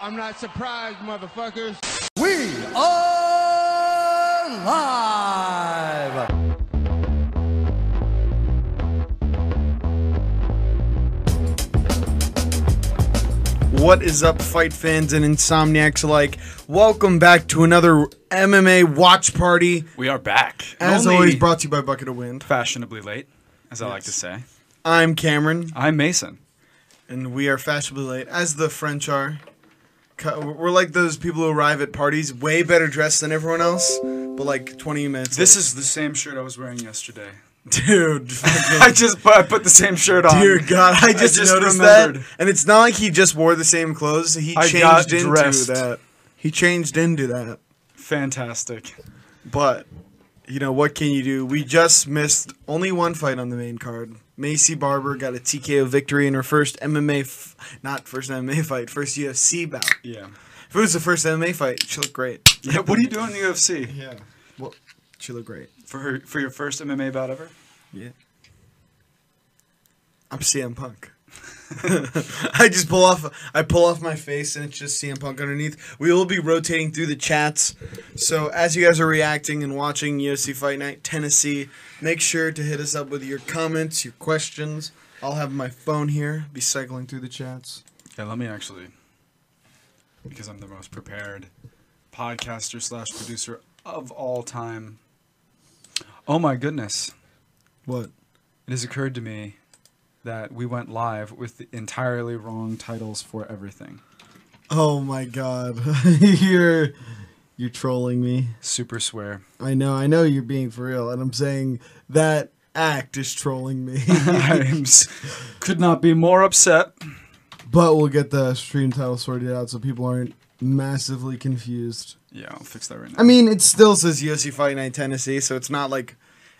I'm not surprised, motherfuckers. We are live. What is up, fight fans and insomniacs alike? Welcome back to another MMA watch party. We are back. As Only always, brought to you by Bucket of Wind. fashionably late, as I like to say. I'm Cameron, I'm Mason. and we are fashionably late, as the French are. Cu- We're like those people who arrive at parties way better dressed than everyone else, but like 20 minutes. This is the same shirt I was wearing yesterday. dude. fucking- I just put, I put the same shirt on. Dear God, I just, just noticed remembered. that, and it's not like he just wore the same clothes. He I got changed into dressed. that. He changed into that. Fantastic. But you know what can you do? We just missed only one fight on the main card. Macy Barber got a TKO victory in her first MMA, f- not first MMA fight, first UFC bout. Yeah. If it was the first MMA fight, she looked great. Yeah. What are you doing in the UFC Yeah. Well, she looked great. for her, for your first MMA bout ever? Yeah. I'm CM Punk. I just pull off I pull off my face and it's just CM Punk underneath. We will be rotating through the chats. So as you guys are reacting and watching UFC Fight Night Tennessee, make sure to hit us up with your comments, your questions. I'll have my phone here, be cycling through the chats. Yeah. Let me actually, because I'm the most prepared podcaster slash producer of all time. Oh my goodness! What? It has occurred to me that we went live with the entirely wrong titles for everything. Oh my god. you're you're trolling me. Super swear. I know, I know you're being for real, and I'm saying that act is trolling me. I am s- could not be more upset. But we'll get the stream title sorted out so people aren't massively confused. Yeah, I'll fix that right now. I mean, it still says UFC Fight Night Tennessee, so it's not like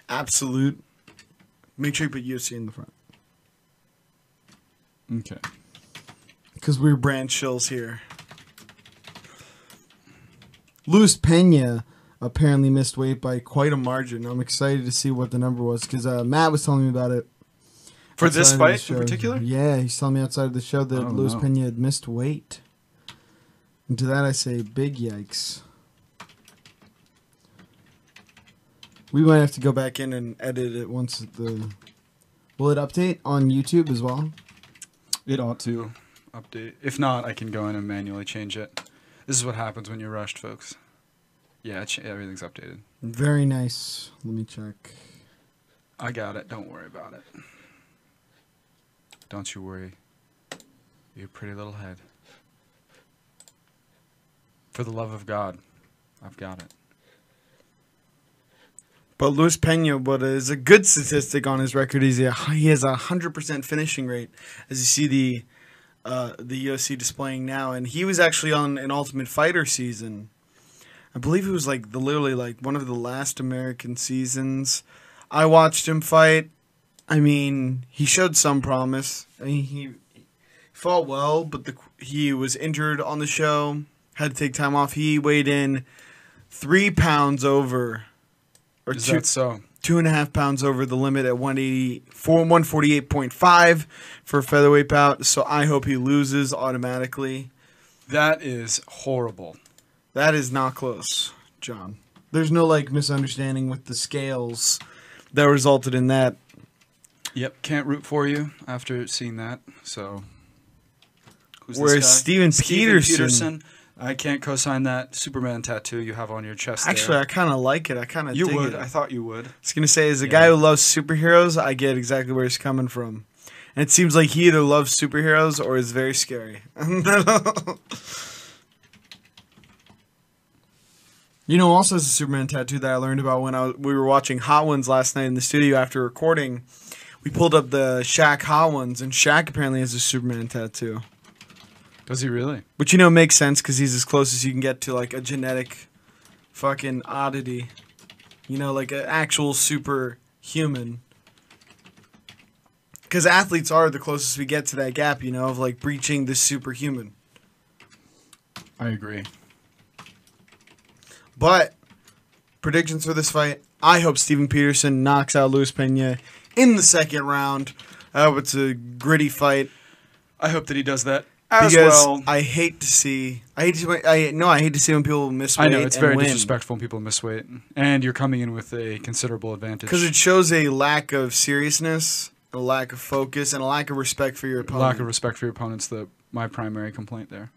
absolute. Make sure you put UFC in the front okay. because we're brand shills here. Luis Pena apparently missed weight by quite a margin. I'm excited to see what the number was because uh, Matt was telling me about it. For outside this of the fight in show. particular? Yeah, he's telling me outside of the show that Oh, Luis no. Pena had missed weight. And to that I say, big yikes. We might have to go back in and edit it once the. Will it update on YouTube as well? It ought to update. If not, I can go in and manually change it. This is what happens when you're rushed, folks. Yeah, it ch- everything's updated. Very nice. Let me check. I got it. Don't worry about it. Don't you worry. Your pretty little head. For the love of God, I've got it. But Luis Pena, what is a good statistic on his record is he he has a hundred percent finishing rate, as you see the uh, the UFC displaying now. And he was actually on an Ultimate Fighter season. I believe it was like the literally like one of the last American seasons. I watched him fight. I mean, he showed some promise. I mean, he fought well, but the he was injured on the show. Had to take time off. He weighed in three pounds over. Or Is two, that so? two and a half pounds over the limit at 184 148.5 for a featherweight bout. So I hope he loses automatically. That is horrible. That is not close, John. There's no like misunderstanding with the scales that resulted in that. Yep, can't root for you after seeing that. So, who's this Whereas guy? Steven Peterson- I can't co-sign that Superman tattoo you have on your chest. there. Actually, I kind of like it. I kind of you dig would. It. I thought you would. was gonna say, as a Yeah. guy who loves superheroes, I get exactly where he's coming from. And it seems like he either loves superheroes or is very scary. you know, also has a Superman tattoo that I learned about when I was, we were watching Hot Ones last night in the studio after recording. We pulled up the Shaq Hot Ones, and Shaq apparently has a Superman tattoo, Does he really? which you know makes sense because he's as close as you can get to like a genetic, fucking oddity. You know, like an actual superhuman. Because athletes are the closest we get to that gap, you know, of like breaching the superhuman. I agree. But predictions for this fight: I hope Steven Peterson knocks out Luis Pena in the second round. I hope it's a gritty fight. I hope that he does that As because well. I hate to see. I hate to. I no. I hate to see when people miss weight. I know it's very and disrespectful when people miss weight, and you're coming in with a considerable advantage. because it shows a lack of seriousness, a lack of focus, and a lack of respect for your opponent. lack of respect for your opponent's the my primary complaint there.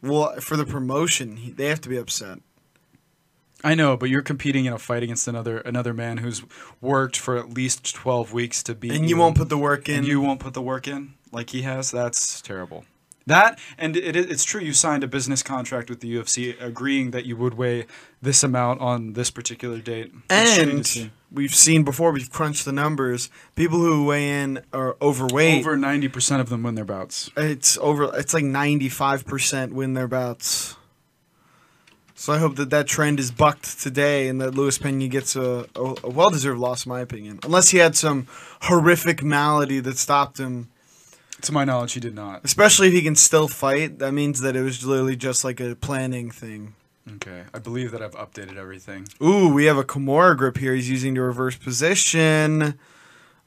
well, for the promotion, he, they have to be upset. I know, but you're competing in a fight against another another man who's worked for at least twelve weeks to be, And you won't put the work in. and you won't put the work in like he has. That's terrible. That and it, it- it's true. You signed a business contract with the UFC, agreeing that you would weigh this amount on this particular date. It's shitty to and see. we've seen before. We've crunched the numbers. People who weigh in are overweight. over ninety percent of them win their bouts. it's over it's like 95% win their bouts so i hope that that trend is bucked today and that Luis pena gets a, a, a well-deserved loss in my opinion unless he had some horrific malady that stopped him To my knowledge, he did not. especially if he can still fight that means that it was literally just like a planning thing Okay, I believe that I've updated everything. ooh we have a kimura grip here he's using the reverse position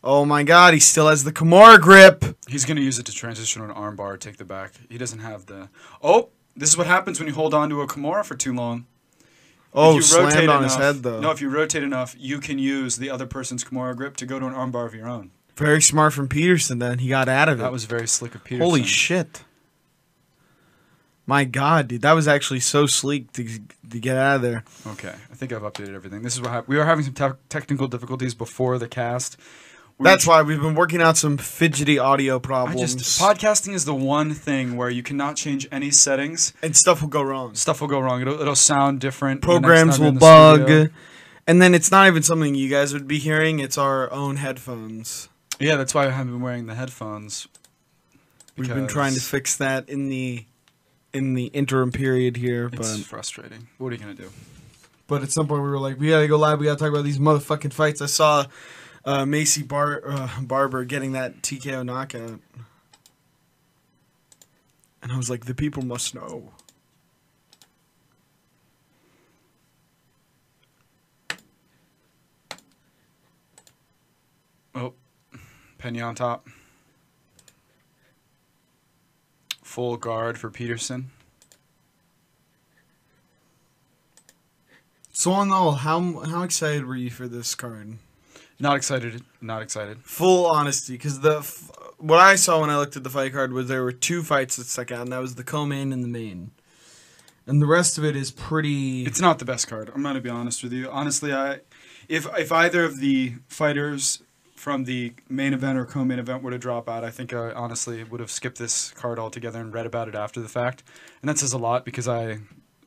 oh my god he still has the kimura grip He's gonna use it to transition an armbar, take the back. He doesn't have the. Oh, this is what happens when you hold on to a Kimura for too long. If oh you slammed on his enough- head though No, if you rotate enough, you can use the other person's Kimura grip to go to an armbar of your own. very smart from peterson then he got out of it That was very slick of Peterson. Holy shit. My god, dude, that was actually so sleek to, to get out of there. Okay, I think I've updated everything. This is what happened. We were having some tec- technical difficulties before the cast. We were That's why we've been working out some fidgety audio I problems. just podcasting is the one thing where you cannot change any settings. and stuff will go wrong. Stuff will go wrong. It'll, it'll sound different. the next Programs time you're will in the bug. studio. And then it's not even something you guys would be hearing, it's our own headphones. Yeah, that's why I haven't been wearing the headphones. We've been trying to because fix that in the in the interim period here, It's but frustrating. What are you gonna do? But at some point, we were like, we gotta go live. We gotta talk about these motherfucking fights. I saw uh, Macy Bar- uh, Barber getting that TKO knockout, and I was like, the people must know. Oh, Pena on top. Full guard for Peterson. So on the whole, how how excited were you for this card? Not excited. Not excited. Full honesty, because the f- what I saw when I looked at the fight card was there were two fights that stuck out, and that was the co-main and the main, and the rest of it is pretty. It's not the best card. I'm gonna be honest with you. Honestly, I, if if either of the fighters from the main event or co-main event were to drop out, I think I honestly would have skipped this card altogether and read about it after the fact. And that says a lot because I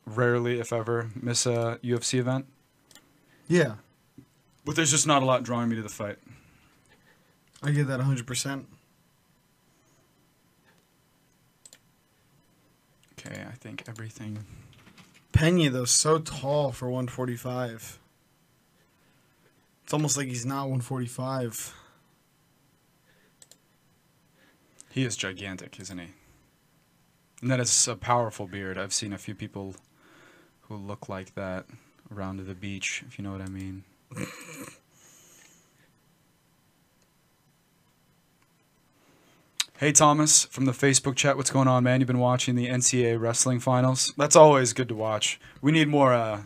rarely, if ever, miss a UFC event. yeah, But there's just not a lot drawing me to the fight. I get that 100. percent Okay, I think everything. Pena though so tall for 145. It's almost like he's not 145. He is gigantic, isn't he? And that is a powerful beard. I've seen a few people who look like that around the beach, if you know what I mean. hey, Thomas, from the Facebook chat, what's going on, man? You've been watching the NCAA wrestling finals. That's always good to watch. We need more uh,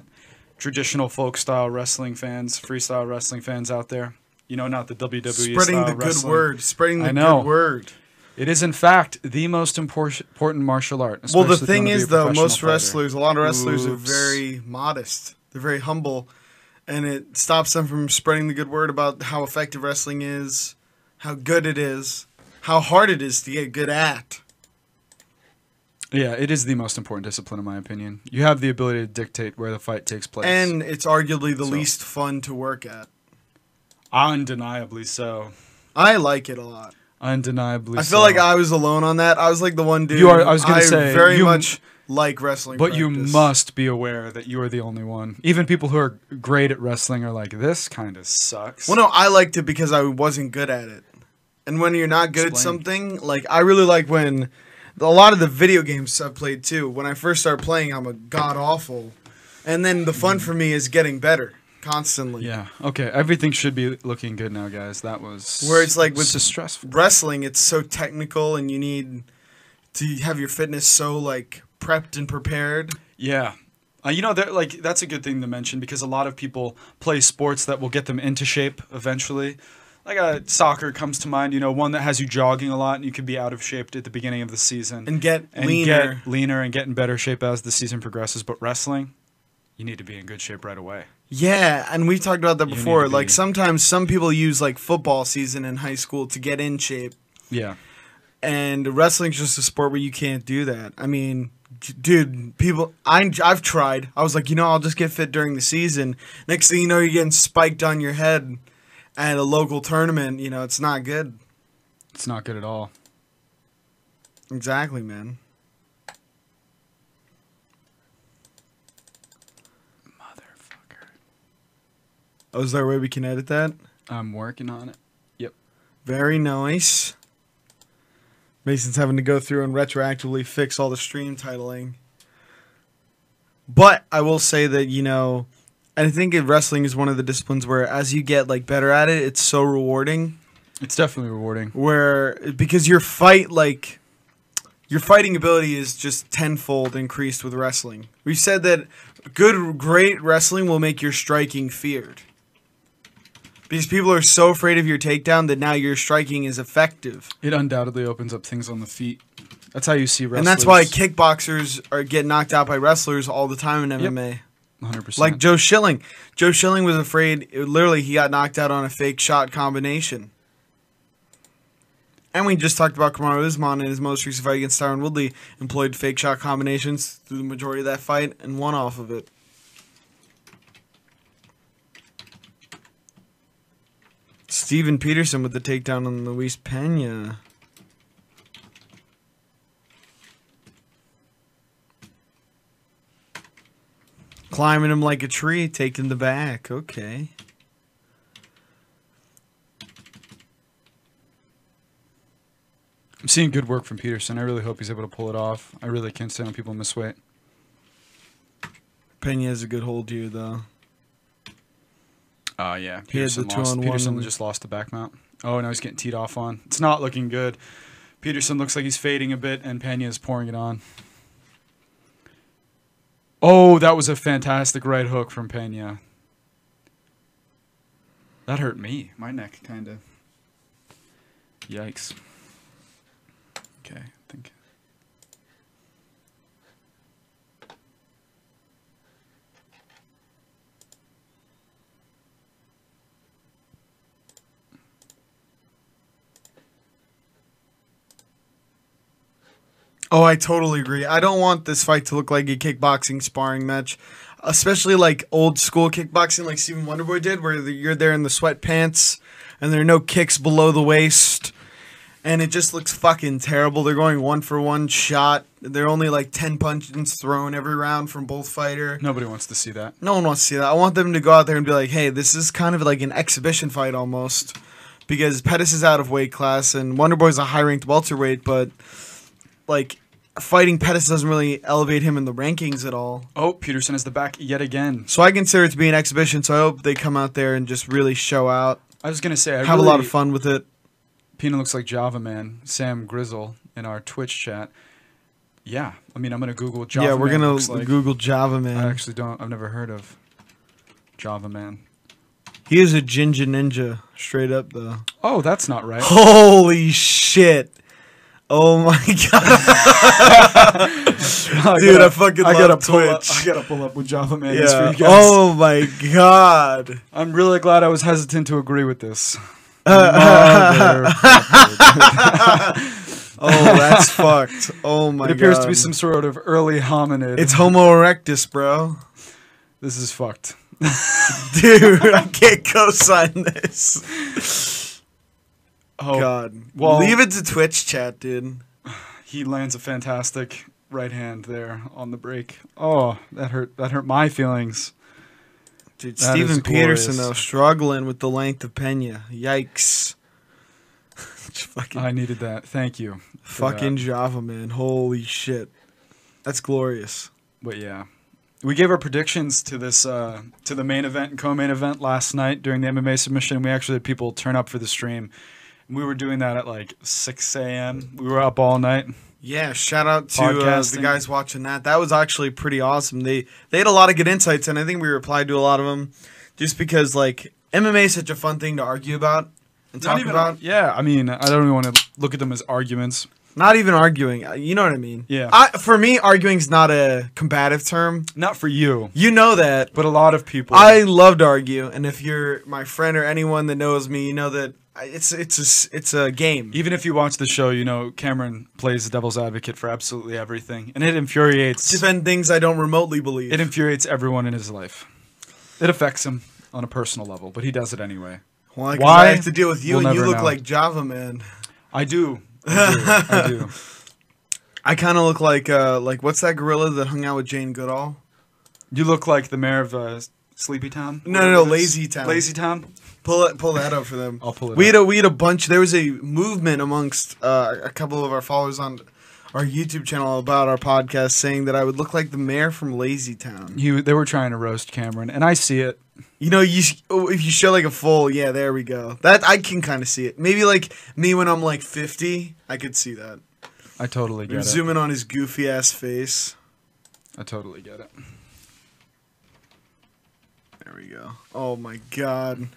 traditional folk style wrestling fans, freestyle wrestling fans out there. You know, not the WWE. Spreading style the good wrestling. word. Spreading I the know. good word. It is, in fact, the most impor- important martial art. Well, the especially if you thing wanna be is a though, professional most fighter. wrestlers, a lot of wrestlers Oops. are very modest. They're very humble, and it stops them from spreading the good word about how effective wrestling is, how good it is, how hard it is to get good at. Yeah, it is the most important discipline, in my opinion. You have the ability to dictate where the fight takes place. And it's arguably the So- least fun to work at. undeniably so. I like it a lot. Undeniably I so. feel like I was alone on that. I was like the one dude. You are- I was gonna say, very you- much like wrestling, But you practice. must be aware that you are the only one. Even people who are great at wrestling are like, this kind of sucks. Well, no, I liked it because I wasn't good at it. And when you're not good at Explain. something, like I really like when a lot of the video games I've played too. When I first start playing, I'm a god awful, and then the fun for me is getting better constantly. Mm-hmm. Yeah, okay. Everything should be looking good now, guys. That was. Where it's like with- so stressful. Wrestling, it's so technical, and you need to have your fitness so like prepped and prepared. Yeah. Uh, you know, that like that's a good thing to mention because a lot of people play sports that will get them into shape eventually. Like uh, soccer comes to mind, you know, one that has you jogging a lot and you can be out of shape at the beginning of the season And get and leaner. get leaner and get in better shape as the season progresses. But wrestling, you need to be in good shape right away. Yeah, and we've talked about that need before. to Like be- sometimes some people use like football season in high school to get in shape, Yeah. and wrestling's just a sport where you can't do that. I mean, d- dude, people, I I've tried. I was like, you know, I'll just get fit during the season. Next thing you know, you're getting spiked on your head at a local tournament. You know, it's not good. It's not good at all. Exactly, man. Motherfucker. Oh, is there a way we can edit that? I'm working on it. Very nice. Mason's having to go through and retroactively fix all the stream titling. But I will say that, you know, I think that wrestling is one of the disciplines where as you get like better at it, it's so rewarding It's definitely rewarding. where because your fight like your fighting ability is just tenfold increased with wrestling. We've said that good great wrestling will make your striking feared. Because people are so afraid of your takedown that now your striking is effective. It undoubtedly opens up things on the feet. That's how you see wrestlers. And that's why kickboxers are get knocked out by wrestlers all the time in MMA. 100%. Like Joe Schilling. Joe Schilling was afraid, it- literally, he got knocked out on a fake shot combination. And we just talked about Kamaru Usman in his most recent fight against Tyron Woodley, employed fake shot combinations through the majority of that fight and won off of it. Steven Peterson with the takedown on Luis Pena. Climbing him like a tree, taking the back. Okay. I'm seeing good work from Peterson. I really hope he's able to pull it off. I really can't stand when people miss weight. Pena has a good hold here, though. Oh yeah, He had the Peterson two lost. on one Peterson and- just lost the back mount. Oh, now he's getting teed off on. It's not looking good. Peterson looks like he's fading a bit, and Pena is pouring it on. Oh, that was a fantastic right hook from Pena. That hurt me, my neck, kind of. Yikes. Okay, I think. Oh, I totally agree. I don't want this fight to look like a kickboxing sparring match, especially like old school kickboxing, like Stephen Wonderboy did, where the, you're there in the sweatpants and there are no kicks below the waist, and it just looks fucking terrible. They're going one for one shot. They're only like ten punches thrown every round from both fighter. Nobody wants to see that. No one wants to see that. I want them to go out there and be like, hey, this is kind of like an exhibition fight almost. Because Pettis is out of weight class and Wonderboy's a high ranked welterweight, but like fighting Pettis doesn't really elevate him in the rankings at all. Oh, Peterson has the back yet again. So I consider it to be an exhibition, so I hope they come out there and just really show out, I was gonna say, I have a lot really- of fun with it. Pina looks like Java Man, Sam Grizzle in our Twitch chat. Yeah, I mean, I'm gonna Google Java. yeah, we're Man gonna looks like. Google Java I man. actually don't. I've never heard of Java Man. he is a Jinja Ninja, straight up though. Oh, that's not right. Holy shit. Oh my god. Dude, I fucking love Twitch. Up, I gotta pull up with Java Man. is Yeah. For you guys. Oh my god. I'm really glad I was hesitant to agree with this. Oh, that's fucked. Oh my it appears to be God. some sort of early hominid. It's Homo erectus, bro. this is fucked. Dude, I can't co-sign this. Oh God. well- leave it to Twitch chat, dude. he lands a fantastic right hand there on the break. Oh, that hurt. That hurt my feelings. Dude, That Steven is Peterson glorious. though struggling with the length of Pena. Yikes. fucking I needed that. Thank you. for that. fucking Java man. Holy shit. That's glorious. But yeah, we gave our predictions to this uh, to the main event and co-main event last night during the MMA submission. We actually had people turn up for the stream. We were doing that at like 6 a.m. We were up all night. Yeah, shout out to uh, the Podcasting. guys watching that. That was actually pretty awesome. They they had a lot of good insights, and I think we replied to a lot of them, just because like MMA is such a fun thing to argue about and Not talk even, about. yeah, I mean, I don't even want to look at them as arguments. Not even arguing. uh, You know what I mean? Yeah. I, for me, arguing's not a combative term. Not for you, You know that. but a lot of people. I love to argue, and if you're my friend or anyone that knows me, you know that I- it's it's a s- it's a game. even if you watch the show, you know Cameron plays the devil's advocate for absolutely everything, and it infuriates. Defend things I don't remotely believe. It infuriates everyone in his life. It affects him on a personal level, but he does it anyway. Why? Why? I have to deal with you, We'll and you never look know. like Java man. I do. I do. I do. I kind of look like uh like what's that gorilla that hung out with Jane Goodall? You look like the mayor of uh, Sleepy Town. No, no, no, Lazy Town. Lazy Town. Pull it, pull that up for them. I'll pull it We up. had a we had a bunch. There was a movement amongst uh, a couple of our followers on our YouTube channel about our podcast, saying that I would look like the mayor from Lazy Town. You, they were trying to roast Cameron, and I see it. You know, you sh- oh, if you show like a full, yeah, there we go. That I can kind of see it. Maybe like me when I'm like 50, I could see that. I totally get it. Zoom in on his goofy ass face. I totally get it. There we go. Oh my god,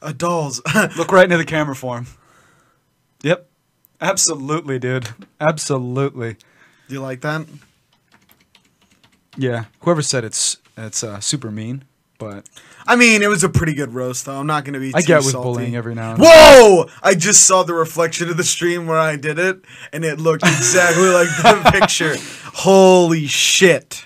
a doll's. Look right into the camera for him. Yep. Absolutely, dude. Absolutely. Do you like that? Yeah. Whoever said it's it's uh, super mean, but I mean, it was a pretty good roast, though. I'm not going to be. Too I get with salty. bullying every now and then. Whoa! I just saw the reflection of the stream where I did it, and it looked exactly like the picture. Holy shit!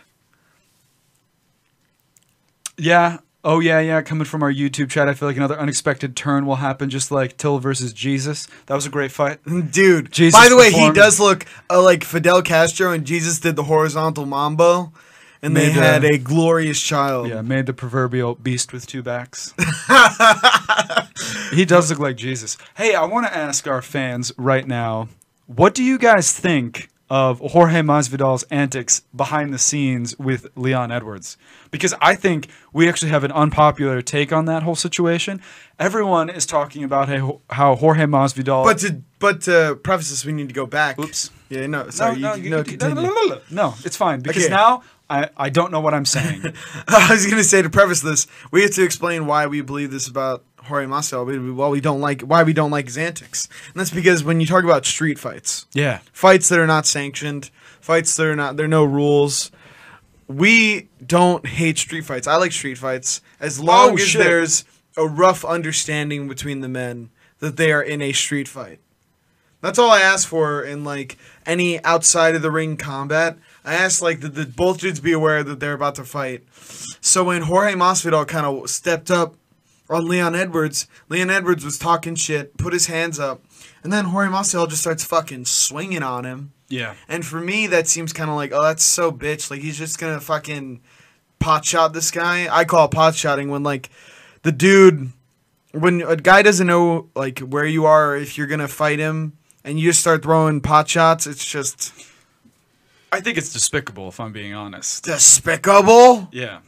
Yeah. Oh yeah, yeah. Coming from our YouTube chat, I feel like another unexpected turn will happen, just like Till versus Jesus. That was a great fight. Dude, Jesus by the way, he performed- does look uh, like Fidel Castro and Jesus did the horizontal mambo, and they Made a- had a glorious child. Yeah, made the proverbial beast with two backs. he does look like Jesus. Hey, I want to ask our fans right now, what do you guys think of Jorge Masvidal's antics behind the scenes with Leon Edwards? Because I think we actually have an unpopular take on that whole situation. Everyone is talking about how- how Jorge Masvidal But to but to preface this, we need to go back. Oops. Yeah, no, sorry. no, you, you- no, you- continue. no, no, it's fine because Okay. now I, I don't know what I'm saying. I was gonna say to preface this, we have to explain why we believe this about Jorge Masvidal. we- we- Why we don't like why we don't like his antics, and that's because when you talk about street fights, yeah, fights that are not sanctioned, fights that are not there are no rules. We don't hate street fights. I like street fights as long as shit. there's a rough understanding between the men that they are in a street fight. That's all I ask for in like any outside of the ring combat. I ask like that the both dudes be aware that they're about to fight. So when Jorge Masvidal kind of stepped up on Leon Edwards, Leon Edwards was talking shit, put his hands up, and then Jorge Masvidal just starts fucking swinging on him. yeah. And for me, that seems kind of like, oh, that's so bitch. Like he's just gonna fucking pot shot this guy. I call it pot shotting when like the dude, when a guy doesn't know like where you are or if you're gonna fight him, and you just start throwing pot shots. It's just I think it's despicable if I'm being honest. despicable. Yeah.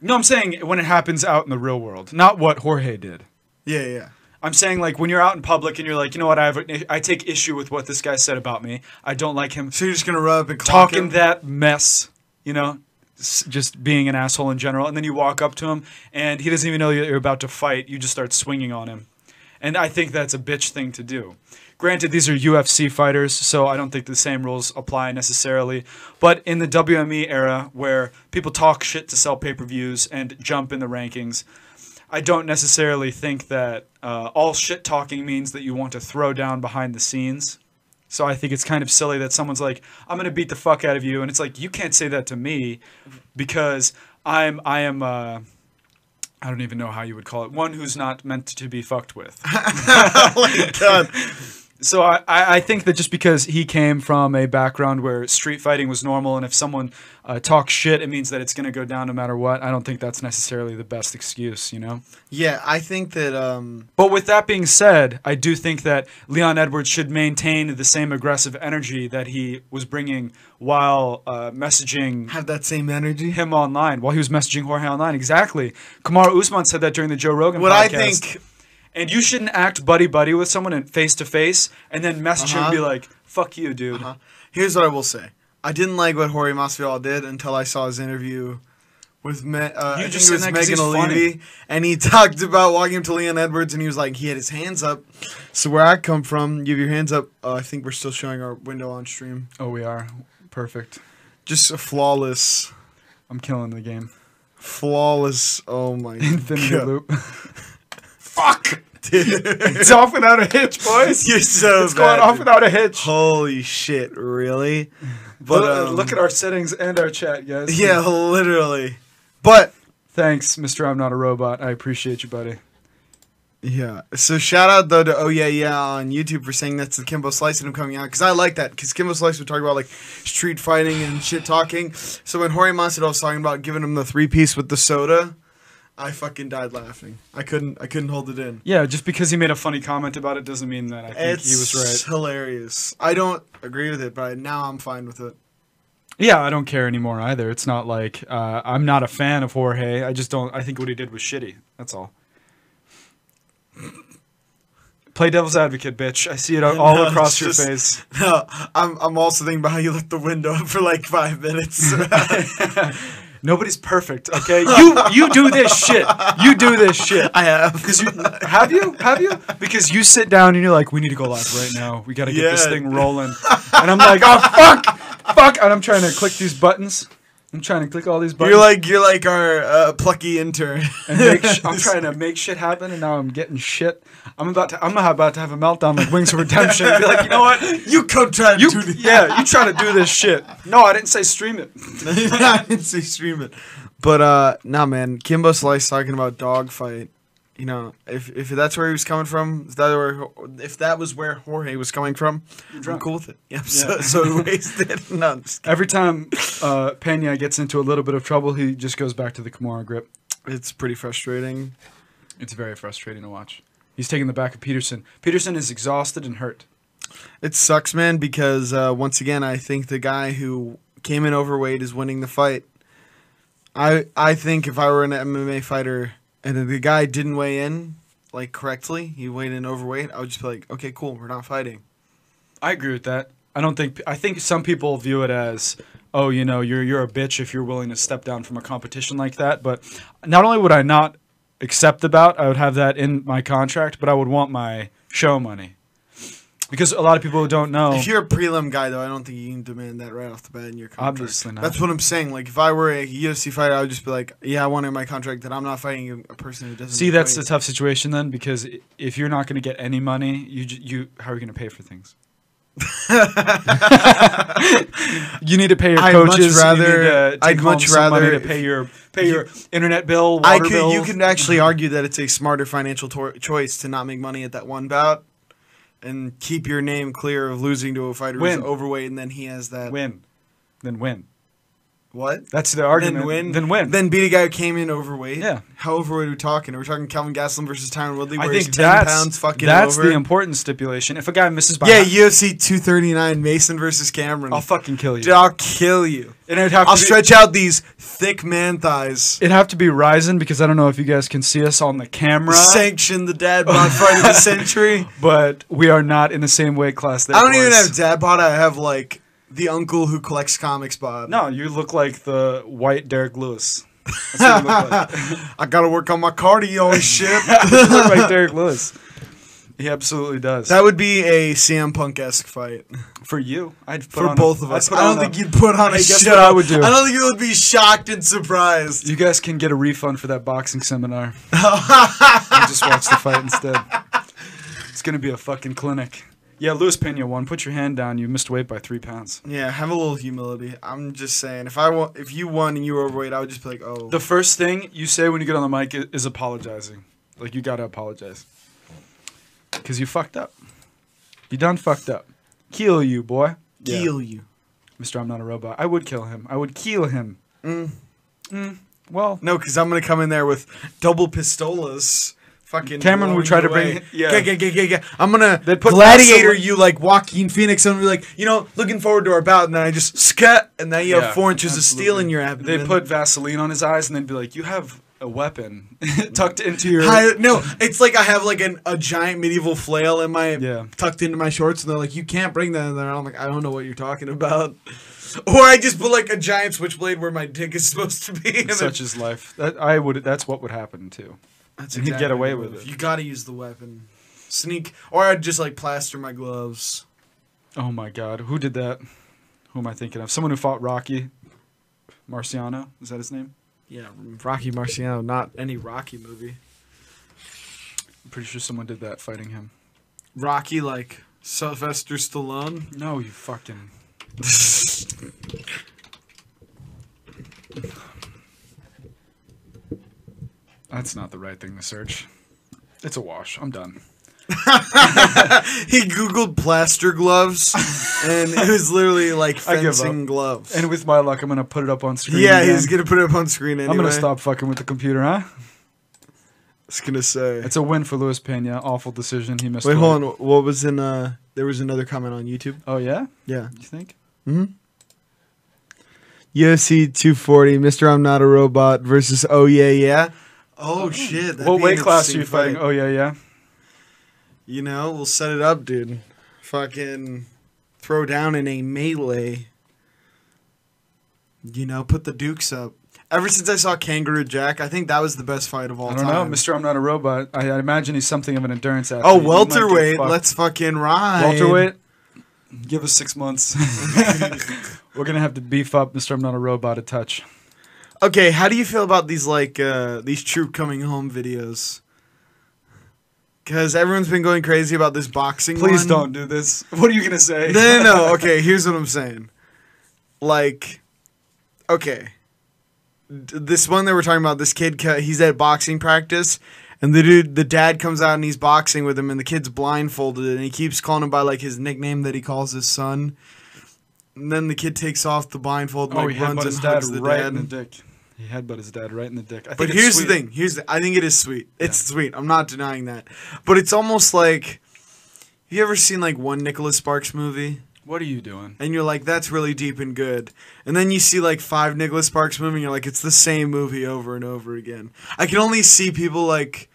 No, I'm saying when it happens out in the real world, not what Jorge did. Yeah, yeah. I'm saying like when you're out in public and you're like, you know what, I have an- I take issue with what this guy said about me. I don't like him So you're just gonna rub and clock talking him? that mess, you know, s- just being an asshole in general. And then you walk up to him and he doesn't even know you're about to fight. You just start swinging on him. And I think that's a bitch thing to do. Granted, these are UFC fighters, so I don't think the same rules apply necessarily. But in the WME era, where people talk shit to sell pay per views and jump in the rankings, I don't necessarily think that uh, all shit talking means that you want to throw down behind the scenes. So I think it's kind of silly that someone's like, "I'm gonna beat the fuck out of you," and it's like, "You can't say that to me," because I'm I am uh, I don't even know how you would call it one who's not meant to be fucked with. oh my god. so I, I I think that just because he came from a background where street fighting was normal, and if someone uh, talks shit, it means that it's gonna go down no matter what. I don't think that's necessarily the best excuse, you know. Yeah, I think that um But with that being said, I do think that Leon Edwards should maintain the same aggressive energy that he was bringing while uh, messaging have that same energy. him online, while he was messaging Jorge online. Exactly. Kamara Usman said that during the Joe Rogan What I podcast. think And you shouldn't act buddy buddy with someone and face to face, and then message him Uh-huh. and be like, "Fuck you, dude." Uh, Here's what I will say. I didn't like what Jorge Masvidal did until I saw his interview with Me- uh, You I just think said it that 'cause was Megan he's funny. O'Leary, and he talked about walking up to Leon Edwards, and he was like, he had his hands up. So where I come from, you have your hands up. Uh, I think we're still showing our window on stream. Oh, we are perfect. Just a flawless, I'm killing the game. flawless. Oh my Infinity god, loop. Fuck! dude, It's off without a hitch, boys. you're so it's bad, going off dude. without a hitch. Holy shit, really? But Look- uh, um, look at our settings and our chat, guys. yeah, literally. But Thanks, Mr. I'm Not a Robot. I appreciate you, buddy. yeah, so shout out though to Oh Yeah Yeah on YouTube for saying that's the Kimbo Slice and him coming out because I like that because Kimbo Slice would talk about like street fighting and shit talking. So when Jorge Masvidal was talking about giving him the three piece with the soda, I fucking died laughing. I couldn't. I couldn't hold it in. Yeah, just because he made a funny comment about it doesn't mean that I think It's he was right. hilarious. I don't agree with it, but now I'm fine with it. Yeah, I don't care anymore either. It's not like uh, I'm not a fan of Jorge. I just don't. I think what he did was shitty. That's all. Play devil's advocate, bitch. I see it all No, it's across your just- face. No, I'm. I'm also thinking about how you left the window up for like five minutes. Nobody's perfect, okay? You you do this shit. You do this shit. I have. Because you have you have you because you sit down and you're like, we need to go live right now. We got to get this Yeah. thing rolling. And I'm like, oh fuck, fuck, and I'm trying to click these buttons. I'm trying to click all these buttons. You're like you're like our uh, plucky intern. and make sh- I'm trying to make shit happen, and now I'm getting shit. I'm about to I'm about to have a meltdown like Wings of Redemption. Be like, you know what? you come try to You do the- yeah, you try to do this shit. No, I didn't say stream it. I didn't say stream it. But uh nah man, Kimbo Slice talking about dogfight. You know, if if that's where he was coming from, if that were if that was where Jorge was coming from, I'm drunk. cool with it. Yeah, I'm so, Yeah. so wasted. No, I'm just Every time uh, Pena gets into a little bit of trouble, he just goes back to the Kimura grip. kidding. it's pretty frustrating. It's very frustrating to watch. He's taking the back of Peterson. Peterson is exhausted and hurt. It sucks, man, because uh, once again, I think the guy who came in overweight is winning the fight. I I think if I were an MMA fighter and the guy didn't weigh in like correctly, he weighed in overweight, I would just be like, okay, cool, we're not fighting. I agree with that. I don't think I think some people view it as oh, you know, you're you're a bitch if you're willing to step down from a competition like that, but not only would I not accept the bout, I would have that in my contract, but I would want my show money. Because a lot of people don't know If you're a prelim guy, though, I don't think you can demand that right off the bat in your contract. Obviously not. That's what I'm saying. Like, if I were a UFC fighter, I would just be like, yeah, I want in my contract that I'm not fighting a person who doesn't. See, that's the weigh. tough situation then, because i- if you're not going to get any money, you j- you how are you going to pay for things? you need to pay your I'd much coaches. you rather- need to take I'd home much some money rather- to pay your pay your internet bill, water I could. bill. You can actually argue that it's a smarter financial tor- choice to not make money at that one bout, and keep your name clear of losing to a fighter Win. who's overweight, and then he has that win, then win. what? That's the argument. Then win. Then win. Then beat a guy who came in overweight. Yeah. How overweight are we talking? Are we talking Calvin Gastelum versus Tyron Woodley? I where he's think 10 that's pounds fucking that's over? the important stipulation. If a guy misses by, yeah, half, UFC 239 Mason versus Cameron. I'll fucking kill you. Dude, I'll kill you. And it'd have to I'll be- stretch out these thick man thighs. It'd have to be Ryzen because I don't know if you guys can see us on the camera. Sanction the dad bod fight of the century. but we are not in the same weight class. That I don't even was- have dad bod. I have like the uncle who collects comics bod. No, you look like the white Derek Lewis. That's what you look like. I gotta work on my cardio and shit. you look like Derek Lewis. He absolutely does. that would be a CM Punk esque fight for you, I'd put for on a- both of I'd us. put I don't on a- think you'd put on a guess show. what I would do. I don't think you would be shocked and surprised. You guys can get a refund for that boxing seminar. I just watch the fight instead. It's gonna be a fucking clinic. Yeah, Luis Pena won. Put your hand down. You missed weight by three pounds. Yeah, have a little humility. I'm just saying, if I want, if you won and you were overweight, I would just be like, oh, The first thing you say when you get on the mic is, is apologizing. Like you gotta apologize because you fucked up. You done fucked up. Kill you, boy. kill you. Mr. I'm not a robot. I would kill him. I would kill him. Mm, Well, No, because I'm gonna come in there with double pistolas. Fucking Cameron blowing would try you to bring- away. yeah. Ga- ga- ga- ga- ga. I'm gonna They'd put gladiator muscle- you like Joaquin Phoenix and be like, you know, looking forward to our bout, and then I just scat, and now you Yeah, have four inches of steel absolutely. in your abdomen. They put Vaseline on his eyes and they'd be like, "You have a weapon tucked into your. Hi- no, it's like I have like an, a giant medieval flail in my Yeah. tucked into my shorts, and they're like, "You can't bring that in there." I'm like, "I don't know what you're talking about," or I just put like a giant switchblade where my dick is supposed to be. and then- Such is life. That I would. That's what would happen too. That's And he'd get away with it. You gotta use the weapon, sneak, or I'd just like plaster my gloves. Oh my God, who did that? Who am I thinking of? Someone who fought Rocky. Marciano is that his name? Yeah, Rocky Marciano, not any Rocky movie. I'm pretty sure someone did that fighting him. Rocky like Sylvester Stallone. No, you fucking. That's not the right thing to search. It's a wash. I'm done. he googled plaster gloves, and it was literally like I give up. fencing gloves. And with my luck, I'm gonna put it up on screen. yeah, again. he's gonna put it up on screen anyway. I'm gonna stop fucking with the computer, huh? I was gonna say. It's a win for Luis Pena. Awful decision. He missed. Wait, the- hold on. What was in? uh There was another comment on YouTube. Oh yeah, Yeah. you think? Mm-hmm. UFC 240, Mr. I'm Not a Robot versus Oh Yeah Yeah. Oh, shit! that'd what be weight an class are you interesting fight. fighting? Oh yeah, yeah. You know, we'll set it up, dude. Fucking throw down in a melee. You know, put the dukes up. Ever since I saw Kangaroo Jack, I think that was the best fight of all I don't time. know, Mister. I'm not a robot. I, I imagine he's something of an endurance athlete. Oh, He might get welterweight. fucked. Let's fucking ride. welterweight. Give us six months. We're gonna have to beef up Mister. I'm not a robot a touch. Okay, how do you feel about these like uh these troop coming home videos? Cause everyone's been going crazy about this boxing. Please one. don't do this. What are you gonna say? No, no, no. Okay, here's what I'm saying. Like, okay, D- this one that we're talking about, this kid, ca- he's at boxing practice, and the dude, the dad comes out and he's boxing with him, and the kid's blindfolded, and he keeps calling him by like his nickname that he calls his son. And then the kid takes off the blindfold, and, Oh, like he runs headbutted and his dad hugs the right dad. in the dick. He headbutted his dad right in the dick. I think But it's here's sweet. the thing. Here's the, I think it is sweet. It's sweet. I'm not denying that. But it's almost like have you ever seen like one Nicholas Sparks movie What are you doing? and you're like that's really deep and good. And then you see like five Nicholas Sparks movies and you're like it's the same movie over and over again. I can only see people like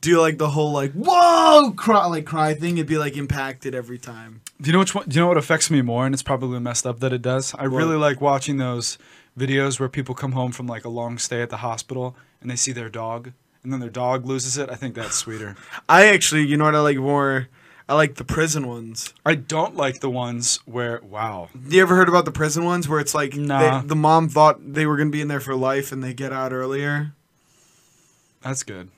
do like the whole like whoa cry like cry thing and be like impacted every time. Do you know which one, do you know what affects me more? And it's probably messed up that it does. I really like watching those videos where people come home from like a long stay at the hospital and they see their dog, and then their dog loses it. I think that's sweeter. I actually, you know what I like more? I like the prison ones. I don't like the ones where wow. You ever heard about the prison ones where it's like Nah. they, the mom thought they were gonna be in there for life and they get out earlier? That's good.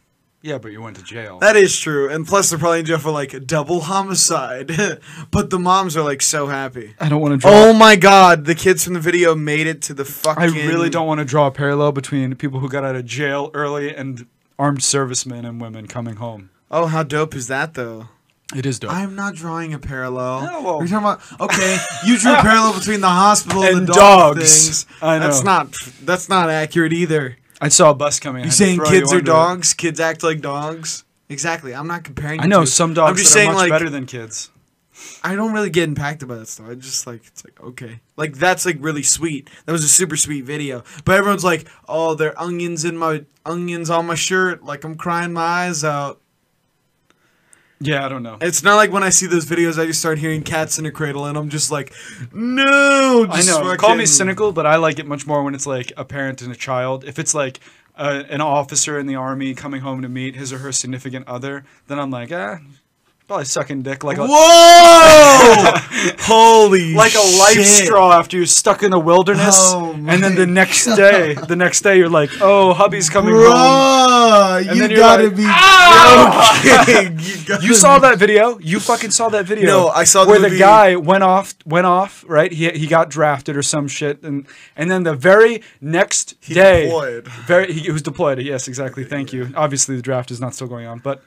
Yeah, but you went to jail. That is true, and plus they're probably in jail for like double homicide. but the moms are like so happy. I don't want to draw. Oh my god, the kids from the video made it to the fucking. I really don't want to draw a parallel between people who got out of jail early and armed servicemen and women coming home. Oh, how dope is that though? It is dope. I'm not drawing a parallel. No, well- We're talking about okay. You drew a parallel between the hospital and, And the dog dogs. Things. I know. That's not that's not accurate either. I saw a bus coming. You saying kids are dogs? Kids act like dogs? Exactly. I'm not comparing. I the know two. some dogs I'm just that saying, are much like, better than kids. I don't really get impacted by that stuff. I just like it's like okay, like that's like really sweet. That was a super sweet video. But everyone's like, oh, there are onions in my onions on my shirt. Like I'm crying my eyes out. Yeah, I don't know. It's not like when I see those videos, I just start hearing cats in a cradle, and I'm just like, no. I just know. Call me fucking- cynical, but I like it much more when it's like a parent and a child. If it's like uh, an officer in the army coming home to meet his or her significant other, then I'm like, ah, probably sucking dick like a Whoa! Holy like a life shit. straw after you're stuck in the wilderness, Oh my and then the next day, the next day you're like, oh, hubby's coming home. Bruh, And you then you're gotta like, "Ah!" be joking. You, gotta You saw that video? You fucking saw that video? No, I saw the where the movie- guy went off, went off, right? He he got drafted or some shit, and and then the very next day, deployed. very he was deployed. Yes, exactly. Thank you. Obviously, the draft is not still going on, but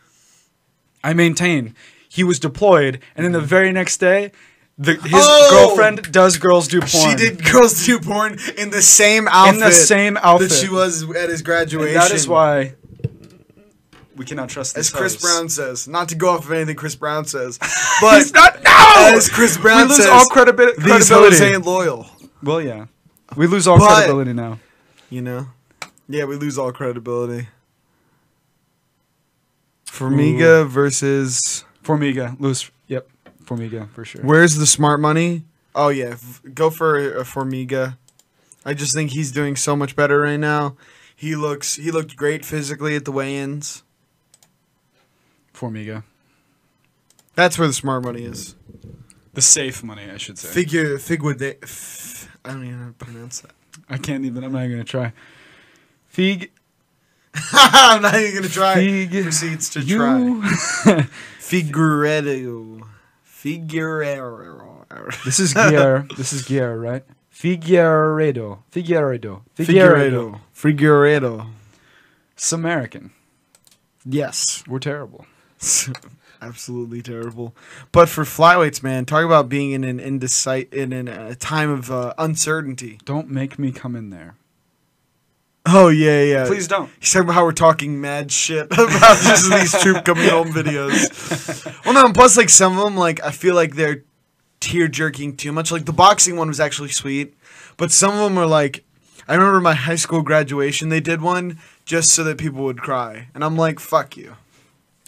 I maintain he was deployed, and then the very next day. The, his Mm-hmm. Oh! girlfriend does girls do porn. She did girls do porn in the same outfit. In the same outfit. that she was at his graduation. And that is why we cannot trust as these Chris hoes. Brown says, not to go off of anything Chris Brown says, but He's not. No. as Chris Brown we lose says, all credibi- these hoes credibility. ain't loyal. Well, yeah, we lose all But- credibility now. You know, Yeah, we lose all credibility. Formiga versus Formiga, Luis. Yep, Formiga for sure. where's the smart money? Oh yeah, f- go for uh, Formiga. I just think he's doing so much better right now. He looks he looked great physically at the weigh-ins. Formiga, That's where the smart money is. the safe money, I should say. Figure Figua de, f- I don't even know how to pronounce that. I can't even. I'm not even gonna try. Fig. I'm not even gonna try. Fig. Proceeds to you- try. Figueredo. Figueredo. this is Guerre. This is Guerre, right? Figueredo. Figueredo. Figueredo. Figueredo. Samaritan. Yes. We're terrible. Absolutely terrible. But for flyweights, man, talk about being in an indecisive, in an, uh, time of uh, uncertainty. Don't make me come in there. Oh yeah, yeah. Please don't. He's talking about how we're talking mad shit about just these troop coming home videos. Well, no, and plus like some of them, like I feel like they're tear jerking too much. Like the boxing one was actually sweet, but some of them are like, I remember my high school graduation, they did one just so that people would cry, and I'm like, fuck you.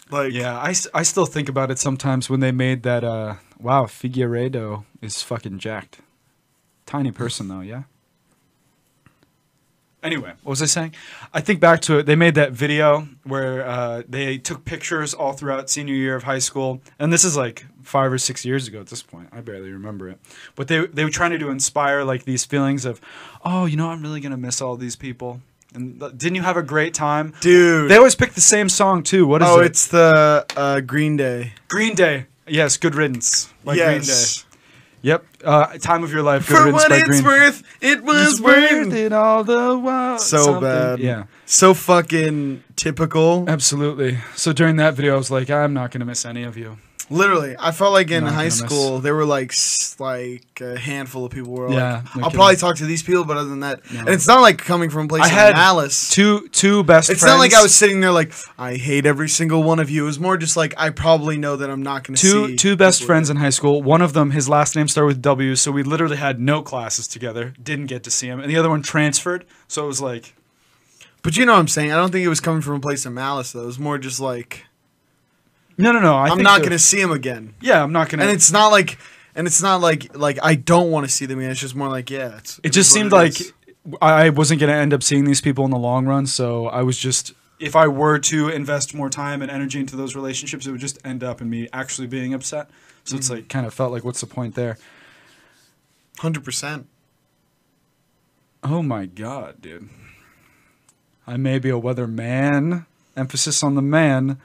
Like, Yeah, I, s- I still think about it sometimes when they made that. Uh, wow, Figueredo is fucking jacked. Tiny person though, yeah. Anyway, what was I saying? I think back to it. They made that video where uh, they took pictures all throughout senior year of high school, and this is like five or six years ago at this point. I barely remember it, but they they were trying to do inspire like these feelings of, oh, you know, I'm really gonna miss all these people. And th- didn't you have a great time? dude. They always pick the same song too. What is oh, it? it's the uh, Green Day. Green Day. Yes, Good Riddance by yes. Green Day. Yep. Uh, Time of Your Life, Good For Riddance what by it's Green worth, it was It's worth it. it all the while. So Something- bad. Yeah, So fucking typical. absolutely. So during that video, I was like, I'm not going to miss any of you. Literally, I felt like in Not high gonna miss. school there were like s- like a handful of people were Yeah, like, no I'll kidding. probably talk to these people, but other than that, No. and it's not like coming from a place I of had malice. Two two best it's friends. not like I was sitting there like I hate every single one of you. It was more just like I probably know that I'm not going to Two, see two best people friends in high school. One of them, his last name started with W, so we literally had no classes together. Didn't get to see him. And the other one transferred, so it was like, again. But you know what I'm saying? I don't think it was coming from a place of malice though. It was more just like no, no, no. I I am think not the- going to see him again. Yeah, I'm not gonna. And it's not like and it's not like like I don't want to see them again. It's just more like yeah. It's, it is just what seemed it like is. I wasn't going to end up seeing these people in the long run. So I was just, if I were to invest more time and energy into those relationships, it would just end up in me actually being upset. So it's like kind of felt like, what's the point there? hundred percent. Oh my god, dude! I may be a weatherman. Emphasis on the man.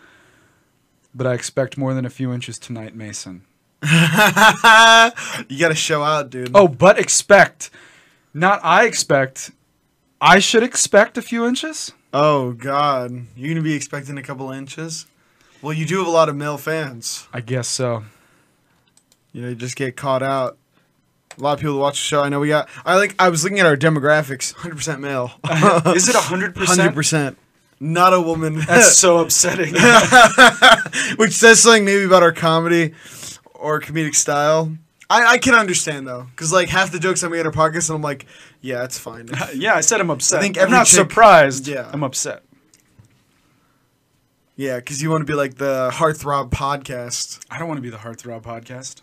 But I expect more than a few inches tonight, Mason. you got to show out, dude. Oh, but expect, not I expect. I should expect a few inches. Oh God, you're gonna be expecting a couple inches. Well, you do have a lot of male fans. I guess so. You know, you just get caught out. A lot of people watch the show. I know we got. I like. I was looking at our demographics. 100% male. Is it hundred percent? 100%. Not a woman. That's so upsetting. Which says something maybe about our comedy or comedic style. I, I can understand though, because like half the jokes I made are podcasts, and I'm like, yeah, it's fine. yeah, I said I'm upset. I think I'm every not chick- surprised. Yeah. I'm upset. yeah, because you want to be like the heartthrob podcast, I don't want to be the Heartthrob podcast.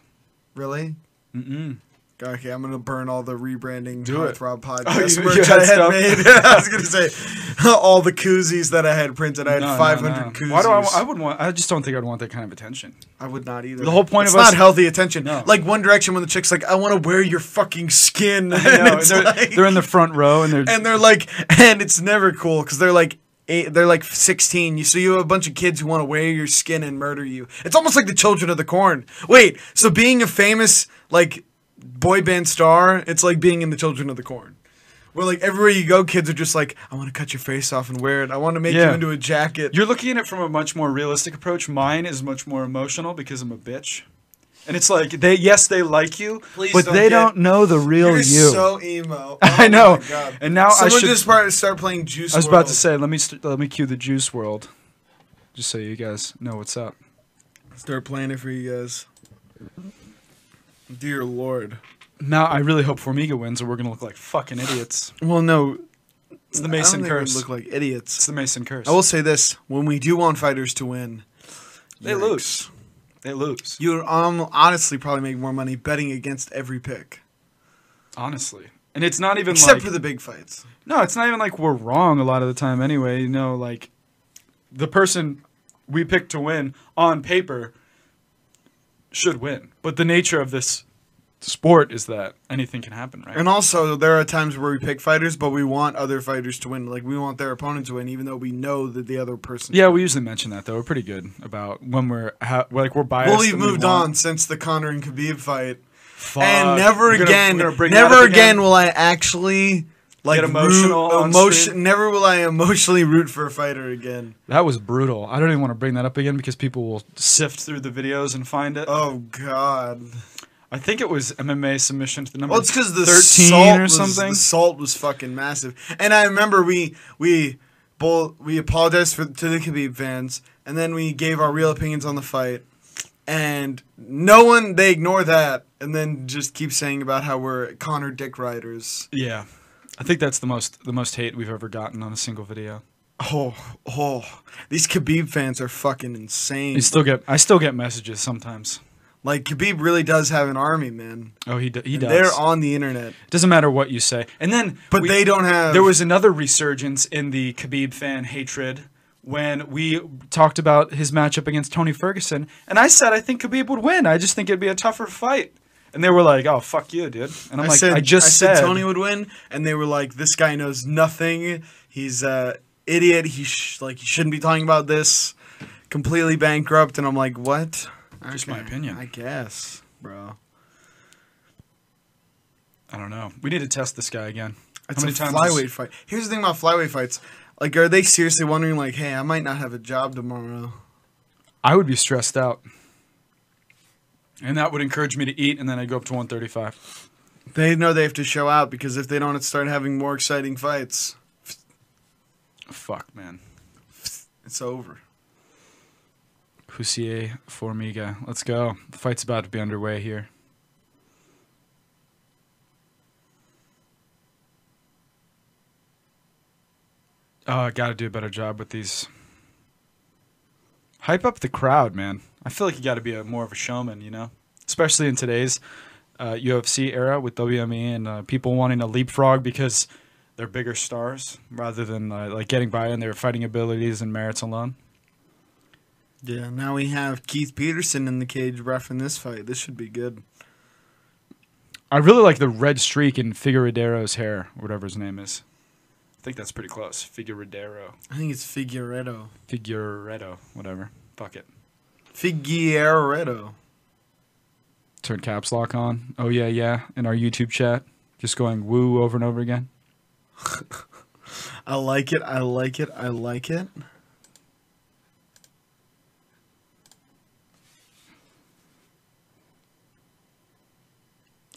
really? Mm-mm. Okay, I'm gonna burn all the rebranding Do it. Oh, Heartthrob podcast you- merch you had I had stuff? made. I was gonna say all the koozies that I had printed. I had 500 koozies. Why do I? wa- I would want. I just don't think I'd want that kind of attention. I would not either. The whole point it's of not us- healthy attention. No. Like One Direction, when the chick's like, "I want to wear your fucking skin," I and, know, it's they're, like- they're in the front row and they're. and they're like, and it's never cool because they're like. Eight, they're like 16. You so you have a bunch of kids who want to wear your skin and murder you. It's almost like the children of the corn. Wait, so being a famous like boy band star, it's like being in the children of the corn. Where like everywhere you go, kids are just like, I want to cut your face off and wear it. I want to make you Yeah. into a jacket. you're looking at it from a much more realistic approach. Mine is much more emotional because I'm a bitch. And it's like they yes they like you, Please but don't they get- don't know the real You're you. so emo. I Oh know. my God. And now I someone should just start, start playing Juice. I was about WRLD. to say, let me st- let me cue the Juice World, just so you guys know what's up. start playing it for you guys. Dear Lord. Now I really hope Formiga wins, or we're gonna look like fucking idiots. Well, no, It's the I don't Mason think we would curse. Look like it's idiots. the Mason curse. I will say this: when we do want fighters to win, They yikes. lose. They lose. You would um, honestly probably make more money betting against every pick, Honestly. And it's not even except like, for the big fights. No, it's not even like we're wrong a lot of the time anyway. You know, like the person we picked to win on paper should win. But the nature of this sport is that anything can happen, right? And also, there are times where we pick fighters, but we want other fighters to win. Like we want their opponent to win, even though we know that the other person. yeah, we usually mention that though. We're pretty good about when we're ha- we're, like we're biased. Well, we've and we moved want- on since the Conor and Khabib fight, Fuck. and never We're gonna- again, we're gonna bring that never up again, will I actually like Get emotional root- on emotion. stream. Never will I emotionally root for a fighter again. That was brutal. I don't even want to bring that up again because people will sift through the videos and find it. Oh God! I think it was MMA submission to the number. Well, it's because the 13 salt or was, something. The salt was fucking massive, and I remember we we both we apologized for to the Khabib fans, and then we gave our real opinions on the fight, and no one they ignore that, and then just keep saying about how we're Connor dick riders. Yeah, I think that's the most the most hate we've ever gotten on a single video. Oh oh, these Khabib fans are fucking insane. You still get I still get messages sometimes. like Khabib really does have an army, man. Oh, he d- he And does. They're on the internet, Doesn't matter what you say. And then, but we- they don't have. there was another resurgence in the Khabib fan hatred when we talked about his matchup against Tony Ferguson, and I said I think Khabib would win. I just think it'd be a tougher fight. And they were like, "Oh, fuck you, dude." And I'm like, "I just said, Tony would win, and they were like, "This guy knows nothing. He's a idiot. He sh- like he shouldn't be talking about this. Completely bankrupt." And I'm like, "What?" Just my opinion. I guess, bro. I don't know. We need to test this guy again. It's many a times flyweight is- fight. Here's the thing about flyweight fights. Like, are they seriously wondering, like, hey, I might not have a job tomorrow? I would be stressed out. And that would encourage me to eat, and then I'd go up to 135. They know they have to show out because if they don't start having more exciting fights, Fuck, man. it's over. Hussier Formiga. Let's go. The fight's about to be underway here. Oh, I gotta do a better job with these. Hype up the crowd, man. I feel like you gotta be a, more of a showman, you know? Especially in today's uh, UFC era with WME and uh, people wanting to leapfrog because they're bigger stars rather than uh, like getting by on their fighting abilities and merits alone. Yeah, now we have Keith Peterson in the cage refing this fight. This should be good. I really like the red streak in Figueredo's hair, or whatever his name is. I think that's pretty close. Figueredero. I think it's Figueredo. Figueredo, whatever. Fuck it. Figueredo. Turn caps lock on. Oh, yeah, yeah. In our YouTube chat. Just going woo over and over again. I like it. I like it. I like it.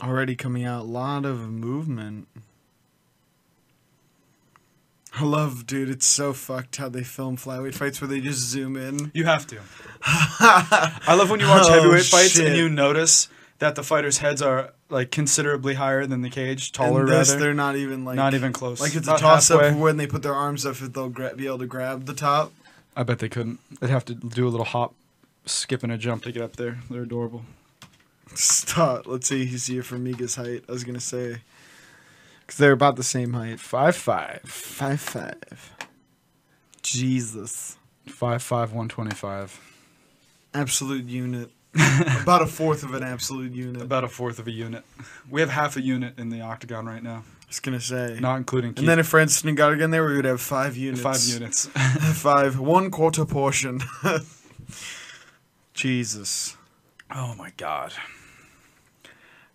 Already coming out. A lot of movement. I love, dude. It's so fucked how they film flyweight fights where they just zoom in. You have to. I love when you watch Oh, heavyweight fights shit. and you notice that the fighters' heads are like considerably higher than the cage, taller and this, rather. they're not even like Not even close. Like it's About a toss up halfway. when they put their arms up if they'll gra- be able to grab the top. I bet they couldn't. They'd have to do a little hop, skip, and a jump to get up there. They're adorable. Stop. Let's see. You see it from Miga's height. I was gonna say, because they're about the same height. Five five. Five five. Jesus. Five five one twenty five. Absolute unit. about a fourth of an absolute unit. About a fourth of a unit. We have half a unit in the octagon right now, I was gonna say. not including Keith. and then if Franston got again there, we would have five units. five units. five. One quarter portion. Jesus. oh my god.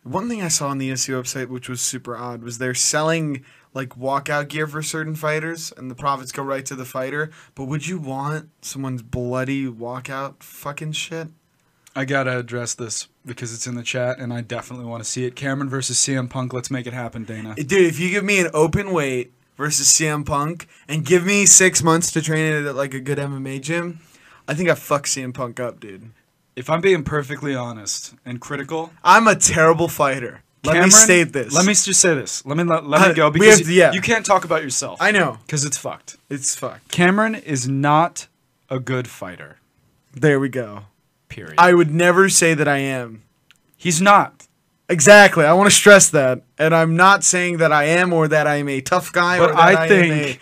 One thing I saw on the E SU website, which was super odd, was they're selling like walkout gear for certain fighters, and the profits go right to the fighter. But would you want someone's bloody walkout fucking shit? I gotta address this because it's in the chat, and I definitely want to see it. Cameron versus CM Punk. Let's make it happen, Dana. Dude, if you give me an open weight versus CM Punk and give me six months to train it at like a good MMA gym, I think I fuck CM Punk up, dude. if I'm being perfectly honest and critical, I'm a terrible fighter. Let me state this. Let me s- just say this. Let me let, let Uh, me go we because have to- you- yeah. you can't talk about yourself. I know because it's fucked. it's fucked. Cameron is not a good fighter. There we go. Period. I would never say that I am. He's not. Exactly. I want to stress that, and I'm not saying that I am or that I am a tough guy. or But that I, am think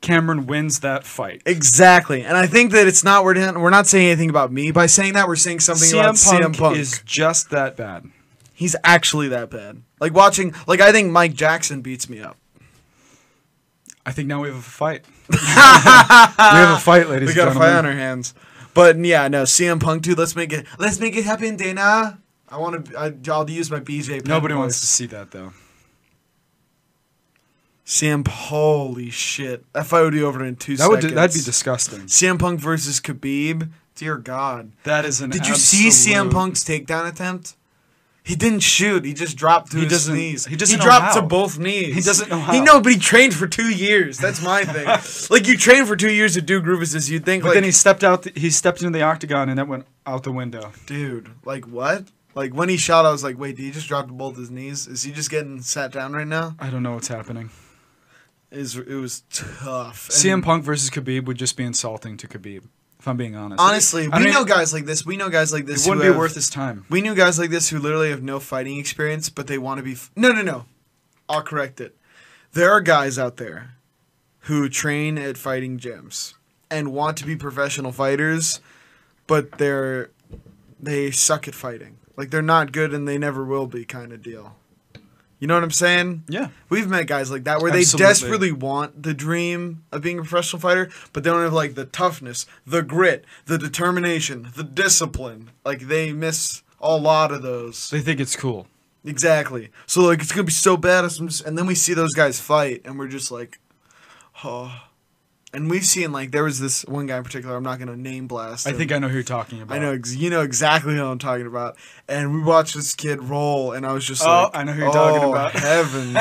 Cameron wins that fight. a- exactly, and I think that it's not we're not- we're not saying anything about me by saying that. We're saying something about CM Punk, CM Punk. is just that bad. He's actually that bad. Like watching, like I think Mike Jackson beats me up. I think now we have a fight. we have a fight, ladies We and got a gentlemen. fight on our hands. But yeah, no, CM Punk, dude. Let's make it. Let's make it happen, Dana. I want to. I, I'll use my BJ. Penn Nobody voice. wants to see that though. CM. Holy shit! That fight would be over in two That would seconds. that'd be disgusting. CM Punk versus Khabib. Dear God. That is an. Did you see CM absolute- Punk's takedown attempt? He didn't shoot. He just dropped to He his doesn't- knees. he doesn't know dropped how. to both knees. He doesn't know He how. know, but he trained for two years. That's my thing. like you train for two years to do groovises. You'd think But like then he stepped out. th- he stepped into the octagon, and that went out the window. dude, like what? Like when he shot, I was like, wait, did he just drop to both his knees? Is he just getting sat down right now? I don't know what's happening. Is it was tough. CM And Punk versus Khabib would just be insulting to Khabib, if I'm being honest. Honestly, I we mean, know guys like this. We know guys like It this. wouldn't who be have- worth his time. We knew guys like this who literally have no fighting experience, but they want to be. F- no, no, no. I'll correct it. There are guys out there who train at fighting gyms and want to be professional fighters, but they're they suck at fighting. Like they're not good and they never will be kind of deal. You know what I'm saying? Yeah. We've met guys like that where they Absolutely. desperately want the dream of being a professional fighter, but they don't have like the toughness, the grit, the determination, the discipline. Like they miss a lot of those. They think it's cool. Exactly. So like it's gonna be so bad, if some- and then we see those guys fight, and we're just like, oh. And we've seen like there was this one guy in particular. I'm not gonna name blast. I him. think I know who you're talking about. I know ex- you know exactly who I'm talking about. And we watched this kid roll, and I was just Oh, like, I know who you're talking "Oh, about." heavens,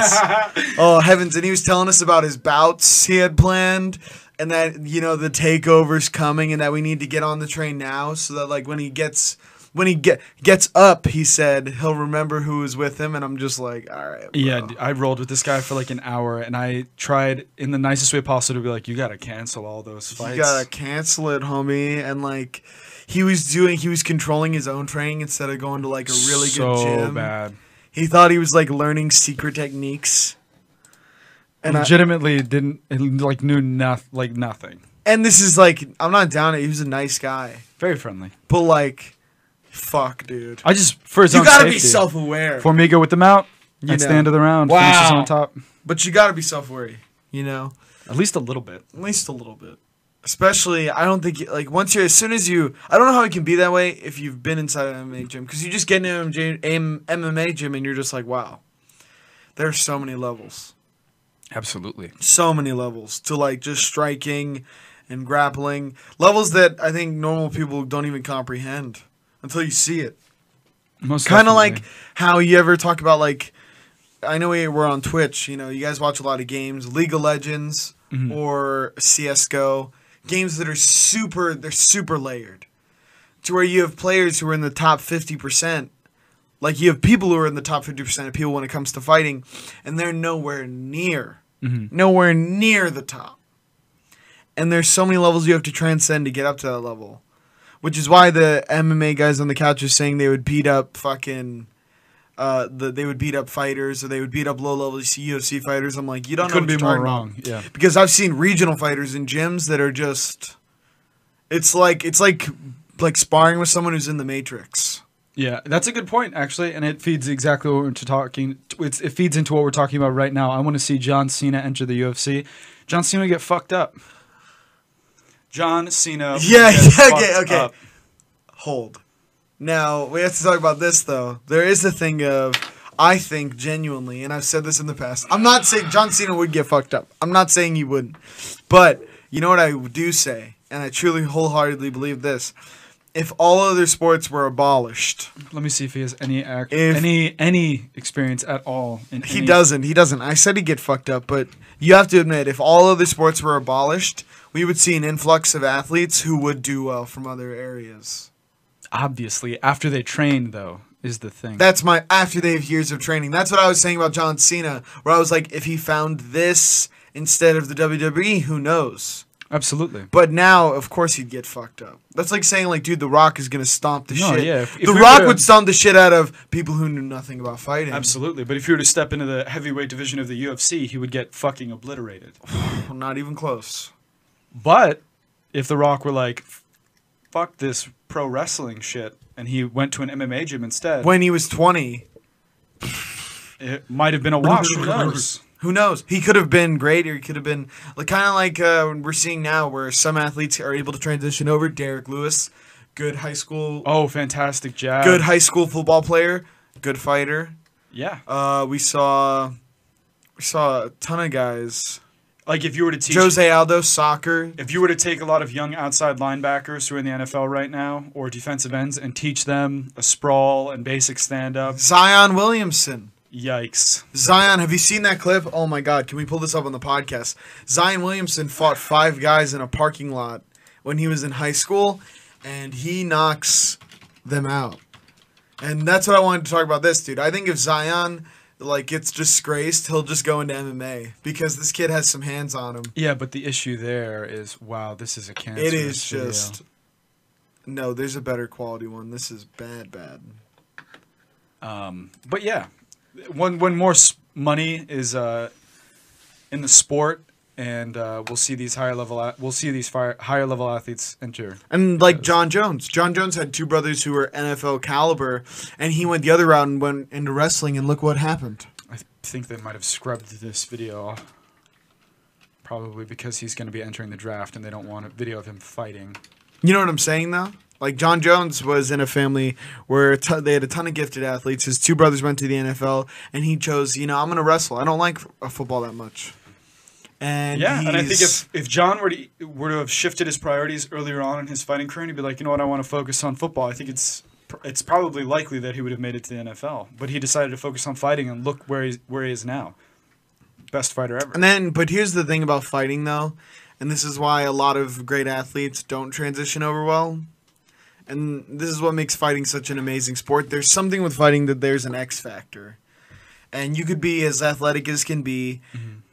oh heavens! And he was telling us about his bouts he had planned, and that you know the takeover's coming, and that we need to get on the train now, so that like when he gets. When he get, gets up, he said he'll remember who was with him, and I'm just like, all right. bro." Yeah, d- I rolled with this guy for like an hour, and I tried in the nicest way possible to be like, "You gotta cancel all those fights." You gotta cancel it, homie. And like, he was doing, he was controlling his own training instead of going to like a really good so gym. bad. He thought he was like learning secret techniques. And I, Legitimately, didn't and, like knew nothing. Like nothing. and this is like I'm not down it. He was a nice guy, Very friendly. but like, fuck, dude. I just for his You own gotta be safety. self-aware, Formiga with the mount. You That's the know. end of the round. Wow. Finishes on top. but you gotta be self-aware. You know, At least a little bit. at least a little bit. Especially, I don't think like once you're as soon as you, I don't know how it can be that way if you've been inside an MMA gym because you just get in an MJ, M- MMA gym and you're just like, wow, there are so many levels. Absolutely. so many levels to like just striking and grappling levels that I think normal people don't even comprehend until you see it. Most Kind of like definitely. how you ever talk about like I know we- we're on Twitch, you know, you guys watch a lot of games, League of Legends Mm-hmm. or CS:GO, games that are super they're super layered. To where you have players who are in the top 50%, like you have people who are in the top 50% of people when it comes to fighting and they're nowhere near Mm-hmm. nowhere near the top. And there's so many levels you have to transcend to get up to that level. Which is why the MMA guys on the couch are saying they would beat up fucking uh, the, they would beat up fighters or they would beat up low level UFC fighters. I'm like, you don't know couldn't what be you're more talking about. wrong. Yeah. Because I've seen regional fighters in gyms that are just it's like it's like like sparring with someone who's in the matrix. Yeah, that's a good point actually, and it feeds exactly what we're to talking. It's, it feeds into what we're talking about right now. I want to see John Cena enter the UFC. John Cena would get fucked up. John Cena. would Yeah, get yeah, okay, fucked okay. up. hold. Now we have to talk about this though. There is the thing of I think genuinely, and I've said this in the past. I'm not saying John Cena would get fucked up. I'm not saying he wouldn't, but you know what I do say, and I truly wholeheartedly believe this: if all other sports were abolished, Let me see if he has any act, If- any any experience at all. In he any- doesn't. He doesn't. I said he'd get fucked up, but you have to admit, if all other sports were abolished, we would see an influx of athletes who would do well from other areas. obviously after they train though. is the thing. That's my after they have years of training. That's what I was saying about John Cena, where I was like, if he found this instead of the WWE, who knows? Absolutely. But now, of course, he'd get fucked up. That's like saying like, dude, The Rock is gonna stomp the No, shit. yeah, if- if the we Rock were- would stomp the shit out of people who knew nothing about fighting. Absolutely. But if you were to step into the heavyweight division of the UFC, he would get fucking obliterated. Well, not even close. But if The Rock were like, fuck this pro wrestling shit, and he went to an MMA gym instead, When he was twenty, it might have been a wash. Who knows? Who knows? He could have been great, or he could have been like kind of like uh, we're seeing now, where some athletes are able to transition over. Derek Lewis, good high school, Oh, fantastic jab. good high school football player, good fighter. Yeah. Uh, we saw, we saw a ton of guys. Like if you were to teach Jose Aldo, soccer. if you were to take a lot of young outside linebackers who are in the NFL right now or defensive ends and teach them a sprawl and basic stand up, Zion Williamson. yikes. Zion, have you seen that clip? Oh my God, can we pull this up on the podcast? Zion Williamson fought five guys in a parking lot when he was in high school, and he knocks them out. And that's what I wanted to talk about this, dude. I think if Zion like gets disgraced, he'll just go into MMA because this kid has some hands on him. Yeah, but the issue there is wow, this is a cancer. It is just no, there's a better quality one. This is bad, bad. Um, but yeah, when when more s- money is uh, in the sport, and uh, we'll see these higher level a- we'll see these fire, higher level athletes enter. And like John Jones, John Jones had two brothers who were NFL caliber, and he went the other route and went into wrestling. And look what happened. I th- think they might have scrubbed this video, probably because he's going to be entering the draft, and they don't want a video of him fighting. You know what I'm saying, though. Like John Jones was in a family where t- they had a ton of gifted athletes. His two brothers went to the NFL, and he chose, you know, I'm gonna wrestle. I don't like f- uh, football that much. And Yeah, and I think he's- if, if John were to were to have shifted his priorities earlier on in his fighting career, and he'd be like, you know what, I want to focus on football. I think it's pr- it's probably likely that he would have made it to the NFL, but he decided to focus on fighting, and look where he's where he is now, best fighter ever. And then, but here's the thing about fighting, though, and this is why a lot of great athletes don't transition over well. And this is what makes fighting such an amazing sport. There's something with fighting that there's an X factor. And you could be as athletic as can be,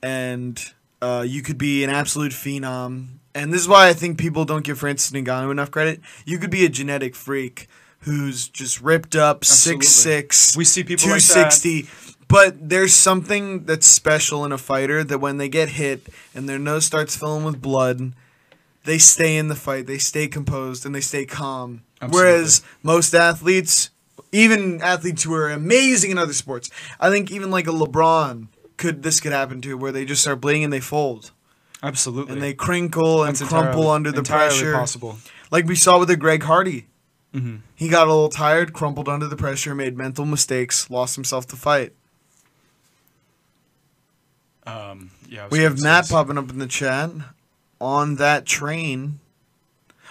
and uh, you could be an absolute phenom. And this is why I think people don't give Francis Ngannou enough credit. You could be a genetic freak who's just ripped up, Absolutely. six six, We see people like that. 260. But there's something that's special in a fighter that when they get hit and their nose starts filling with blood, they stay in the fight, they stay composed, and they stay calm. Absolutely. Whereas most athletes, even athletes who are amazing in other sports, I think even like a LeBron could this could happen to where they just start bleeding and they fold Absolutely, and they crinkle and That's crumple entirely- under the entirely pressure, Possible. like we saw with the Greg Hardy. Mhm. He got a little tired, crumpled under the pressure, made mental mistakes, lost himself the fight. Um, yeah, I was We gonna have say Matt this. popping up in the chat on that train.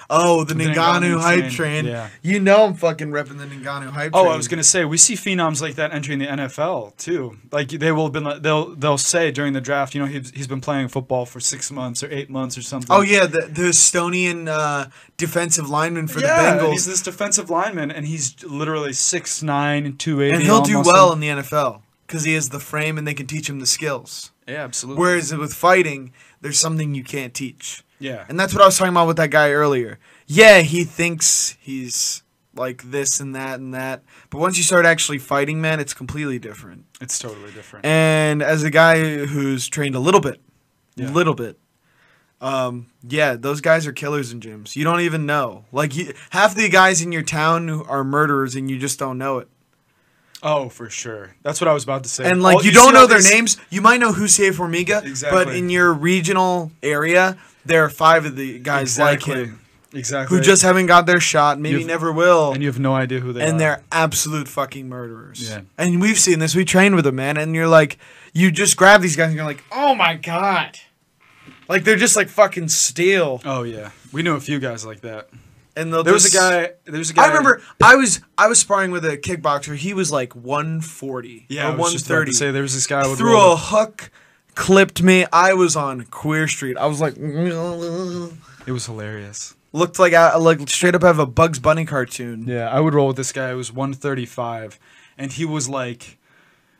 Oh, the, The Ninganu Ngannou hype train, train. yeah. You know I'm fucking repping the Ninganu hype Oh, train. I was gonna say we see phenoms like that entering the NFL too. Like they will have been like- they'll they'll say during the draft, you know, he's, he's been playing football for six months or eight months or something. Oh yeah, the the Estonian uh, defensive lineman for yeah, the and He's Bengals, this defensive lineman, and he's literally six nine and two eighty. and he'll do well in the NFL because he has the frame and they can teach him the skills. Yeah, absolutely. Whereas with fighting, there's something you can't teach. yeah, And that's what I was talking about with that guy earlier. Yeah, he thinks he's like this and that and that, but once you start actually fighting, man, it's completely different. it's totally different. And as a guy who's trained a little bit, Yeah. little bit, um, yeah, those guys are killers in gyms. You don't even know. Like you, half the guys in your town who are murderers, and you just don't know it. oh, for sure. That's what I was about to say. And like All- you, see don't know all their these- names. You might know Jose Formiga, but Exactly. in your regional area, there are five of the guys Exactly. like him Exactly. who just haven't got their shot, maybe You've- never will. and you have no idea who they are. and they're absolute fucking murderers. Yeah. And we've seen this. We train with them, man. And you're like, you just grab these guys and you're like, oh my god, like they're just like fucking steel. Oh yeah, we knew a few guys like that. And they'll There was a just- guy. There was a guy. I remember I was I was sparring with a kickboxer. He was like 140 Yeah, or I was just about 130. to say there was this guy with Threw roll- a hook, clipped me. I was on Queer Street. I was like, It was hilarious. Looked like I like straight up out of a Bugs Bunny cartoon. Yeah, I would roll with this guy who was 135, and he was like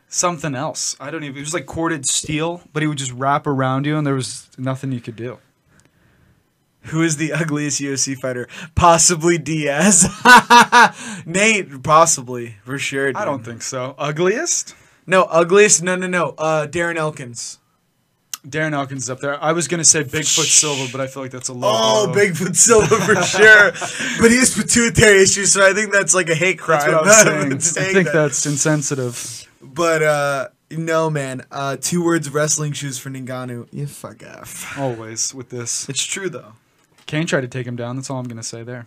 something else. I don't even. It was like corded steel, but he would just wrap around you, and there was nothing you could do. Who is the ugliest UFC fighter? Possibly Diaz. Nate, possibly for sure. I dude. don't think so. Ugliest? No, ugliest. No, no, no. Uh, Darren Elkins. Darren Elkins is up there. I was gonna say Bigfoot Silva, but I feel like that's a low. Oh, blow. Bigfoot Silva for sure. but he has pituitary issues, so I think that's like a hate crime. That's what I I'm was saying. I saying think that. that's insensitive. But uh, no, man. Uh, two words of wrestling shoes for Ninganu. You fuck off. Always with this. It's true though. Kane tried to take him down. That's all I'm gonna say there.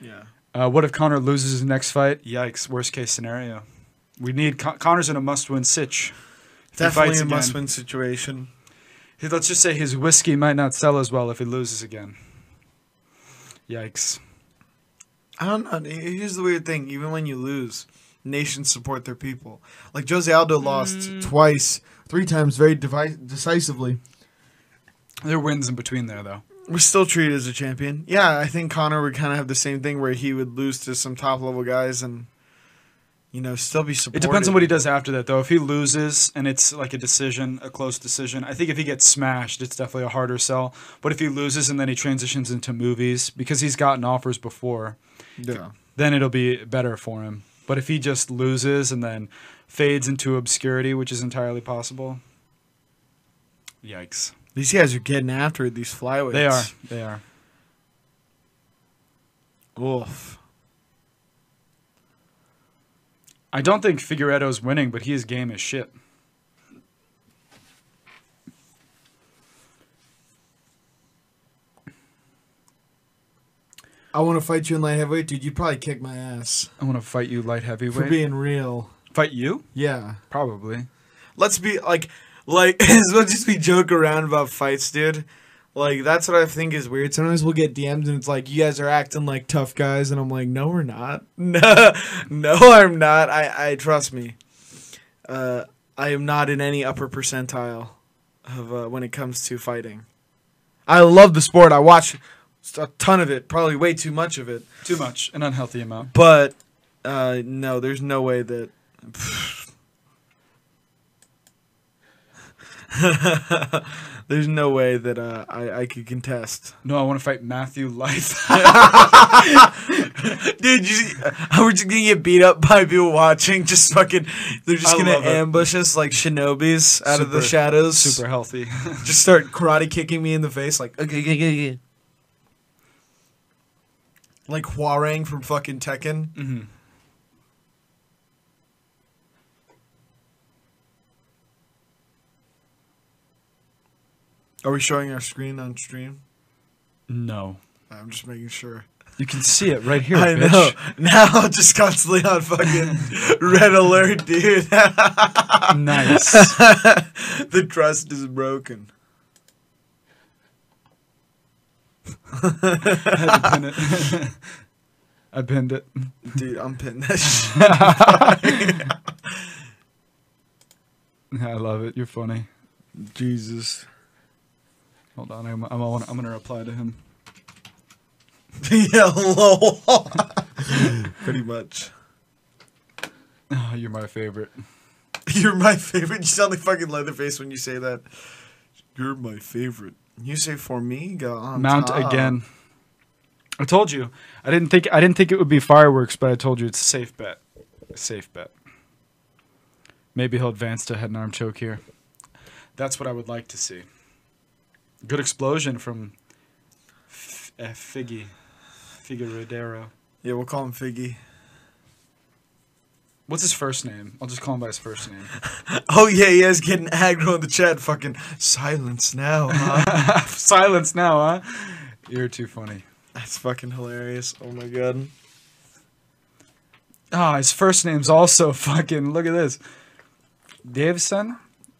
Yeah. Uh, what if Connor loses his next fight? Yikes! Worst case scenario. We need Con- Connor's in a must-win sitch. If he Definitely fights a again- must-win situation. Hey, Let's just say his whiskey might not sell as well if he loses again. Yikes. I don't know. He- Here's the weird thing: even when you lose, nations support their people. Like Jose Aldo lost twice, three times, very devi- decisively. There are wins in between there, though. We're still treated as a champion. Yeah, I think Connor would kind of have the same thing where he would lose to some top level guys and, you know, still be It supported. depends on what he does after that, though. If he loses and it's like a decision, a close decision, I think if he gets smashed, it's definitely a harder sell. But if he loses and then he transitions into movies, because he's gotten offers before, Yeah. then it'll be better for him. But if he just loses and then fades into obscurity, which is entirely possible, yikes. These guys are getting after it. These flyweights. They are. They are. Oof. I don't think Figueredo's winning, but he is game as shit. I want to fight you in light heavyweight, dude. You'd probably kick my ass I want to fight you light heavyweight. being real. fight you? Yeah. Probably. Let's be like, like as much as we joke around about fights, dude. Like that's what I think is weird. Sometimes we'll get DMs and it's like, you guys are acting like tough guys, and I'm like, no, we're not. No, no, I'm not. I, I trust me. Uh, I am not in any upper percentile of uh, when it comes to fighting. I love the sport. I watch a ton of it, probably way too much of it. Too much, an unhealthy amount. But uh, no, there's no way that. there's no way that uh, I I could contest. No, I want to fight Matthew Life. Dude, you, see- uh, we're just gonna get beat up by people watching. Just fucking, they're just I gonna love it. ambush us like shinobis out of the Super- shadows. Super healthy. Just start karate kicking me in the face, like okay, okay, okay, okay. Like Huarang from fucking Tekken. Mhm. Are we showing our screen on stream? No. I'm just making sure. You can see it right here, I bitch. know. Now I'm just constantly on fucking red alert, dude. Nice. the trust is broken. I had to pin it. I pinned it. Dude, I'm pinning that shit. I love it. You're funny. Jesus. Hold on. I'm, I'm, I'm going to reply to him. yeah, lol. Pretty much. Oh, you're my favorite. You're my favorite. You sound like fucking Leatherface when you say that. You're my favorite. You say for me, go on Mount top. again. I told you. I didn't think I didn't think it would be fireworks, but I told you it's a safe bet. A safe bet. Maybe he'll advance to head and arm choke here. That's what I would like to see. Good explosion from F- uh, Figgy Figueredero. Yeah, we'll call him Figgy. What's his first name? I'll just call him by his first name. Oh yeah, he is getting aggro in the chat. Fucking silence now. Huh? Silence now, huh? You're too funny. That's fucking hilarious. Oh my god. Ah, his first name's also fucking. Look at this. Davison?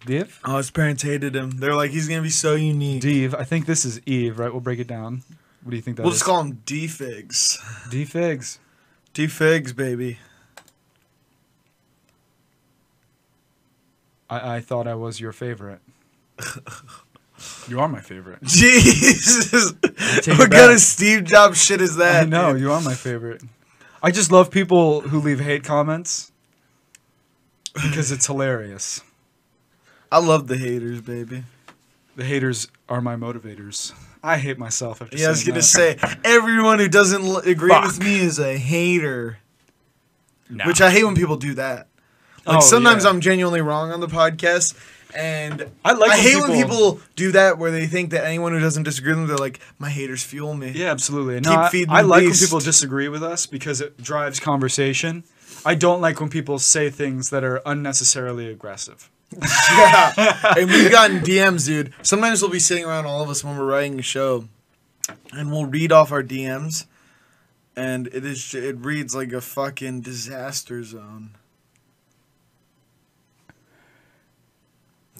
Div? Oh, his parents hated him. They're like, he's gonna be so unique. Dave, I think this is Eve, right? We'll break it down. What do you think that we'll just call him D Figs. D figs. D Figs, baby. I, I thought I was your favorite. you are my favorite. Jesus. Take what it kind back. of Steve Jobs shit is that? I know dude? you are my favorite. I just love people who leave hate comments because it's hilarious. I love the haters, baby. The haters are my motivators. I hate myself after. Yeah, I was saying gonna that. say everyone who doesn't l- agree with Fuck. me is a hater, Nah. which I hate when people do that. Like Oh, sometimes yeah. I'm genuinely wrong on the podcast, and I like I when hate when people- people do that where they think that anyone who doesn't disagree with them, they're like, my haters fuel me. Yeah, absolutely. Keep No, I, feeding I the like when beast. people disagree with us because it drives conversation. I don't like when people say things that are unnecessarily aggressive. yeah. And we've gotten DMs, dude. Sometimes we'll be sitting around all of us when we're writing a show, and we'll read off our DMs, and it is ju- it reads like a fucking disaster zone.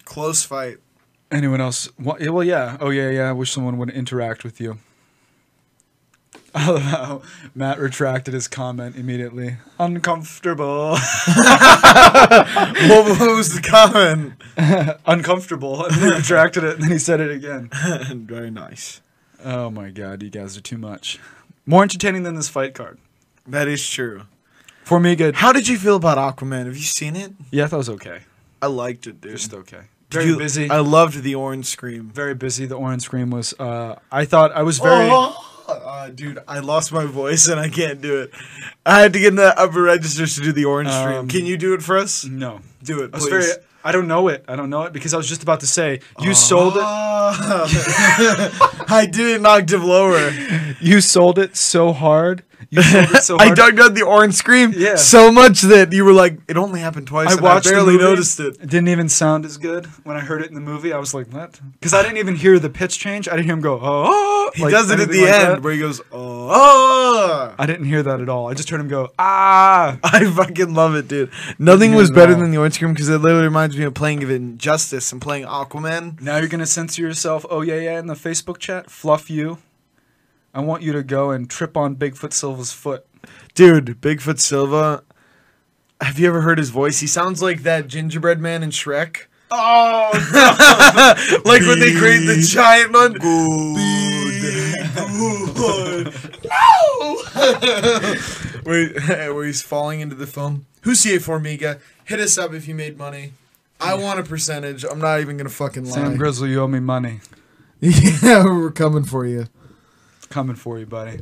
Close fight. Anyone else? wa- yeah, Well, yeah. Oh, yeah, yeah. I wish someone would interact with you. I love how Matt retracted his comment immediately. Uncomfortable. what was the comment? Uncomfortable. And then he retracted it and then he said it again. Very nice. Oh, my God. You guys are too much. More entertaining than this fight card. That is true. For me, good. How did you feel about Aquaman? Have you seen it? Yeah, I thought it was okay. I liked it, dude. Just okay. Did Very you- busy. I loved the orange scream. very busy. The orange screen was. Uh, I thought I was very. Uh, dude, I lost my voice and I can't do it. I had to get in the upper registers to do the orange Um, screen. Can you do it for us? No, Do it, I was please. Oh. very. I don't know it. I don't know it because I was just about to say you sold it. Ah. I did it in octave lower. You sold it so hard. You sold it so hard. I dug out the orange scream Yeah. so much that you were like, it only happened twice. I and watched. I the barely movie. noticed it. Didn't even sound as good when I heard it in the movie. I was like, what? Because I didn't even hear the pitch change. I didn't hear him go. Oh, He like, does it at anything the like end that. where he goes, oh. I didn't hear that at all. I just heard him go. Ah. I fucking love it, dude. Nothing Not was at better all. than the orange scream because it literally reminds me of playing of Injustice and playing Aquaman. Now you're gonna censor yourself. Oh yeah, yeah. In the Facebook chat, fluff you. I want you to go and trip on Bigfoot Silva's foot. Dude, Bigfoot Silva. Have you ever heard his voice? He sounds like that gingerbread man in Shrek. Oh Like when they create the giant one. Good. where, where he's falling into the film. Who's CA Formiga? Hit us up if you made money. I want a percentage. I'm not even gonna fucking lie. Sam Grizzle, you owe me money. yeah, we're coming for you. Coming for you, buddy.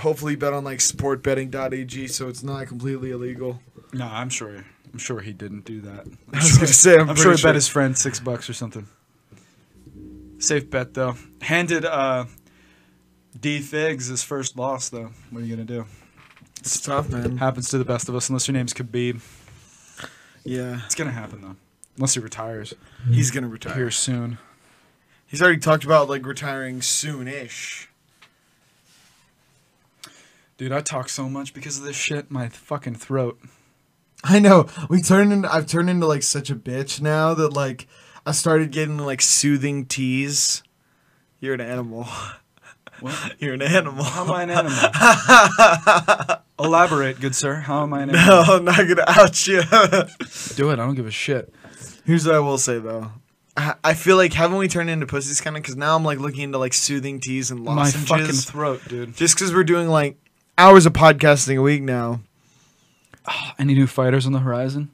Hopefully, bet on like sportbetting.ag so it's not completely illegal. No, I'm sure. I'm sure he didn't do that. I'm I was gonna say, I'm, I'm pretty sure he bet his friend six bucks or something. Safe bet though. Handed uh, D Figs his first loss though. What are you gonna do? it's tough, man. Happens to the best of us, unless your name's Khabib. Yeah, It's gonna happen though, unless he retires he's gonna retire. here soon. He's already talked about like retiring soon-ish. Dude, I talk so much because of this shit. My fucking throat. I know. We turned into I've turned into like such a bitch now that like I started getting like soothing teas. You're an animal. What? You're an animal. How am I an animal? Elaborate, good sir. How am I an animal? No, Oh, I'm not gonna out you. Do it. I don't give a shit. Here's what I will say though. I I feel like haven't we turned into pussies kind of? Because now I'm like looking into like soothing teas and lozenges. My fucking throat, dude. Just because we're doing like hours of podcasting a week now. Any new fighters on the horizon?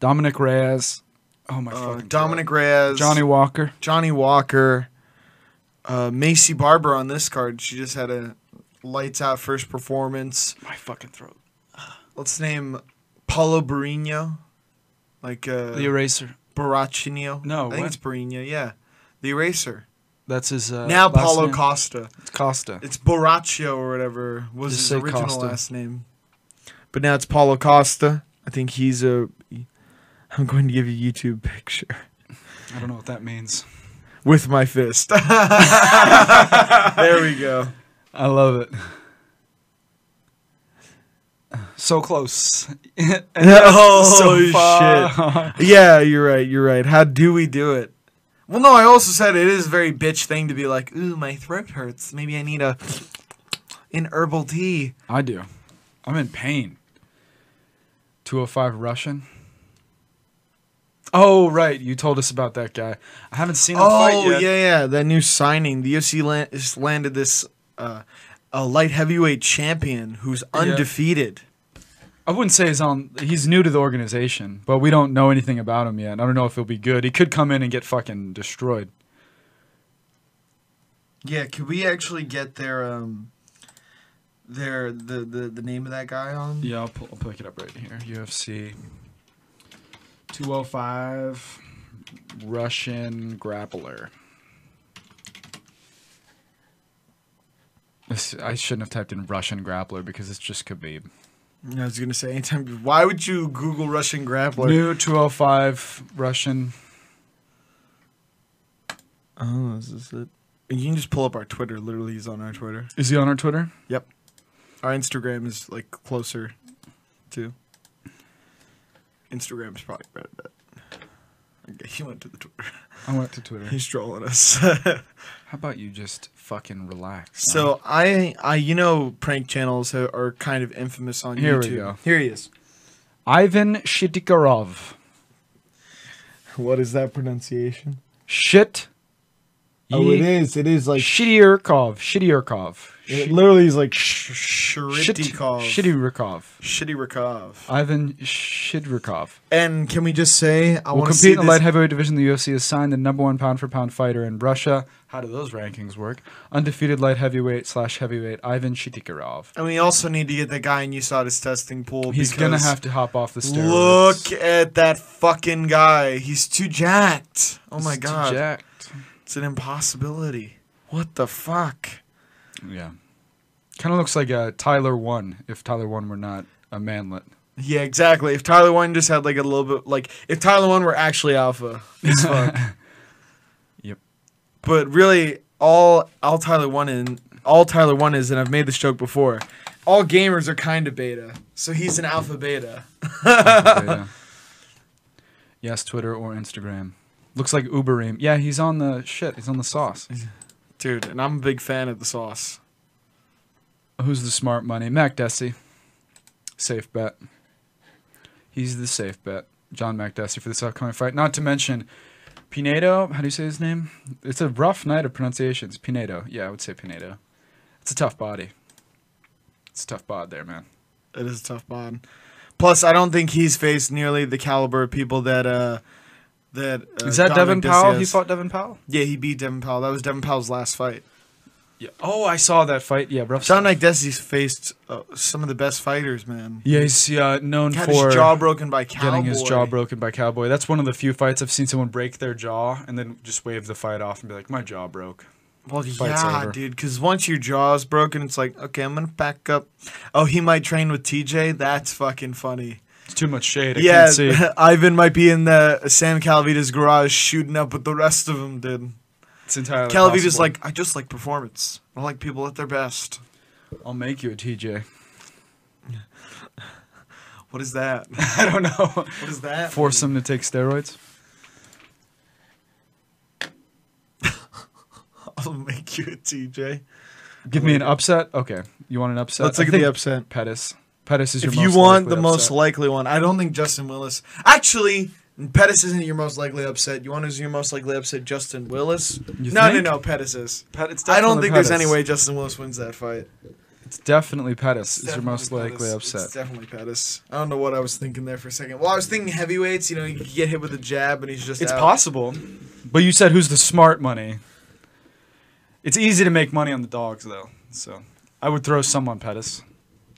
Dominic Reyes. Oh my Uh, fucking Dominic Reyes, throat. Johnny Walker. Johnny Walker, uh, Macy Barber on this card. She just had a lights out first performance. My fucking throat. Let's name Paulo Barino, like uh, The Eraser. Baracchino. No, I think what? it's Barino. Yeah, the Eraser. That's his. Uh, now last Paulo name. Costa. It's Costa. It's Boraccio or whatever was Just his say original Costa. last name. But now it's Paulo Costa. I think he's a. I'm going to give you a YouTube picture I don't know what that means. with my fist. there we go. I love it. So close. And yet Oh, shit. far. Yeah, you're right. You're right. How do we do it? Well, no, I also said it is a very bitch thing to be like, ooh, my throat hurts. Maybe I need a an herbal tea. I do. oh I'm in pain. 205 Russian. Oh right, you told us about that guy. I haven't seen him fight Oh yeah, yet. yeah, that new signing. The UFC land, just landed this uh, a light heavyweight champion who's undefeated. I wouldn't say he's on. He's new to the organization, but we don't know anything about him yet. I don't know if he'll be good. He could come in and get fucking destroyed. Yeah, could we actually get their um their the the, the name of that guy on? Yeah, I'll, pull, I'll pick it up right here. UFC 205 Russian grappler. This, I shouldn't have typed in Russian grappler because it's just Khabib. I was gonna say anytime. Why would you Google Russian grappler? New 205 Russian. Oh, this is it. You can just pull up our Twitter. Literally, he's on our Twitter. Is he on our Twitter? Our Instagram is like closer to. Instagram's probably better bet. Okay, he went to the Twitter. I went to Twitter. He's trolling us. How about you just fucking relax? man? so I, I, you know, prank channels are, are kind of infamous on Here YouTube. we go. Here he is. Ivan Shitikarov. What is that pronunciation? Shit. Oh, it is. It is like Shitierkov. Shitierkov. it Shit- literally is like Shit- Shritikov. Shityrikov. Shitty Rakov. Ivan Shidrikov. And can we just say I Will want to see compete in the light this. heavyweight division. The UFC has signed the number one pound for pound fighter in Russia. How do those rankings work? Undefeated light heavyweight slash heavyweight Ivan Shitikarov. And we also need to get the guy in USADA's testing pool. He's gonna Oh, because have to hop off the stairs. Look at that fucking guy. He's too jacked. Oh my god. It's an impossibility. What the fuck? Yeah. Kind of looks like uh, Tyler One if Tyler One were not a manlet. Yeah, exactly. If Tyler One just had like a little bit, like if Tyler One were actually alpha, as fuck. Yep. But really, all all Tyler One and all Tyler One is, and I've made this joke before. All gamers are kind of beta, so he's an alpha beta. Beta. Yes, Twitter or Instagram. Looks like Uberim. Yeah, he's on the shit. He's on the sauce. Dude, and I'm a big fan of the sauce. Who's the smart money? Mac Desi. Safe bet. He's the safe bet. John Mac Desi for this upcoming fight. Not to mention Pinedo. How do you say his name? It's a rough night of pronunciations. Pinedo. Yeah, I would say Pinedo. It's a tough body. It's a tough bod there, man. It is a tough bond. Plus, I don't think he's faced nearly the caliber of people that uh that uh, Is that Devin Dominic Powell? Desi He is. fought Devin Powell? Yeah, he beat Devin Powell. That was Devin Powell's last fight. Yeah. Oh, I saw that fight. Yeah, rough. John Desi's faced uh, some of the best fighters, man. Yeah, he's uh, known Had for his jaw broken by Cowboy. getting his jaw broken by Cowboy. That's one of the few fights I've seen someone break their jaw and then just wave the fight off and be like, "My jaw broke." Well, Fight's yeah, over. dude. Because once your jaw's broken, it's like, okay, I'm gonna pack up. Oh, he might train with TJ. That's fucking funny. It's too much shade. I yeah, can't see. Ivan might be in the Sam Calvita's garage shooting up with the rest of them, dude. It's entirely. Calvita's possible. like, I just like performance. I like people at their best. "I'll make you a TJ." What is that? I don't know. What is that? Force him to take steroids. I'll make you a TJ. Give me an upset. Okay, you want an upset? Let's I look at the think upset. Pettis. Pettis is your. If you most want likely the most upset. likely one, I don't think Justin Willis. Actually, Pettis isn't your most likely upset. You want who's your most likely upset? Justin Willis? You no, think? no, no. Pettis is. Pet- it's I don't definitely think there's any Pettis. way Justin Willis wins that fight. It's definitely Pettis. is your Definitely most likely Pettis. It's upset. definitely Pettis. I don't know what I was thinking there for a second. Well, I was thinking heavyweights. You know, you could get hit with a jab and he's just. It's out. possible, but you said who's the smart money. It's easy to make money on the dogs, though. So I would throw some on Pettis,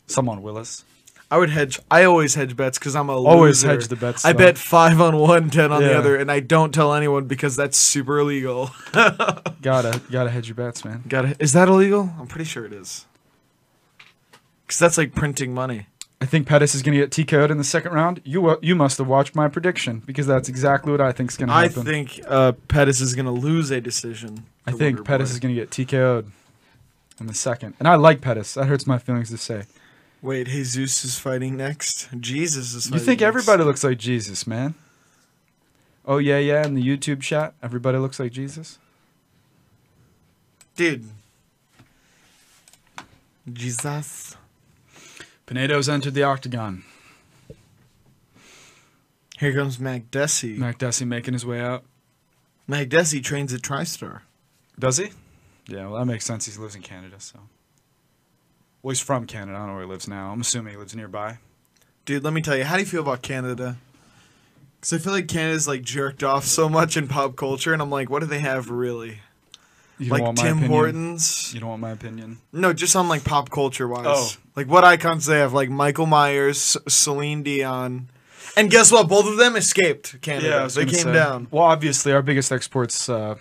some on Willis. I would hedge. I always hedge bets because I'm a Always loser. hedge the bets, I though. bet five on one, ten on the Yeah. other, and I don't tell anyone because that's super illegal. Gotta gotta hedge your bets, man. Got it? Is that illegal? I'm pretty sure it is. Because that's like printing money. I think Pettis is gonna get TKO'd in the second round. You wa- you must have watched my prediction because that's exactly what I think's gonna I happen. think uh, Pettis is going to lose a decision. I to think Wonderboy. Pettis is gonna get TKO'd in the second, and I like Pettis. That hurts my feelings to say. Wait, Jesus is fighting next. Jesus is. You Fighting think next. everybody looks like Jesus, man? Oh yeah, yeah. In the YouTube chat, everybody looks like Jesus. dude? Jesus. Pinedo's entered the octagon. Here comes Mac Desi. Mac, Mac Desi making his way out. Desi trains at TriStar. Does he? Yeah, well, that makes sense. He lives in Canada, so. Well, he's from Canada. I don't know where he lives now. I'm assuming he lives nearby. Dude, let me tell you, how do you feel about Canada? Because I feel like Canada's like jerked off so much in pop culture, and I'm like, what do they have really? You don't Like want my Tim opinion. Hortons? You don't want my opinion. No, just on like pop culture wise. Oh. Like what icons they have, like Michael Myers, C- Celine Dion. And guess what? Both of them escaped Canada. I was they gonna came say. down. Well, obviously, our biggest exports, uh,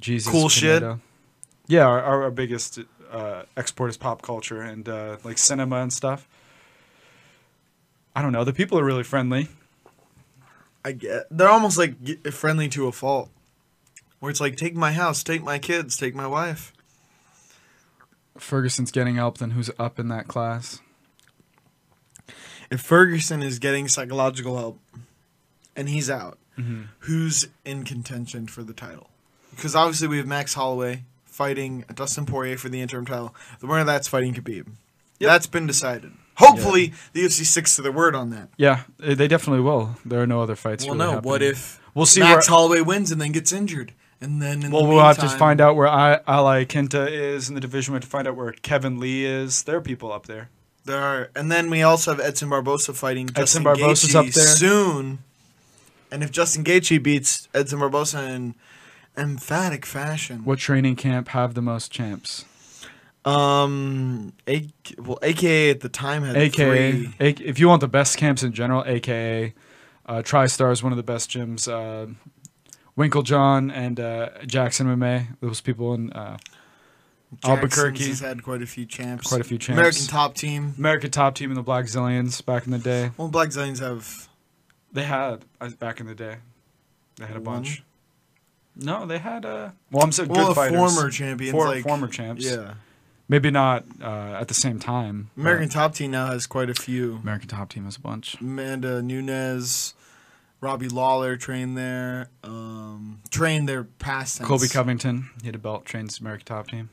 Jesus. Cool shit. Canada. Yeah, our, our, our biggest uh, export is pop culture and uh, like cinema and stuff. I don't know. The people are really friendly. I get they're almost like g- friendly to a fault. Where it's like, take my house, take my kids, take my wife. Ferguson's getting help, then who's up in that class? If Ferguson is getting psychological help and he's out, Mhm. who's in contention for the title? Because obviously we have Max Holloway fighting Dustin Poirier for the interim title. The winner of that's fighting Khabib. That's been decided. Hopefully the UFC sticks to their word on that. Yeah, eh, they definitely will. There are no other fights. well, really no. What happening. if we'll see? Max where, Holloway wins and then gets injured, and then in well, the we'll have to meantime- find out where I, Ali Kenta is in the division. We have to find out where Kevin Lee is. There are people up there. There are, and then we also have Edson Barbosa fighting Justin Edson Barbosa's Gaethje up there. soon. And if Justin Gaethje beats Edson Barbosa in emphatic fashion, What training camp have the most champs? um, a- well, AKA at the time had AKA, three. A- if you want the best camps in general, AKA, uh, TriStar is one of the best gyms. Uh, Winklejohn and uh, Jackson MMA, those people in uh, Jackson's Albuquerque. has had quite a few champs. Quite a few champs. American top team. America top team in the Black Zillions back in the day. Well, Black Zillions have They had Mm-hmm. uh, back in the day. They had a One? bunch. No, they had uh, well, I'm saying Mm-hmm. well, good the fighters. former champions, For- like former champs. Yeah, Maybe not uh, at the same time. but American top team now has quite a few. American top team has a bunch. Amanda Nunez, Robbie Lawler trained there. Um, trained there past tense. Colby Covington, he had a belt, trains American top team.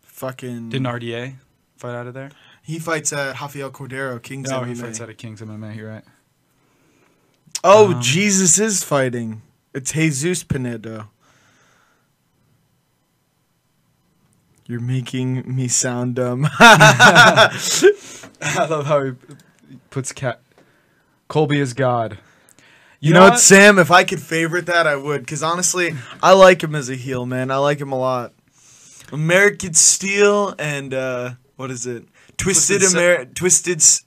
Fucking. Didn't RDA fight out of there? he fights at Rafael Cordero, Kings No, MMA. he fights out of Kings MMA. You're right. oh, Um, Jesus is fighting. It's Jesus Pinedo. You're making me sound dumb. I love how he puts cat. Colby is God. You, know, what, Sam? If I could favorite that, I would. Because honestly, I like him as a heel, man. I like him a lot. American Steel and uh, what is it? Twisted Twisted Se- American. Twisted. S-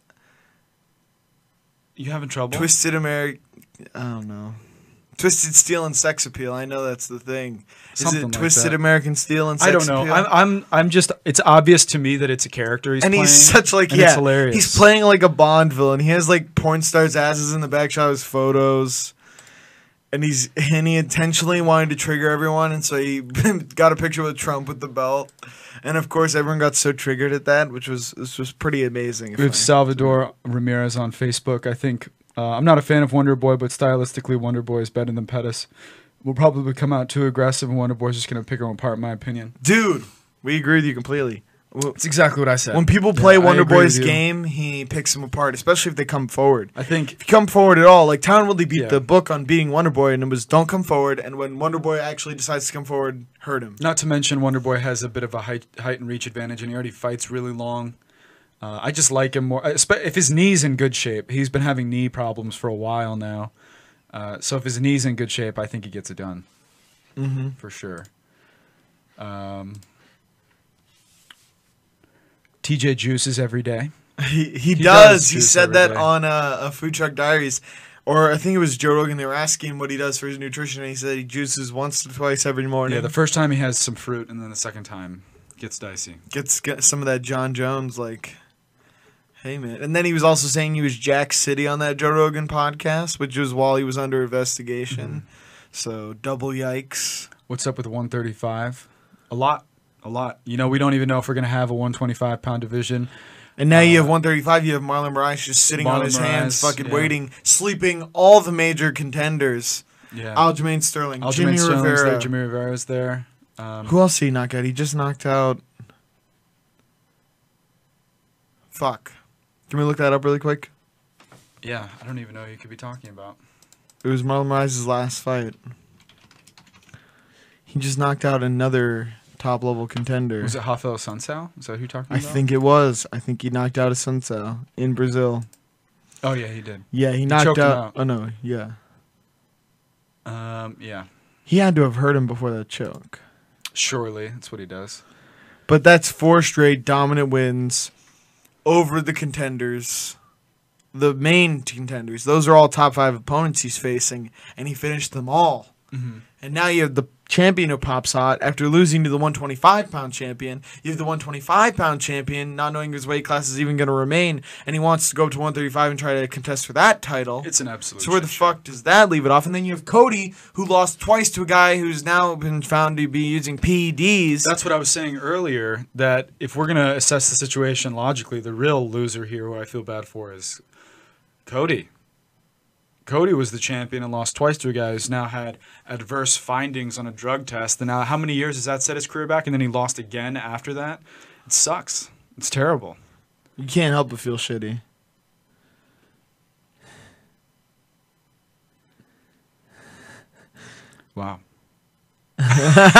You having trouble? Twisted American. I don't know. Twisted Steel and Sex Appeal. I know that's the thing. Is Something it like Twisted that. American Steel and Sex I don't know. Appeal? I'm, I'm, I'm just. It's obvious to me that it's a character he's and playing. he's such like and yeah, it's hilarious. he's playing like a Bond villain. He has like porn stars' asses in the back shot of his photos, and he's and he intentionally wanted to trigger everyone, and so he got a picture with Trump with the belt, and of course everyone got so triggered at that, which was this was pretty amazing. if We have I- Salvador Ramirez on Facebook. I think uh, I'm not a fan of Wonder Boy, but stylistically, Wonder Boy is better than Pettis. We'll probably come out too aggressive, and Wonder Boy's just going to pick him apart, in my opinion. Dude, we agree with you completely. W- It's exactly what I said. When people play I Wonder agree Boy's with you. game, he picks them apart, especially if they come forward. I think If you come forward at all, like Town Willie beat Yeah. the book on beating Wonder Boy, and it was don't come forward. And when Wonder Boy actually decides to come forward, hurt him. Not to mention, Wonder Boy has a bit of a height, height and reach advantage, and he already fights really long. Uh, I just like him more. I spe- If his knee's in good shape, he's been having knee problems for a while now. Uh, so if his knee's in good shape, I think he gets it done Mm-hmm. for sure. Um, TJ juices every day. He, he, does does. He juice said every that day. on uh, a Food Truck Diaries, or I think it was Joe Rogan. They were asking him what he does for his nutrition, and he said he juices once to twice every morning. Yeah, the first time he has some fruit, and then the second time gets dicey. gets, gets some of that John Jones like. Hey man, and then he was also saying he was Jack City on that Joe Rogan podcast, which was while he was under investigation. Mm-hmm. So double yikes. What's up with 135? A lot, a lot. You know, we don't even know if we're gonna have a 125 pound division. And now you have 135. You have Marlon Moraes just sitting on Uh, Marlon his hands, Moraes, fucking yeah. waiting, sleeping all the major contenders. Yeah. Aljamain Sterling, Aljamain Jimmy Sterling's Rivera. There, Jimmy Rivera's there. Um, Who else did he knock out? He just knocked out. Fuck. Can we look that up really quick? Yeah, I don't even know who you could be talking about. It was Marlon Moraes' last fight. He just knocked out another top level contender. Was it Rafael Sunsao? Is that who you're talking I about? think it was. I think he knocked out a Sunsao in Brazil. Oh yeah, he did. Yeah, he knocked choked him out. out. Oh no, yeah. Um, yeah, He had to have hurt him before that choke. surely that's what he does. But that's four straight dominant wins over the contenders. The main contenders. Those are all top five opponents he's facing, and he finished them all. Mm-hmm. And now you have the champion who pops hot after losing to the 125 pound champion. You have the 125 pound champion not knowing his weight class is even going to remain, and he wants to go up to 135 and try to contest for that title. It's an absolute. so where the shit show. fuck does that leave it off? And then you have Cody, who lost twice to a guy who's now been found to be using E PEDs. That's what I was saying earlier. That if we're gonna assess the situation logically, the real loser here, who I feel bad for, is Cody. Cody was the champion and lost twice to a guy who's now had adverse findings on a drug test. And now, how many years has that set his career back? And then he lost again after that. It sucks. It's terrible. you can't help but feel shitty. Wow.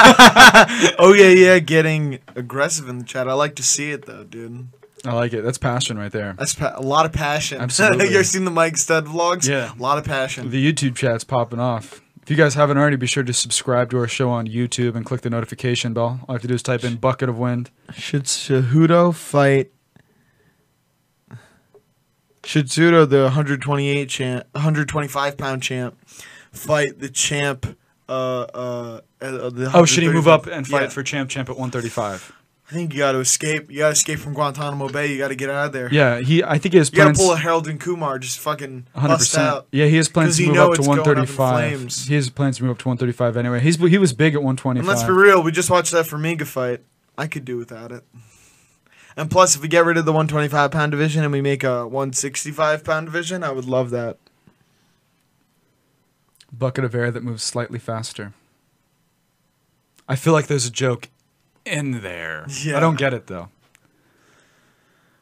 Oh yeah, yeah, getting aggressive in the chat. I like to see it though, dude. I like it. That's passion right there. That's pa- a lot of passion. Absolutely. you ever seen the Mike Stud vlogs? Yeah. a lot of passion. The YouTube chat's popping off. If you guys haven't already, be sure to subscribe to our show on YouTube and click the notification bell. All I have to do is type in bucket of wind. Should Cejudo fight? Should Cejudo, the 128 champ, 125 pound champ, fight the champ? Uh, uh, uh, the Oh, should he move 135 up and fight Yeah. for champ champ at 135? I think you got to escape. You got to escape from Guantanamo Bay. You got to get out of there. Yeah, he. I think he has You got plans. to pull a Harold and Kumar. Just fucking bust 100%. out. Yeah, he has 'Cause plans you to move know up to it's going up in 135. flames. he has plans to move up to 135 anyway. He's he was big at 125. And let's be real, we just watched that Formiga fight. I could do without it. And plus, if we get rid of the 125 pound division and we make a 165 pound division, I would love that. bucket of air that moves slightly faster. I feel like there's a joke in there. Yeah. I don't get it though.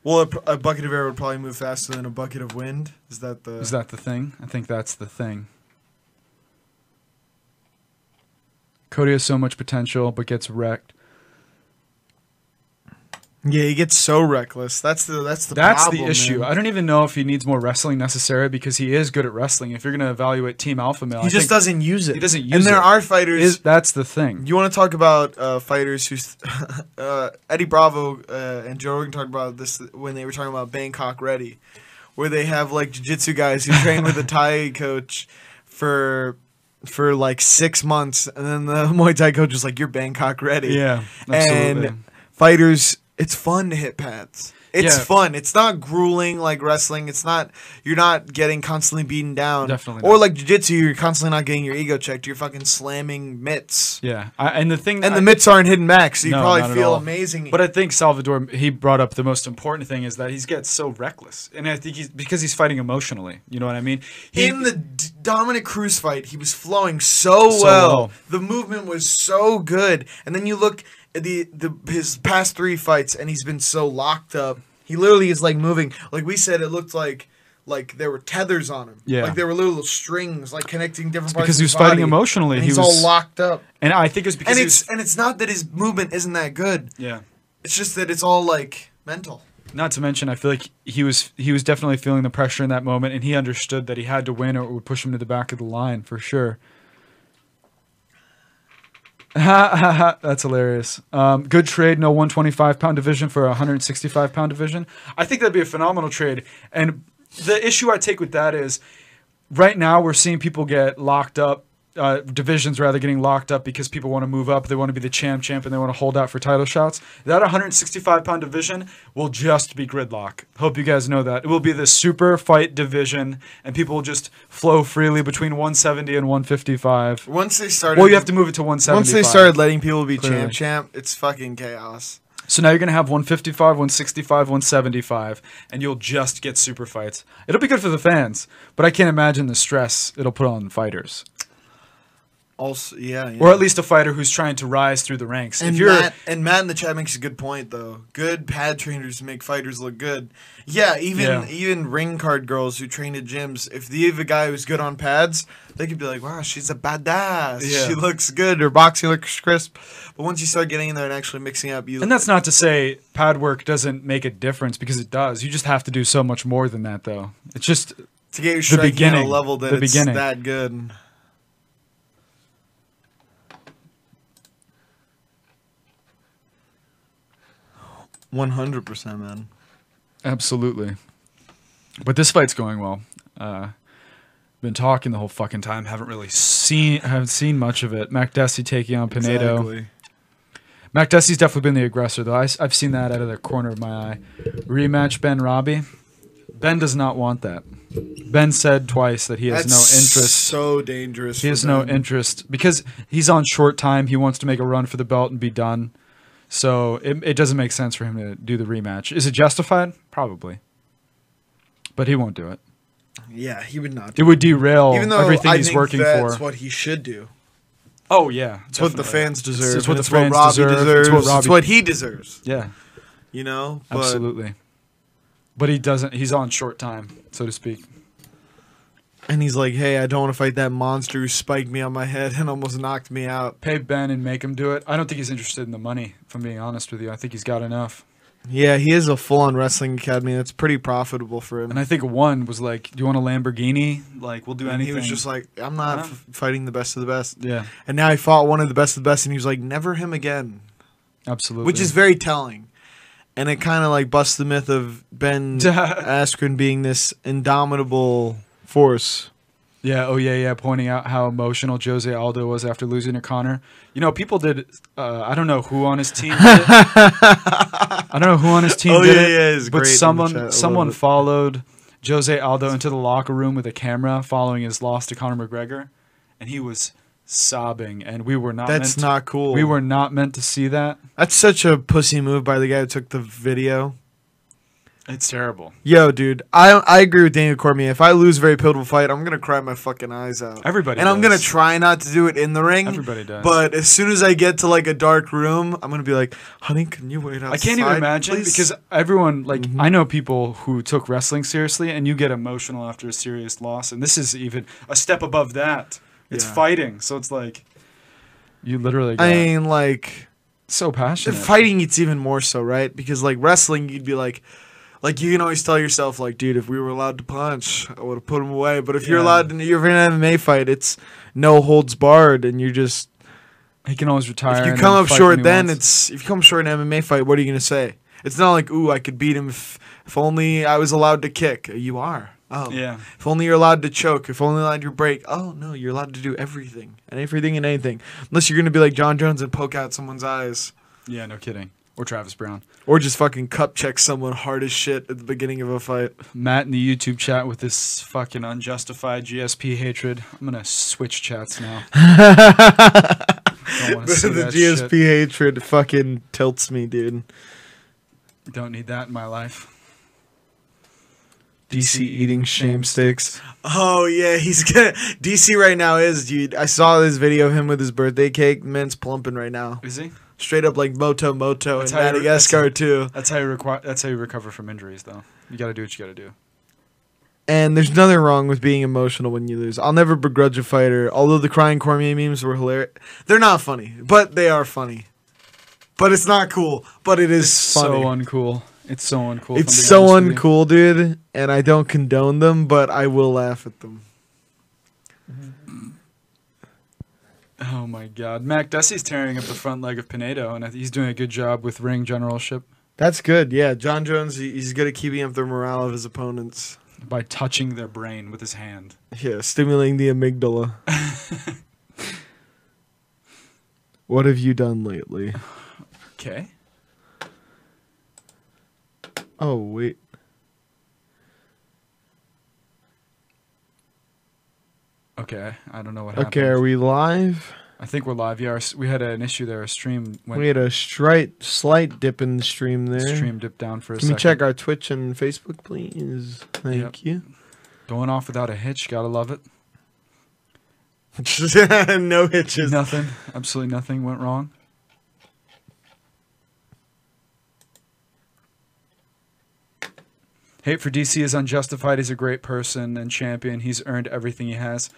Well, a, pr- a bucket of air would probably move faster than a bucket of wind. Is that the? Is that the thing? I think that's the thing. Cody has so much potential, but gets wrecked. yeah, he gets so reckless. That's the that's the That's problem, the issue. man. I don't even know if he needs more wrestling necessary because he is good at wrestling. If you're going to evaluate Team Alpha Male, He I just think doesn't use it. he doesn't use And there it. are fighters. is- that's the thing. you want to talk about uh, fighters who's uh, Eddie Bravo uh, and Joe Rogan talked about this when they were talking about Bangkok Ready, where they have like jiu-jitsu guys who train with a Thai coach for for like six months, and then the Muay Thai coach was like, "You're Bangkok Ready." Yeah, absolutely. and fighters, it's fun to hit pads. It's Yeah. fun. It's not grueling like wrestling. It's not you're not getting constantly beaten down. Definitely Or not. like jiu-jitsu, you're constantly not getting your ego checked. You're fucking slamming mitts. yeah, I, and the thing And I- the mitts aren't hidden back, so you No, not probably at feel all. amazing. But I think Salvador he brought up the most important thing is that he gets so reckless, and I think he's because he's fighting emotionally. You know what I mean? He, in the D- Dominic Cruz fight, he was flowing so, So well. well. The movement was so good. And then you look at the, the his past three fights, and he's been so locked up. He literally is like moving. Like we said, it looked like like there were tethers on him. Yeah. Like there were little strings, like connecting different parts. because of he his was fighting body. emotionally. And He he's was all locked up. and I think it was because And he it's was, and it's not that his movement isn't that good. yeah. It's just that it's all like mental. Not to mention, I feel like he was he was definitely feeling the pressure in that moment, and he understood that he had to win or it would push him to the back of the line for sure. Ha ha ha! That's hilarious. Um, good trade. No one twenty five pound division for a one hundred sixty five pound division. I think that'd be a phenomenal trade. And the issue I take with that is, right now we're seeing people get locked up. Uh, divisions rather getting locked up because people want to move up. They want to be the champ champ and they want to hold out for title shots. That 165 pound division will just be gridlock. Hope you guys know that. It will be the super fight division and people will just flow freely between 170 and 155. Once they started Well, you have to move it to 175. Once they started letting people be Clearly. champ champ, it's fucking chaos. So now you're going to have 155, 165, 175, and you'll just get super fights. It'll be good for the fans, but I can't imagine the stress it'll put on fighters. Also, yeah, yeah. or at least a fighter who's trying to rise through the ranks. And if you're Matt, and Matt in the chat makes a good point though. Good pad trainers make fighters look good. Yeah, even Yeah. even ring card girls who train at gyms, if they have a guy who's good on pads, they could be like, "Wow, she's a badass. Yeah. She looks good. Her boxing looks crisp." But once you start getting in there and actually mixing up, you and that's not to say pad work doesn't make a difference because it does. You just have to do so much more than that, though. It's just to get your striking at a beginning. level that The it's beginning. that good. One hundred percent, man. absolutely. But this fight's going well. Uh, been talking the whole fucking time. Haven't really seen haven't seen much of it. Mac Desi taking on Pinedo. Exactly. Mac Dusty's definitely been the aggressor, though. I, have seen that out of the corner of my eye. Rematch Ben Robbie. Ben does not want that. Ben said twice that he has That's no interest. So dangerous. He for has no them. interest because he's on short time. He wants to make a run for the belt and be done. So it, it doesn't make sense for him to do the rematch. Is it justified? Probably. But he won't do it. Yeah, he would not. It would derail Even though everything I he's think working that's for. what he should do. oh, yeah. It's what the definitely. fans deserve. it's what and the fans Robbie deserve, it's deserves. what It's what, Robbie- he deserves. Yeah. You know, but Absolutely. But he doesn't. He's on short time, so to speak. and he's like, hey, I don't want to fight that monster who spiked me on my head and almost knocked me out. Pay Ben and make him do it. I don't think he's interested in the money. If I'm being honest with you, I think he's got enough. Yeah, he is a full-on wrestling academy. That's pretty profitable for him. And I think one was like, "Do you want a Lamborghini? Like, we'll do And anything." he was just like, I'm not Huh? f- fighting the best of the best. "Yeah, And now he fought one of the best of the best, and he was like, never him again, absolutely." which is very telling. And it kind of like busts the myth of Ben Askren being this indomitable force. yeah, oh yeah, yeah. Pointing out how emotional Jose Aldo was after losing to Connor. You know, people did. Uh, I don't know who on his team. Did it. I don't know who on his team Oh, did yeah, it, yeah, it's but great in the chat. I someone love someone it. followed Jose Aldo into the locker room with a camera following his loss to Conor McGregor, and he was sobbing, and we were not. That's meant to- not cool. We were not meant to see that. That's such a pussy move by the guy who took the video. It's terrible. Yo, dude, I I agree with Daniel Cormier. If I lose a very pivotal fight, I'm gonna cry my fucking eyes out. Everybody and I'm does. gonna try not to do it in the ring. Everybody does. But as soon as I get to like a dark room, I'm gonna be like, "Honey, can you wait outside?" I can't even imagine please?" because everyone, like, I know people who took wrestling seriously, and you get emotional after a serious loss, and this is even a step above that. It's Yeah. fighting, so it's like you literally got I mean, like so passionate. fighting, it's even more so, right? Because like wrestling, you'd be like. Like you can always tell yourself, like, dude, if we were allowed to punch, I would have put him away. But if you're Yeah. allowed, to, you're in an MMA fight, it's no holds barred, and you're just he can always retire. If you and come up fight when short, he then wants. it's if you come short in an MMA fight, what are you gonna say? It's not like ooh, I could beat him if if only I was allowed to kick. You are. Oh, yeah. If only you're allowed to choke. If only allowed to break. Oh no, you're allowed to do everything and everything and anything. Unless you're gonna be like John Jones and poke out someone's eyes, Yeah, no kidding. Or Travis Brown. or just fucking cup check someone hard as shit at the beginning of a fight. Matt in the YouTube chat with this fucking unjustified GSP hatred. I'm gonna switch chats now. Don't wanna see the that GSP shit. hatred fucking tilts me, dude. Don't need that in my life. DC eating shame sticks. Oh yeah, he's gonna DC right now is dude. I saw this video of him with his birthday cake. Man's plumping right now, Is he? straight up like Moto Moto That's and how you- Madagascar too. That's how you requi- That's how you recover from injuries, though. You got to do what you got to do. And there's nothing wrong with being emotional when you lose. I'll never begrudge a fighter. Although the crying Cormier memes were hilarious, they're not funny, but they are funny. But it's not cool. But it is funny. So uncool. It's so uncool. if it's I'm so being honest with you. uncool, dude. And I don't condone them, but I will laugh at them. Oh my God, Mac Dusty's tearing up the front leg of Pinedo, and I- he's doing a good job with ring generalship That's good. Yeah, John Jones, he- he's good at keeping up the morale of his opponents. by touching their brain with his hand. Yeah, stimulating the amygdala. what have you done lately? Okay. Oh, wait. Okay. I don't know what happened. Okay, are we live? I think we're live. Yeah, our, s- we had an issue there. Our stream went We had a stri- slight dip in the stream there. stream dipped down for a Can we second. check our Twitch and Facebook, please? Thank you. Going off without a hitch. Gotta love it. no hitches. nothing, absolutely nothing went wrong. Hate for DC is unjustified. He's a great person and champion. He's earned everything he has.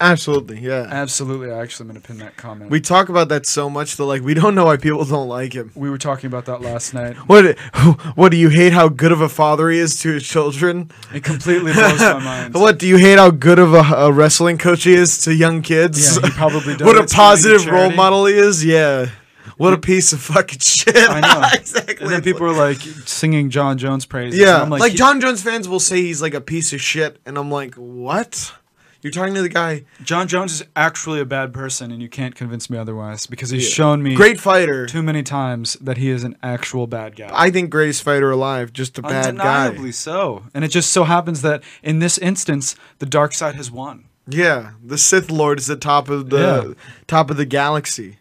Absolutely, Uh, yeah. Absolutely, I actually am going to pin that comment. We talk about that so much that like we don't know why people don't like him. we were talking about that last night. What? What do you hate? How good of a father he is to his children? It completely blows my mind. What do you hate? How good of a, a wrestling coach he is to young kids? Yeah, he probably what a donates money to positive role charity. model he is. Yeah. What a piece of fucking shit. I know. exactly. And then people are like singing John Jones praises. Yeah, And I'm like, like, he- John Jones fans will say he's like a piece of shit, and I'm like, what? You're talking to the guy, John Jones is actually a bad person, and you can't convince me otherwise because he's Yeah. shown me great fighter. too many times that he is an actual bad guy. I think greatest fighter alive, just a bad Undeniably guy. so. And it just so happens that in this instance, the dark side has won. Yeah, the Sith Lord is the top of the top of the galaxy.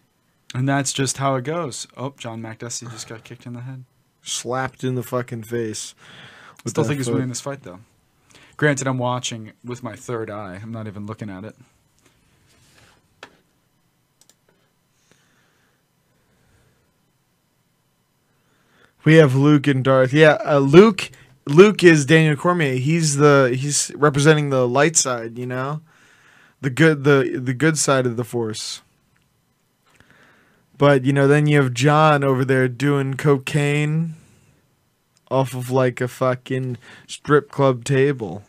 And that's just how it goes. Oh, John McDessie just got kicked in the head. Slapped in the fucking face. with Still that think he's foot. winning this fight, though. Granted, I'm watching with my third eye. I'm not even looking at it. We have Luke and Darth. Yeah, uh, Luke. Luke is Daniel Cormier. He's the he's representing the light side. You know, the good the the good side of the force. But you know, then you have John over there doing cocaine off of like a fucking strip club table.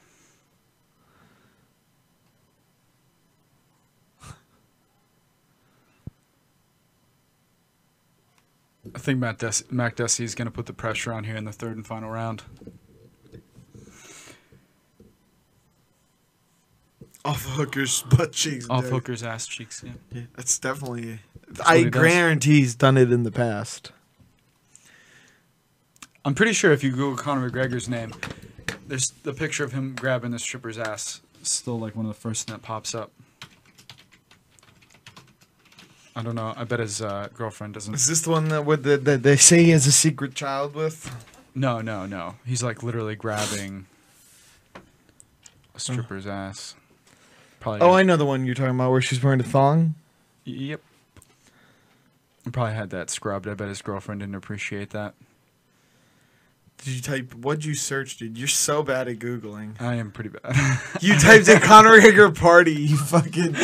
I think Matt Des- Mac Desi is going to put the pressure on here in the third and final round. Off hookers butt cheeks. Off dude. hooker's ass cheeks. Yeah. That's definitely. what I he does. guarantee he's done it in the past. I'm pretty sure if you Google Conor McGregor's name, there's the picture of him grabbing the stripper's ass. Still like one of the first thing that pops up. I don't know. I bet his uh, girlfriend Is doesn't. this the one that with the, that they say he has a secret child with? No, no, no. He's like literally grabbing a stripper's ass. Probably. Oh, I know the one you're talking about where she's wearing a thong. Yep. He Probably had that scrubbed. I bet his girlfriend didn't appreciate that. Did you type? What'd you search, dude? You're so bad at googling. I am pretty bad. You typed in Conor McGregor party. You fucking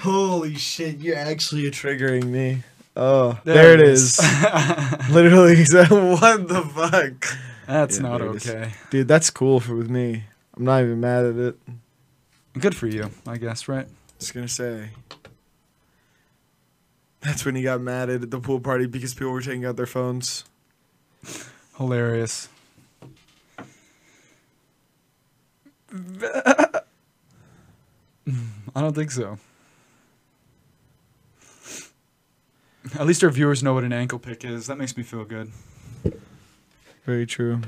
holy shit! You're actually triggering me. Oh, there, it is. Literally, what the fuck, That's Yeah, not there it is. okay. dude? That's cool for with me. I'm not even mad at it. Good for you, I guess, right? Just gonna say. That's when he got mad at the pool party because people were taking out their phones. Hilarious. I don't think so. At least our viewers know what an ankle pick is. That makes me feel good. Very true.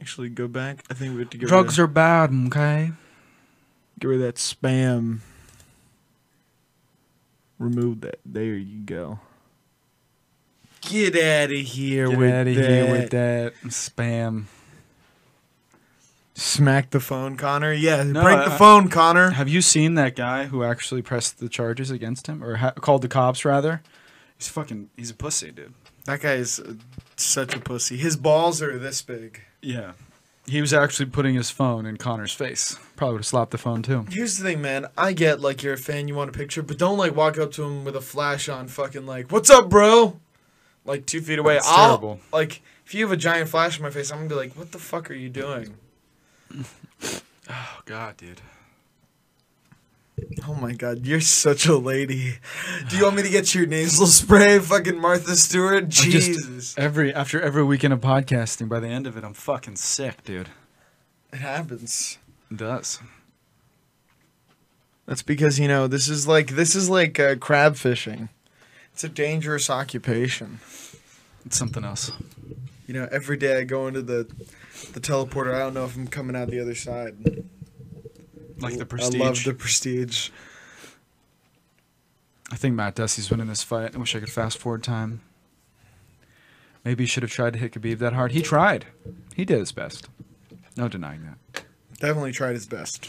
Actually, go back. I think we have to get Drugs rid of, are bad, okay? get rid of that spam. Remove that. There you go. Get out of here Get with out of that. here with that spam. Smack the phone, Connor. Yeah, No, break I- the phone, Connor. Have you seen that guy who actually pressed the charges against him, or ha- called the cops rather? He's fucking. He's a pussy, dude. That guy is uh, such a pussy. His balls are this big. Yeah. He was actually putting his phone in Connor's face. Probably would have slapped the phone too. Here's the thing, man. I get like you're a fan, you want a picture, but don't like walk up to him with a flash on, fucking like, "What's up, bro?" Like two feet away. That's I'll, terrible. Like if you have a giant flash in my face, I'm gonna be like, "What the fuck are you doing?" Oh god, dude. Oh my god, you're such a lady. Do you want me to get your nasal spray, fucking Martha Stewart? just- Jesus, Every after every weekend of podcasting, by the end of it, I'm fucking sick, dude. it happens. It does. That's because you know this is like this is like uh, crab fishing. It's a dangerous occupation. It's something else. You know, every day I go into the the teleporter. I don't know if I'm coming out the other side. Like the I prestige. I, love the prestige. think Matt Dusty's winning this fight. I wish I could fast forward time. Maybe he should have tried to hit Khabib that hard. He tried. He did his best. No denying that. Definitely tried his best.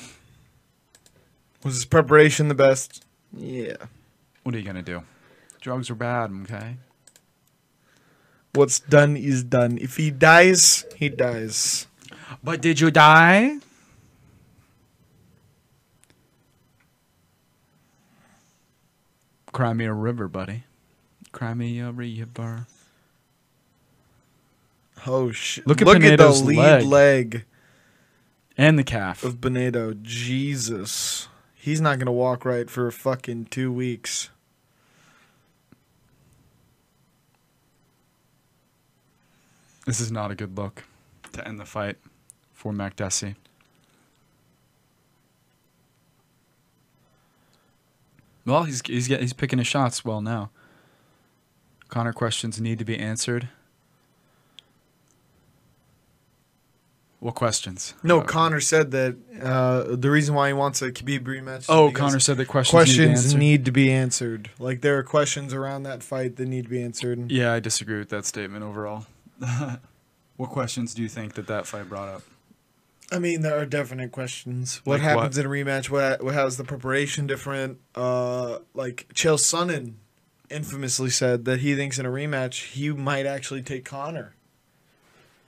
Was his preparation the best? Yeah. What are you gonna do? Drugs are bad, okay? What's done is done. If he dies, he dies. But did you die? Cry me a river, buddy. Cry me a river. Oh shit! Look at Pinedo's leg. And the calf. of Benedo. Jesus, he's not gonna walk right for fucking two weeks. This is not a good look to end the fight for MacDessie. Well, he's he's get, he's picking his shots well now. Connor questions need to be answered. What questions? No, Uh, Connor said that uh, the reason why he wants a Khabib rematch. is Oh, because Connor said that questions, Questions need. need to be answered. Like there are questions around that fight that need to be answered. to be answered. Yeah, I disagree with that statement overall. what questions do you think that that fight brought up? I mean, there are definite questions. What Like what? happens in a rematch? What, what how's the preparation different? Uh, like Chael Sonnen infamously said that he thinks in a rematch he might actually take Connor.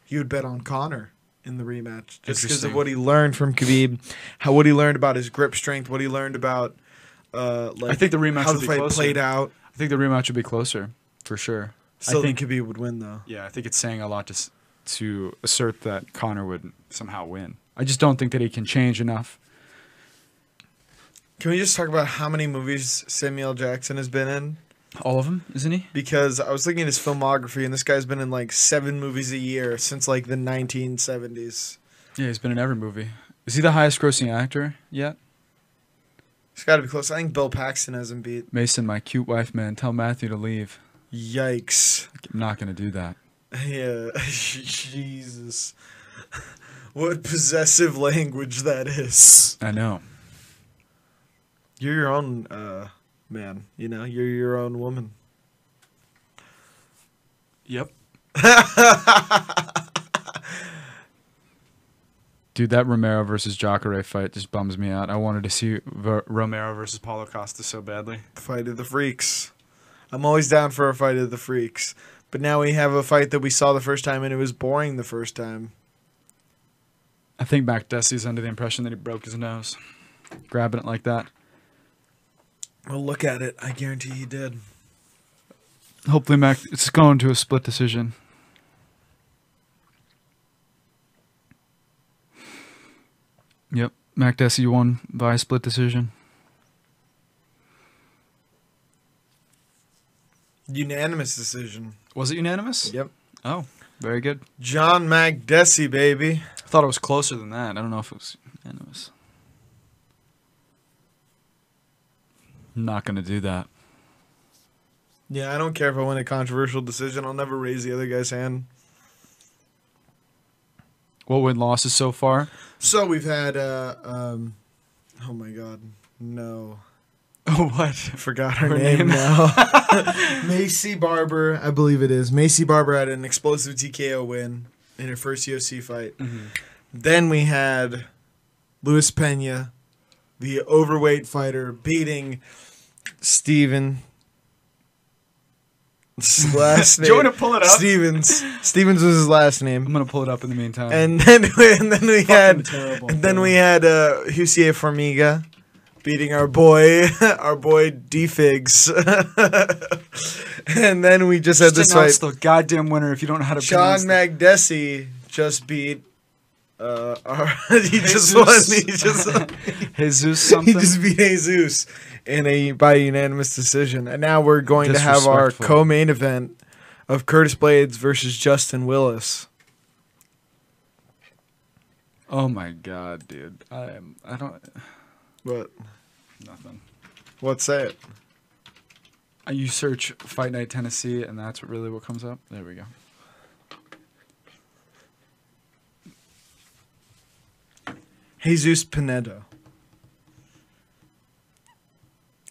He would bet on Connor in the rematch just because Interesting. of what he learned from Khabib, how what he learned about his grip strength, what he learned about. Uh, like think the rematch how will the be fight closer. played out. I think the rematch would be closer, for sure. So I think think Khabib would win though. Yeah, I think it's saying a lot to s- to assert that Connor would somehow win. I just don't think that he can change enough. Can we just talk about how many movies Samuel Jackson has been in? All of them, isn't he? because I was looking at his filmography, and this guy's been in like seven movies a year since like the 1970s. Yeah, he's been in every movie. Is he the highest grossing actor yet? It's got to be close. I think Bill Paxton has him beat. Mason, my cute wife man, tell Matthew to leave. Yikes! I'm not gonna do that. Yeah, Jesus, what possessive language that is. I know. You're your own uh, man. You know, you're your own woman. Yep. Dude, that Romero versus Jacare fight just bums me out. I wanted to see Ver- Romero versus Paulo Costa so badly. Fight of the freaks. I'm always down for a fight of the freaks. But now we have a fight that we saw the first time and it was boring the first time. I think Mac Dusty's under the impression that he broke his nose. Grabbing it like that. Well, look at it. I guarantee he did. Hopefully, Mac, it's going to a split decision. Yep, Mac Desi won by split decision. Unanimous decision. Was it unanimous? Yep. Oh, very good. John McDessie, baby. I thought it was closer than that. I don't know if it was unanimous. Not gonna do that. Yeah, I don't care if I win a controversial decision. I'll never raise the other guy's hand. What win losses so far? So we've had, uh, um, oh my god, no. what? I forgot her, Her name, name. now. Macy Barber, I believe it is. Macy Barber had an explosive TKO win in her first UFC fight. Mm-hmm. Then we had Luis Pena, the overweight fighter, beating Steven. His Last name. you wanna pull it up? Stevens. Stevens was his last I'm name. gonna pull it up in the meantime. And then and then we had Uh-huh. terrible. and then we had uh Hussier Formiga beating our boy our boy D Figs. and then we just had Just this announce fight. the goddamn winner if you don't know how to Sean pronounce the- Magdesi just beat uh our, he just Jesus. won he just Jesus he something. just beat Jesus in a by unanimous decision. And now we're going to have our Disrespectful. co main event of Curtis Blades versus Justin Willis. Oh my god, dude. I am I don't What nothing. what's that? Uh, You search Fight Night Tennessee and that's what really what comes up. There we go. Jesus Pinedo.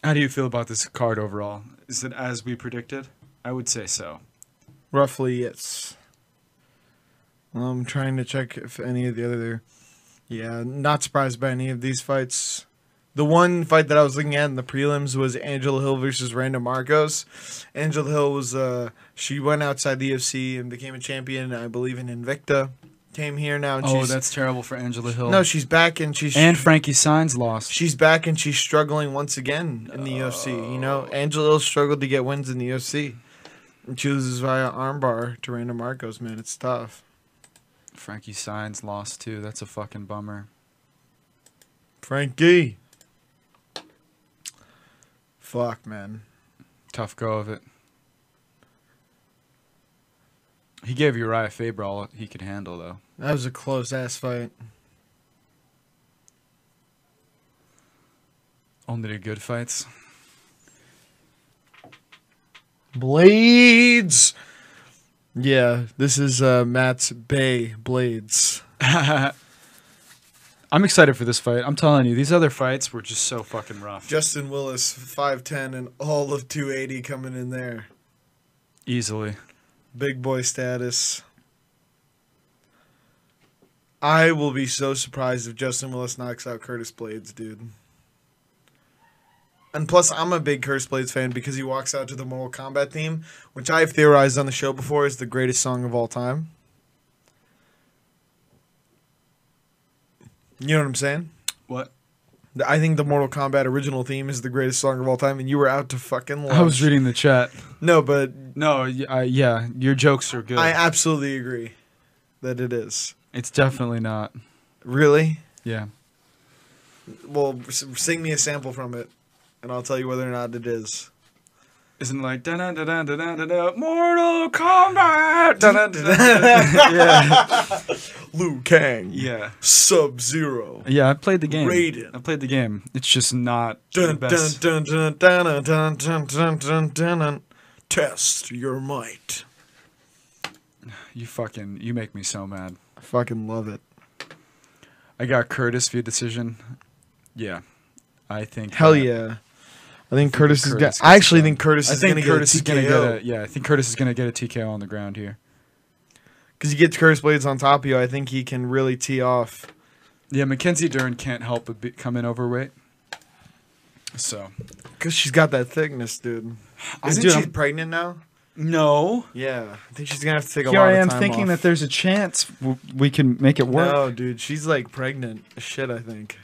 How do you feel about this card overall? Is it as we predicted? I would say so. Roughly, yes. I'm trying to check if any of the other Yeah, not surprised by any of these fights. The one fight that I was looking at in the prelims was Angela Hill versus Randa Marcos. Angela Hill was uh she went outside the UFC and became a champion, I believe in Invicta. Came here now and Oh, she's that's terrible for Angela Hill. No, she's back and she's and Frankie Signs lost. she's back and she's struggling once again in the UFC. You know, Angela Hill struggled to get wins in the UFC. And she loses via armbar to Randa Marcos, man. It's tough. Frankie Signs lost too. That's a fucking bummer. Frankie. Fuck, man. Tough go of it. He gave Uriah Faber all he could handle, though. That was a close ass fight. Only the good fights. Blades. Yeah, this is uh, Matt's Bay Blades. I'm excited for this fight. I'm telling you, these other fights were just so fucking rough. Justin Willis, 5'10 and all of 280 coming in there. Easily. Big boy status. I will be so surprised if Justin Willis knocks out Curtis Blades, dude. And plus, I'm a big Curtis Blades fan because he walks out to the Mortal Kombat theme, which I've theorized on the show before is the greatest song of all time. You know what I'm saying? What? The- I think the Mortal Kombat original theme is the greatest song of all time, and you were out to fucking lunch. I was reading the chat. No, but No, y- I, yeah, your jokes are good. I absolutely agree that it is. it's definitely not. Really? Yeah. Well, s- sing me a sample from it, and I'll tell you whether or not it is. Isn't it like da da da da da da da Mortal Kombat. Da-da-da-da-da-da. yeah, Liu Kang. yeah, Sub Zero. yeah. I played the game. Raiden. I played the game. It's just not Dun the dun best. dun dun dun dun dun dun dun dun. dun. Test your might. You fucking you make me so mad. I fucking love it. I got Curtis via decision. Yeah, I think. Hell that- yeah. I think Curtis, is gonna. Curtis I actually gets think Curtis I is think gonna Curtis is get a gonna TKO. get a yeah. I think Curtis is gonna get a TKO on the ground here. Because you get Curtis Blades on top of you, I think he can really tee off. Yeah, Mackenzie Dern can't help but be, come in overweight. So Because she's got that thickness, dude. I- Isn't dude, she I'm- pregnant now? no. Yeah. I think she's gonna have to take a Here lot I of am time thinking off. that there's a chance w- we can make it work. No, dude, she's like pregnant. as Shit, I think.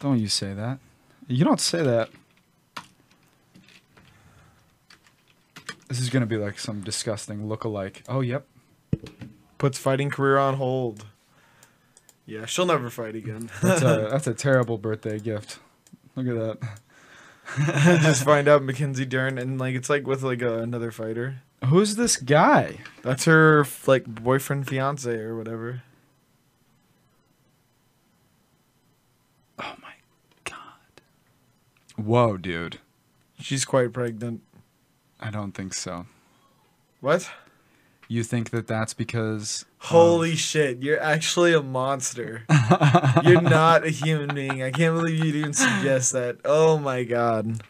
Don't you say that. You don't say that. This is going to be like some disgusting look-alike. Oh, yep. Puts fighting career on hold. Yeah, she'll never fight again. That's a, that's a terrible birthday gift. Look at that. Just find out Mackenzie Dern, and like it's like with like a, another fighter. Who's this guy? That's her f- like boyfriend, fiance, or whatever. Oh my god. Whoa, dude. She's quite pregnant. I don't think so. What? You think that that's because uh, Holy shit! You're actually a monster. you're not a human being. I can't believe you'd even suggest that. Oh my god.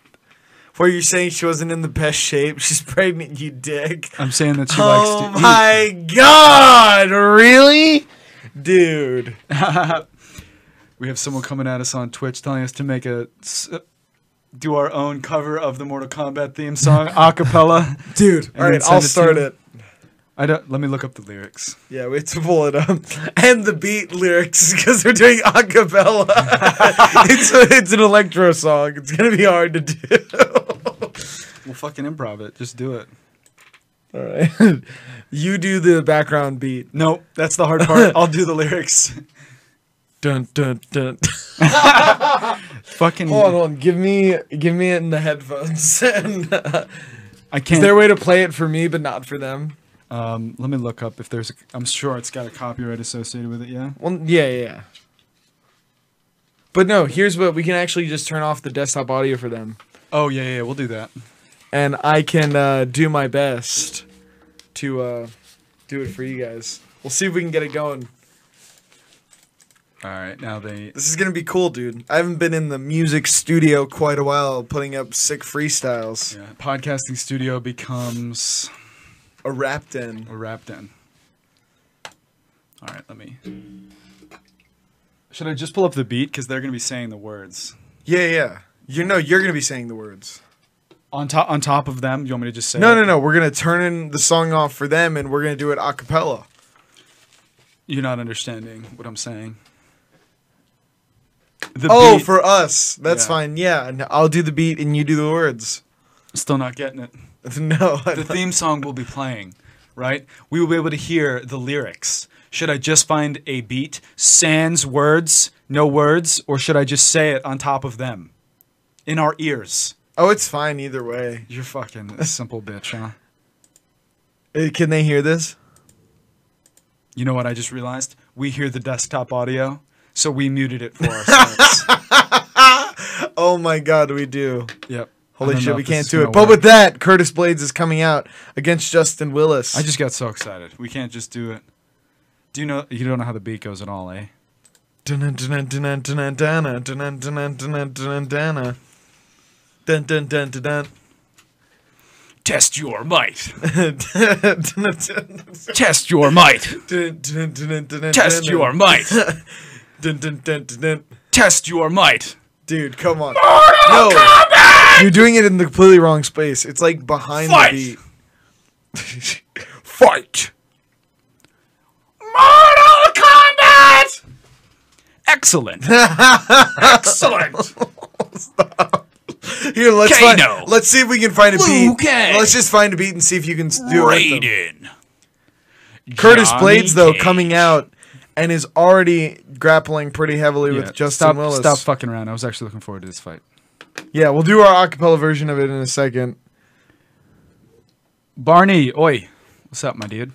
Where you're saying she wasn't in the best shape? She's pregnant, you dick. I'm saying that she oh likes to my god, really? Dude. We have someone coming at us on Twitch telling us to make a s- uh, do our own cover of the Mortal Kombat theme song a cappella. Dude. And All right, then send I'll it to start me. it. I don't. Let me look up the lyrics. Yeah, we have to pull it up. And the beat lyrics, because they're doing a cappella. it's, it's an electro song. It's going to be hard to do. We'll fucking improv it. Just do it. All right. You do the background beat. No, that's the hard part. I'll do the lyrics. Dun, dun, dun. Fucking. Hold on, hold on. Give me, give me it in the headphones. and, uh, I is can't. there a way to play it for me, but not for them? um, let me look up if there's. A, I'm sure it's got a copyright associated with it. Yeah. Well, yeah, yeah, yeah. But no, here's what we can actually just turn off the desktop audio for them, Oh yeah, yeah. We'll do that. and I can uh, do my best to uh, do it for you guys. We'll see if we can get it going. All right. Now they. This is gonna be cool, dude. I haven't been in the music studio quite a while, putting up sick freestyles. Yeah, podcasting studio becomes A rap den. a rap den. All right. Let me. Should I just pull up the beat? Because they're going to be saying the words. Yeah, yeah. You know, you're gonna be saying the words. On top, on top of them, you want me to just say? No, it? no, no. We're gonna turn in the song off for them, and we're gonna do it a cappella. You're not understanding what I'm saying. The Oh, beat- for us. That's Yeah. fine. Yeah, and I'll do the beat, and you do the words. still not getting it. no, I The don't- theme song will be playing, right? We will be able to hear the lyrics. Should I just find a beat, sans words, no words, or should I just say it on top of them, in our ears? oh, it's fine either way. You're fucking a simple bitch, huh? Uh, Can they hear this? You know what I just realized? We hear the desktop audio, so we muted it for ourselves. Oh my God, we do. yep. I Holy don't shit, know we if this can't is do it. gonna But work. with that, Curtis Blades is coming out against Justin Willis. I just got so excited. We can't just do it. Do you know you don't know how the beat goes at all, eh? Dun dun dun dun dun dun dun dun dun dun dun dun dun dun dun dun. Test your might. Test Test your might. might. Test your might. Dude, come on. No. You're doing it in the completely wrong space. It's like behind Fight. the beat. Fight. Mortal Kombat. Excellent. Excellent. Here, let's find, Kano. let's see if we can find a beat. Liu Kang. Let's just find a beat and see if you can s- do it. with them. Curtis Curtis Blades though coming out and is already grappling pretty heavily with Justin stop, Willis. Stop fucking around. I was actually looking forward to this fight. Yeah, we'll do our acapella version of it in a second. Barney, oi. What's up, my dude?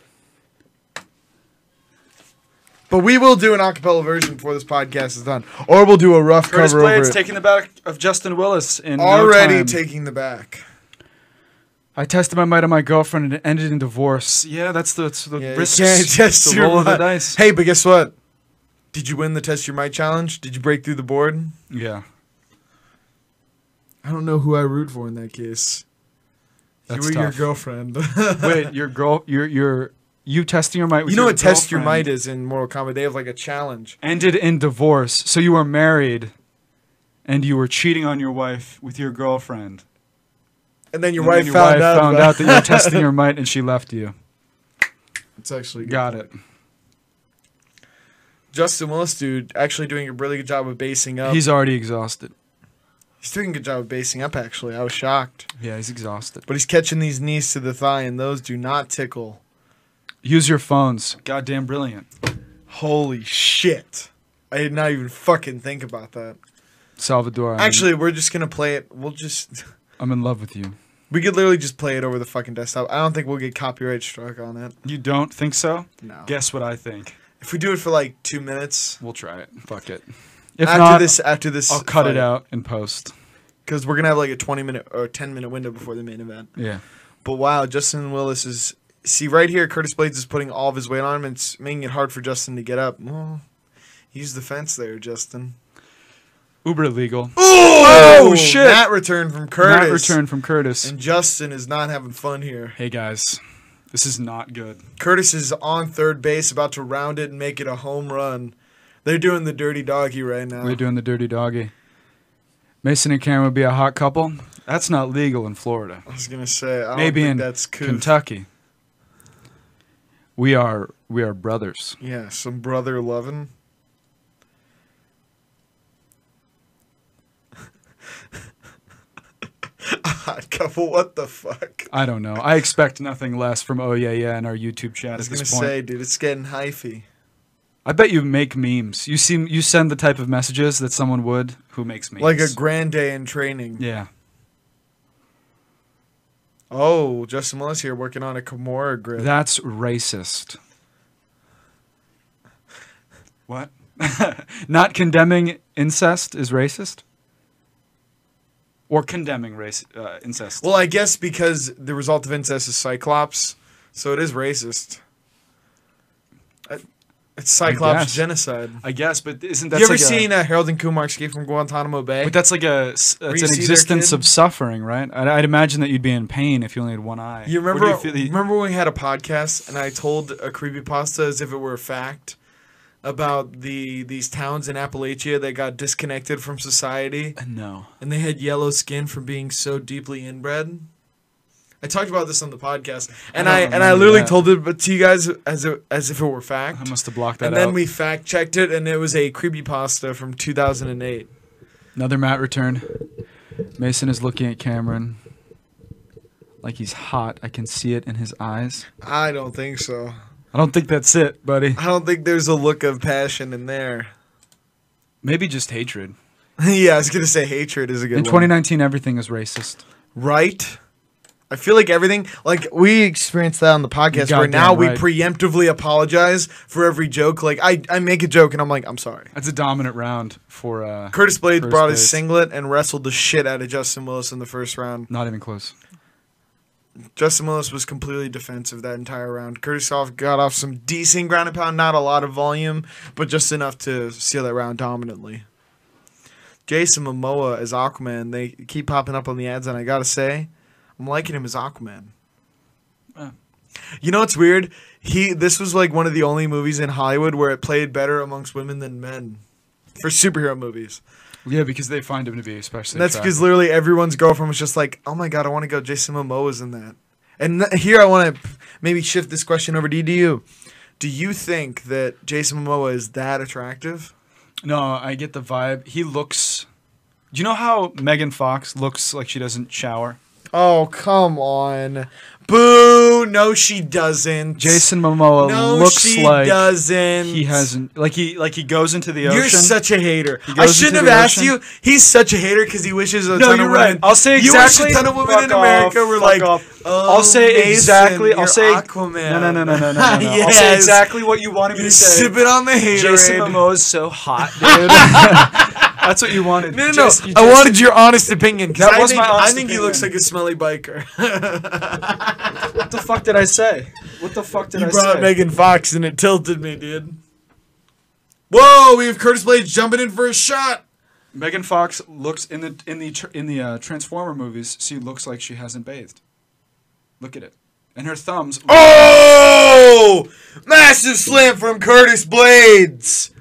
But we will do an acapella version before this podcast is done, or we'll do a rough Curtis cover over Blades it. taking the back of Justin Willis in already no time. taking the back. I tested my might on my girlfriend and it ended in divorce. Yeah, that's the, it's the Yeah, you risks. can't test the your roll of the mi- dice. Hey, but guess what? Did you win the test your might challenge? Did you break through the board? Yeah. I don't know who I root for in that case. That's you or your tough. girlfriend. Wait, your girl, your your you testing your might. With you know your what test your might girlfriend is in Mortal Kombat? They have like a challenge. Ended in divorce, so you were married, and you were cheating on your wife with your girlfriend. And then your And wife then found out. found about- out that you were testing your might, and she left you. It's actually good. Got it. Justin Willis, dude, actually doing a really good job of basing up. He's, He's already exhausted. doing a good job of basing up, actually. I was shocked. Yeah, he's exhausted. But he's catching these knees to the thigh, and those do not tickle. Use your phones. Goddamn brilliant. Holy shit. I did not even fucking think about that. Salvador, I'm, Actually, we're just going to play it. We'll just. I'm in love with you. We could literally just play it over the fucking desktop. I don't think we'll get copyright struck on it. You don't think so? No. Guess what I think. If we do it for like two minutes. We'll try it. Fuck it. If after not, this, after this, I'll cut it out and post. because we're gonna have like a twenty minute or ten minute window before the main event. Yeah. But wow, Justin Willis is see right here. Curtis Blades is putting all of his weight on him, and it's making it hard for Justin to get up. Well, use the fence there, Justin. Uber illegal. Oh, shit. That return from Curtis. Not return from Curtis. And Justin is not having fun here. Hey guys, this is not good. Curtis is on third base, about to round it and make it a home run. They're doing the dirty doggy right now. We're doing the dirty doggy. Mason and Karen would be a hot couple. That's not legal in Florida. I was gonna say, I don't Maybe think in that's cool. Kentucky. We are we are brothers. Yeah, some brother loving. Hot couple, what the fuck? I don't know. I expect nothing less from Oh Yeah Yeah and our YouTube I chat at was gonna this point. say, dude, it's getting hyphy. I bet you make memes. You seem you send the type of messages that someone would who makes memes. Like a grand day in training. yeah. Oh, Justin Willis here working on a Kimura grip. That's racist. What? Not condemning incest is racist? Or condemning race uh, incest. well, I guess because the result of incest is Cyclops, so it is racist. I- It's Cyclops guess. genocide. I guess, but isn't that you ever like seen a, uh, Harold and Kumar escape from Guantanamo Bay? But that's like a s- that's you an see their existence kid? of suffering, right? I'd, I'd imagine that you'd be in pain if you only had one eye. You Or do remember feel that you- remember when we had a podcast and I told a creepypasta as if it were a fact? about the these towns in Appalachia that got disconnected from society No. and they had yellow skin from being so deeply inbred. I talked about this on the podcast, and don't I, and I remember literally that. told it but to you guys as a, as if it were fact. I must have blocked that and then out. we fact checked it, and it was a creepypasta from 2008. Another Matt return. Mason is looking at Cameron like he's hot. I can see it in his eyes. I don't think so. I don't think that's it, buddy. I don't think there's a look of passion in there. Maybe just hatred. yeah, I was gonna say hatred is a good in one. 2019, everything is racist. right? I feel like everything, like we experienced that on the podcast. You're Where now goddamn we right. preemptively apologize for every joke. Like I, I make a joke and I'm like, I'm sorry. That's a dominant round for uh, Curtis Blades Curtis brought his Blades. singlet and wrestled the shit out of Justin Willis in the first round. not even close. Justin Willis was completely defensive that entire round. Curtis off got off some decent ground and pound, not a lot of volume, but just enough to seal that round dominantly. Jason Momoa as Aquaman. They keep popping up on the ads, and I gotta say, I'm liking him as Aquaman. Oh. You know what's weird? He this was like one of the only movies in Hollywood where it played better amongst women than men for superhero movies. Yeah, because they find him to be especially. And that's because attractive. literally everyone's girlfriend was just like, "Oh my god, I want to go." Jason Momoa's in that. And th- here I want to maybe shift this question over to you. Do you think that Jason Momoa is that attractive? no, I get the vibe. He looks. Do you know how Megan Fox looks like she doesn't shower? Oh come on, boo! No, she doesn't. Jason Momoa no, looks she like doesn't. he hasn't. Like he like he goes into the ocean. You're such a hater. He I goes shouldn't into have the asked ocean. you. He's such a hater because he wishes a No, ton you're of right. women. I'll say exactly. You wish a ton of women Fuck in America off, were fuck like, off. "Oh, I'll say Mason, exactly. I'll you're say Aquaman. No, no, no, no, no, no, no. no. I'll say Yes. exactly what you wanted me You to say. sip it on the hater. Jason Momoa is so hot, dude. That's what you wanted. No, no, no. Just- you I just- wanted your honest opinion. 'cause That I was think, my honest I think he opinion. looks like a smelly biker. What the fuck did I say? What the fuck did you I brought say? Megan Fox and it tilted me, dude. Whoa, we have Curtis Blades jumping in for a shot. Megan Fox looks in the in the tr- in the uh, Transformer movies. She looks like she hasn't bathed. Look at it, and her thumbs. Oh! Massive slam from Curtis Blades.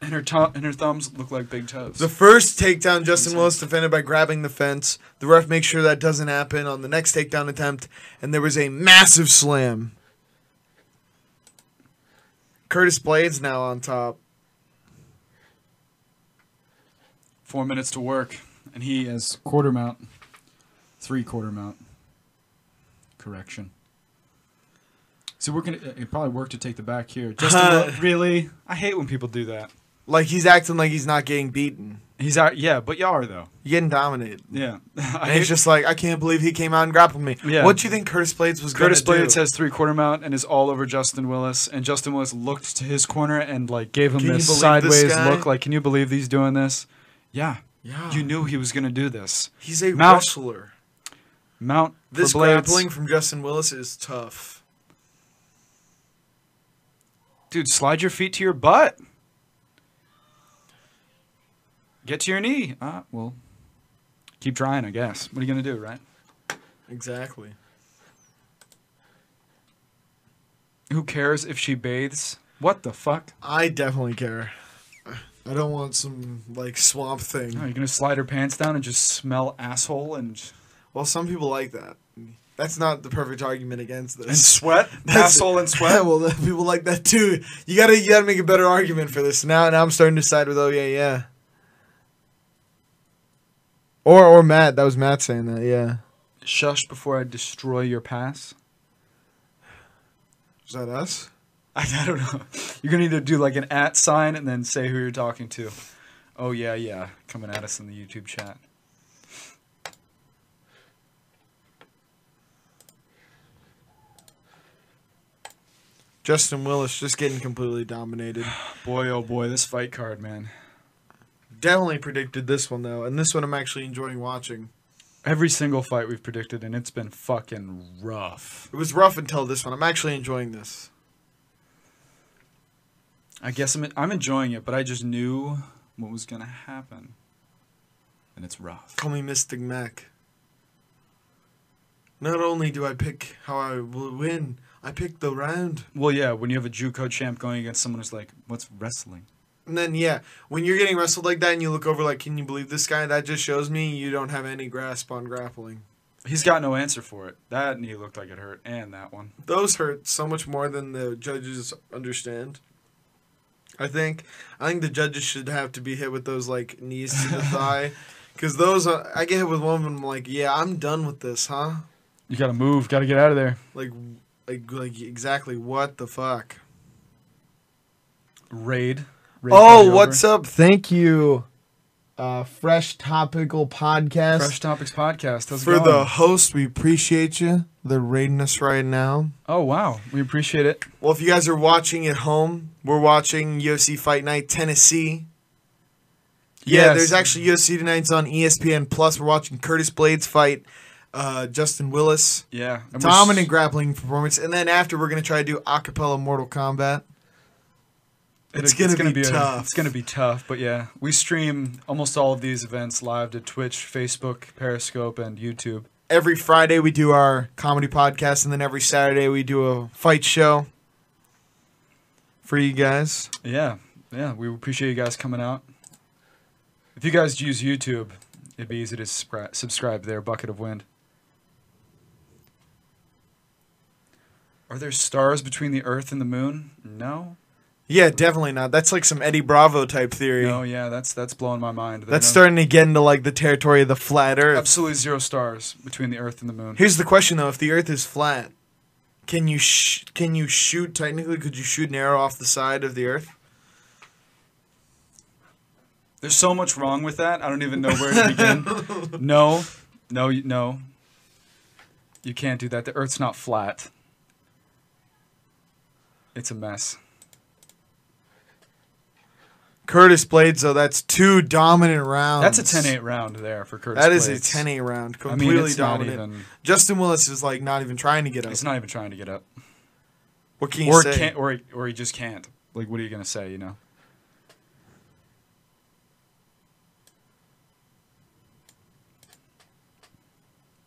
And her to- and her thumbs look like big toes. The first takedown, Justin Willis defended by grabbing the fence. The ref makes sure that doesn't happen on the next takedown attempt, and there was a massive slam. Curtis Blades now on top. Four minutes to work, and he is quarter mount, three quarter mount. Correction. So we're gonna. It probably worked to take the back here. Just a little- really, I hate when people do that. Like he's acting like he's not getting beaten. He's out. Yeah, but y'all are though. You're getting dominated. Yeah, I And he's just like, I can't believe he came out and grappled me. Yeah. What do you think Curtis Blades was Curtis gonna Blades do? has three quarter mount and is all over Justin Willis, and Justin Willis looked to his corner and like gave him Can you this believe this sideways guy? Ah. look, like, "Can you believe he's doing this?" Yeah, Yeah. you knew he was gonna do this. He's a Mount wrestler. Mount for This Blades. grappling from Justin Willis is tough. dude, slide your feet to your butt. Get to your knee. Ah, well, keep trying, I guess. What are you gonna do, right? Exactly. Who cares if she bathes? What the fuck? I definitely care. I don't want some like swamp thing. Oh, you're gonna slide her pants down and just smell asshole and Well, some people like that. That's not the perfect argument against this. and sweat, That's- asshole and sweat. well, the- people like that too. You gotta, you gotta make a better argument for this. Now, now I'm starting to side with oh yeah, yeah. Or, or Matt. That was Matt saying that. Yeah. Shush before I destroy your pass. Is that us? I, I don't know. You're gonna either do like an at sign and then say who you're talking to. Oh yeah, yeah, coming at us in the YouTube chat. Justin Willis just getting completely dominated. Boy, oh boy, this fight card, man. Definitely predicted this one though, and this one I'm actually enjoying watching. Every single fight we've predicted, and it's been fucking rough. It was rough until this one. I'm actually enjoying this. I guess I'm I'm enjoying it, but I just knew what was gonna happen, and it's rough. Call me Mystic Mac. Not only do I pick how I will win, I picked the round. Well, yeah, when you have a JUCO champ going against someone who's like, what's wrestling? And then yeah, when you're getting wrestled like that and you look over like, can you believe this guy? That just shows me you don't have any grasp on grappling. He's got no answer for it. That knee looked like it hurt, and that one. Those hurt so much more than the judges understand. I think I think the judges should have to be hit with those like knees to the thigh, because those are, I get hit with one of them like yeah I'm done with this huh You gotta move, gotta get out of there. like like like exactly what the fuck Raid. Raid Oh, what's up? Thank you. Uh, Fresh Topical Podcast. Fresh Topics Podcast. How's it for the going? host we appreciate you they're rating us right now Oh, wow. We appreciate it. Well, if you guys are watching at home, we're watching UFC Fight Night Tennessee. Yeah, Yes. there's actually UFC tonight's on E ESPN Plus. We're watching Curtis Blades fight uh, Justin Willis. Yeah. and we're s- Dominant grappling performance, and then after we're gonna try to do acapella Mortal Kombat. It's gonna be a- tough. it's gonna be tough, but yeah, we stream almost all of these events live to Twitch, Facebook, Periscope, and YouTube. Every Friday we do our comedy podcast, and then every Saturday we do a fight show for you guys. Yeah, yeah, we appreciate you guys coming out. If you guys use YouTube, it'd be easy to spri- subscribe there. Bucket of wind. Are there stars between the Earth and the Moon? No. Yeah, definitely not. That's like some Eddie Bravo type theory. No, yeah, that's that's blowing my mind. There That's are no- starting to get into like the territory of the flat Earth. absolutely zero stars between the Earth and the Moon. Here's the question though: If the Earth is flat, can you sh- can you shoot? Technically, could you shoot an arrow off the side of the Earth? There's so much wrong with that. I don't even know where to begin. no, no, you- no. You can't do that. The Earth's not flat. It's a mess. Curtis Blades, though, that's two dominant rounds. That's a 10-8 round there for Curtis. Um, That is Blades. a 10-8 round, I mean, completely it's not dominant. even- Justin Willis is like not even trying to get up. He's not even trying to get up, what can you or say? can't, or or he just can't. Like, what are you gonna say? You know.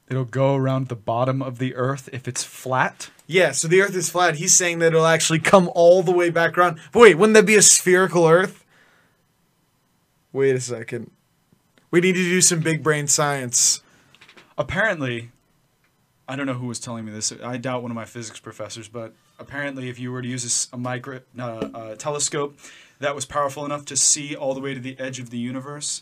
It'll go around the bottom of the Earth if it's flat. Yeah, so the Earth is flat. He's saying that it'll actually come all the way back around. But wait, wouldn't that be a spherical Earth? Wait a second. We need to do some big brain science. apparently i don't know who was telling me this i doubt one of my physics professors but apparently if you were to use a s- a, micro uh, a telescope that was powerful enough to see all the way to the edge of the universe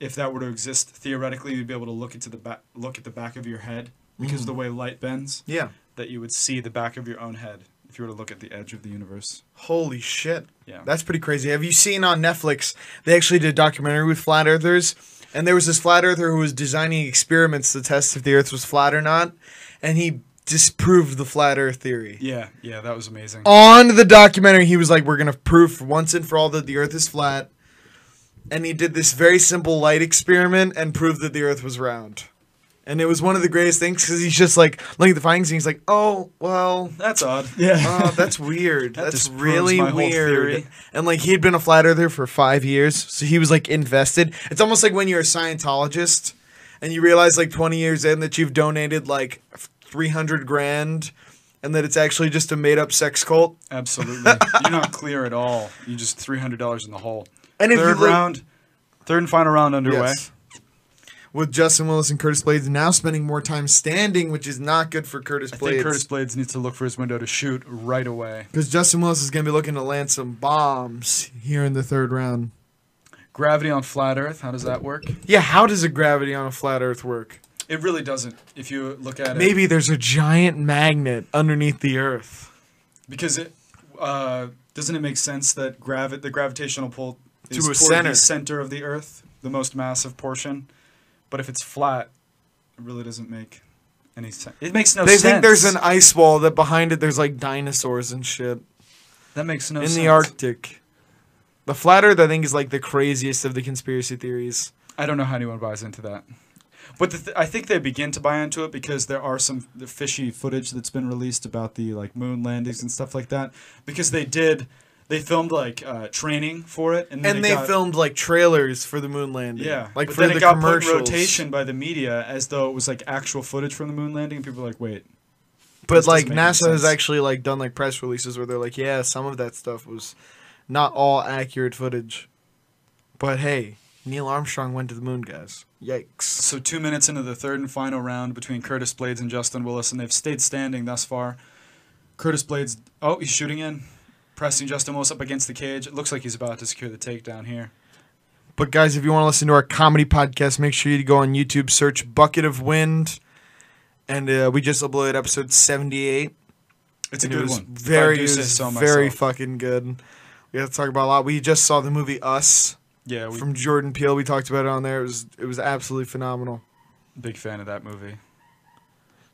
if that were to exist theoretically you'd be able to look into the back look at the back of your head because of the way light bends Yeah. that you would see the back of your own head if you were to look at the edge of the universe Holy shit. Yeah. That's pretty crazy. Have you seen on Netflix? They actually did a documentary with flat earthers, and there was this flat earther who was designing experiments to test if the earth was flat or not, and he disproved the flat earth theory. yeah yeah that was amazing On the documentary, he was like, We're going to prove for once and for all that the earth is flat. And he did this very simple light experiment and proved that the earth was round. And it was one of the greatest things because he's just like looking at the findings and he's like, oh, well, that's odd yeah Oh, that's weird. That that's disproves really my whole weird. theory. And like he had been a flat earther for five years, so he was like invested. It's almost like when you're a Scientologist and you realize like 20 years in that you've donated like 300 grand and that it's actually just a made up sex cult. Absolutely. You're not clear at all. You just three hundred dollars in the hole. And if you third look- round, third and final round underway. Yes. With Justin Willis and Curtis Blades now spending more time standing, which is not good for Curtis I Blades. think Curtis Blades needs to look for his window to shoot right away. because Justin Willis is going to be looking to land some bombs here in the third round. Gravity on flat Earth. How does that work? Yeah, how does a gravity on a flat Earth work? It really doesn't. If you look at it, Maybe there's a giant magnet underneath the earth. because it uh, doesn't it make sense that gravi- the gravitational pull is To a toward center. the center of the Earth, the most massive portion. But if it's flat, it really doesn't make any sense. It makes no they sense. think there's an ice wall that behind it there's like dinosaurs and shit that makes no in sense. the Arctic. The flat earth I think is like the craziest of the conspiracy theories. I don't know how anyone buys into that. But the th- I think they begin to buy into it because there are some f- fishy footage that's been released about the like moon landings and stuff like that. Because they did, they filmed like uh, training for it, and then And it they got, filmed like trailers for the moon landing. yeah, Like but for then the it got put commercials. in rotation by the media as though it was like actual footage from the moon landing, and people were like, wait, But This like doesn't make any NASA has sense. actually like done like press releases where they're like, yeah, some of that stuff was not all accurate footage. But hey, Neil Armstrong went to the moon, guys. Yikes. So two minutes into the third and final round between Curtis Blades and Justin Willis, and they've stayed standing thus far. Curtis Blades, oh, he's shooting in, pressing Justin Willis up against the cage. It looks like he's about to secure the takedown here. But guys, if you want to listen to our comedy podcast, make sure you go on YouTube, search Bucket of Wind, and uh, we just uploaded episode seventy-eight. It's a and good it was one. If I Very, do it say was so very myself. fucking good. We have to talk about a lot. We just saw the movie Us yeah, we from Jordan Peele. We talked about it on there. It was it was absolutely phenomenal. big fan of that movie.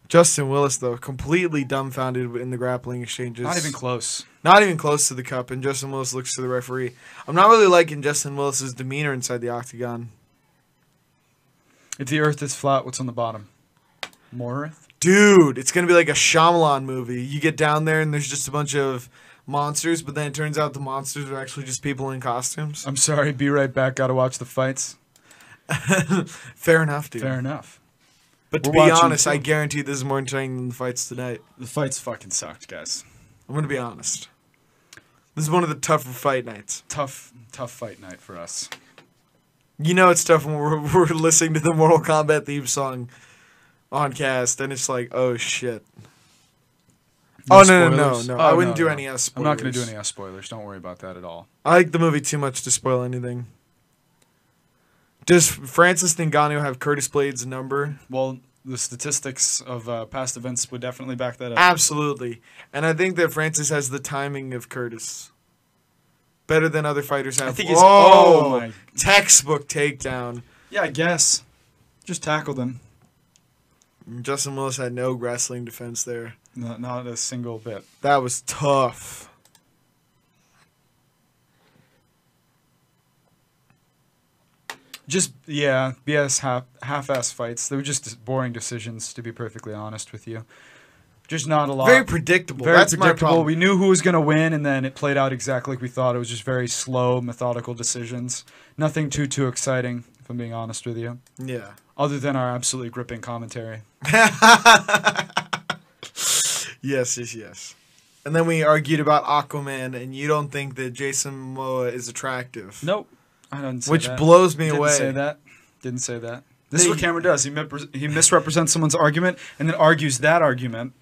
Justin Willis though completely dumbfounded in the grappling exchanges. Not even close. Not even close to the cup, and Justin Willis looks to the referee. I'm not really liking Justin Willis's demeanor inside the octagon, If the Earth is flat, what's on the bottom? More Earth. dude. It's gonna be like a Shyamalan movie. You get down there and there's just a bunch of monsters, but then it turns out the monsters are actually just people in costumes. I'm sorry. Be right back. Got to watch the fights. Fair enough, dude. Fair enough. But to We're be watching, honest, I too. guarantee this is more entertaining than the fights tonight. The fights fucking sucked, guys. I'm gonna be honest. This is one of the tougher fight nights. Tough, tough fight night for us. You know it's tough when we're, we're listening to the Mortal Kombat theme song on cast, and it's like, oh shit. oh no, no no spoilers? no Oh, I wouldn't do no. any S. I'm Spoilers. not going to do any S spoilers. Don't worry about that at all. I like the movie too much to spoil anything. Does Francis Ngannou have Curtis Blades' number? Well, the statistics of uh, past events would definitely back that up. Absolutely, and I think that Francis has the timing of Curtis. Better than other fighters have. I think he's. Whoa! Oh my. Textbook takedown. Yeah, I guess. Just tackle them. Justin Willis had no wrestling defense there. Not, not a single bit. That was tough. Just yeah, BS half half-ass fights. They were just boring decisions, to be perfectly honest with you. Just not a lot. Very predictable. Very That's my predictable. problem. We knew who was going to win, and then it played out exactly like we thought. It was just very slow, methodical decisions. Nothing too too exciting, if I'm being honest with you. yeah. Other than our absolutely gripping commentary. Yes, yes, yes. And then we argued about Aquaman, and you don't think that Jason Momoa is attractive. Nope, I didn't. Say Which that. blows me Didn't away. say that. Didn't say that. This is No, what you- Cameron does. He, mepre- he misrepresents someone's argument and then argues that argument.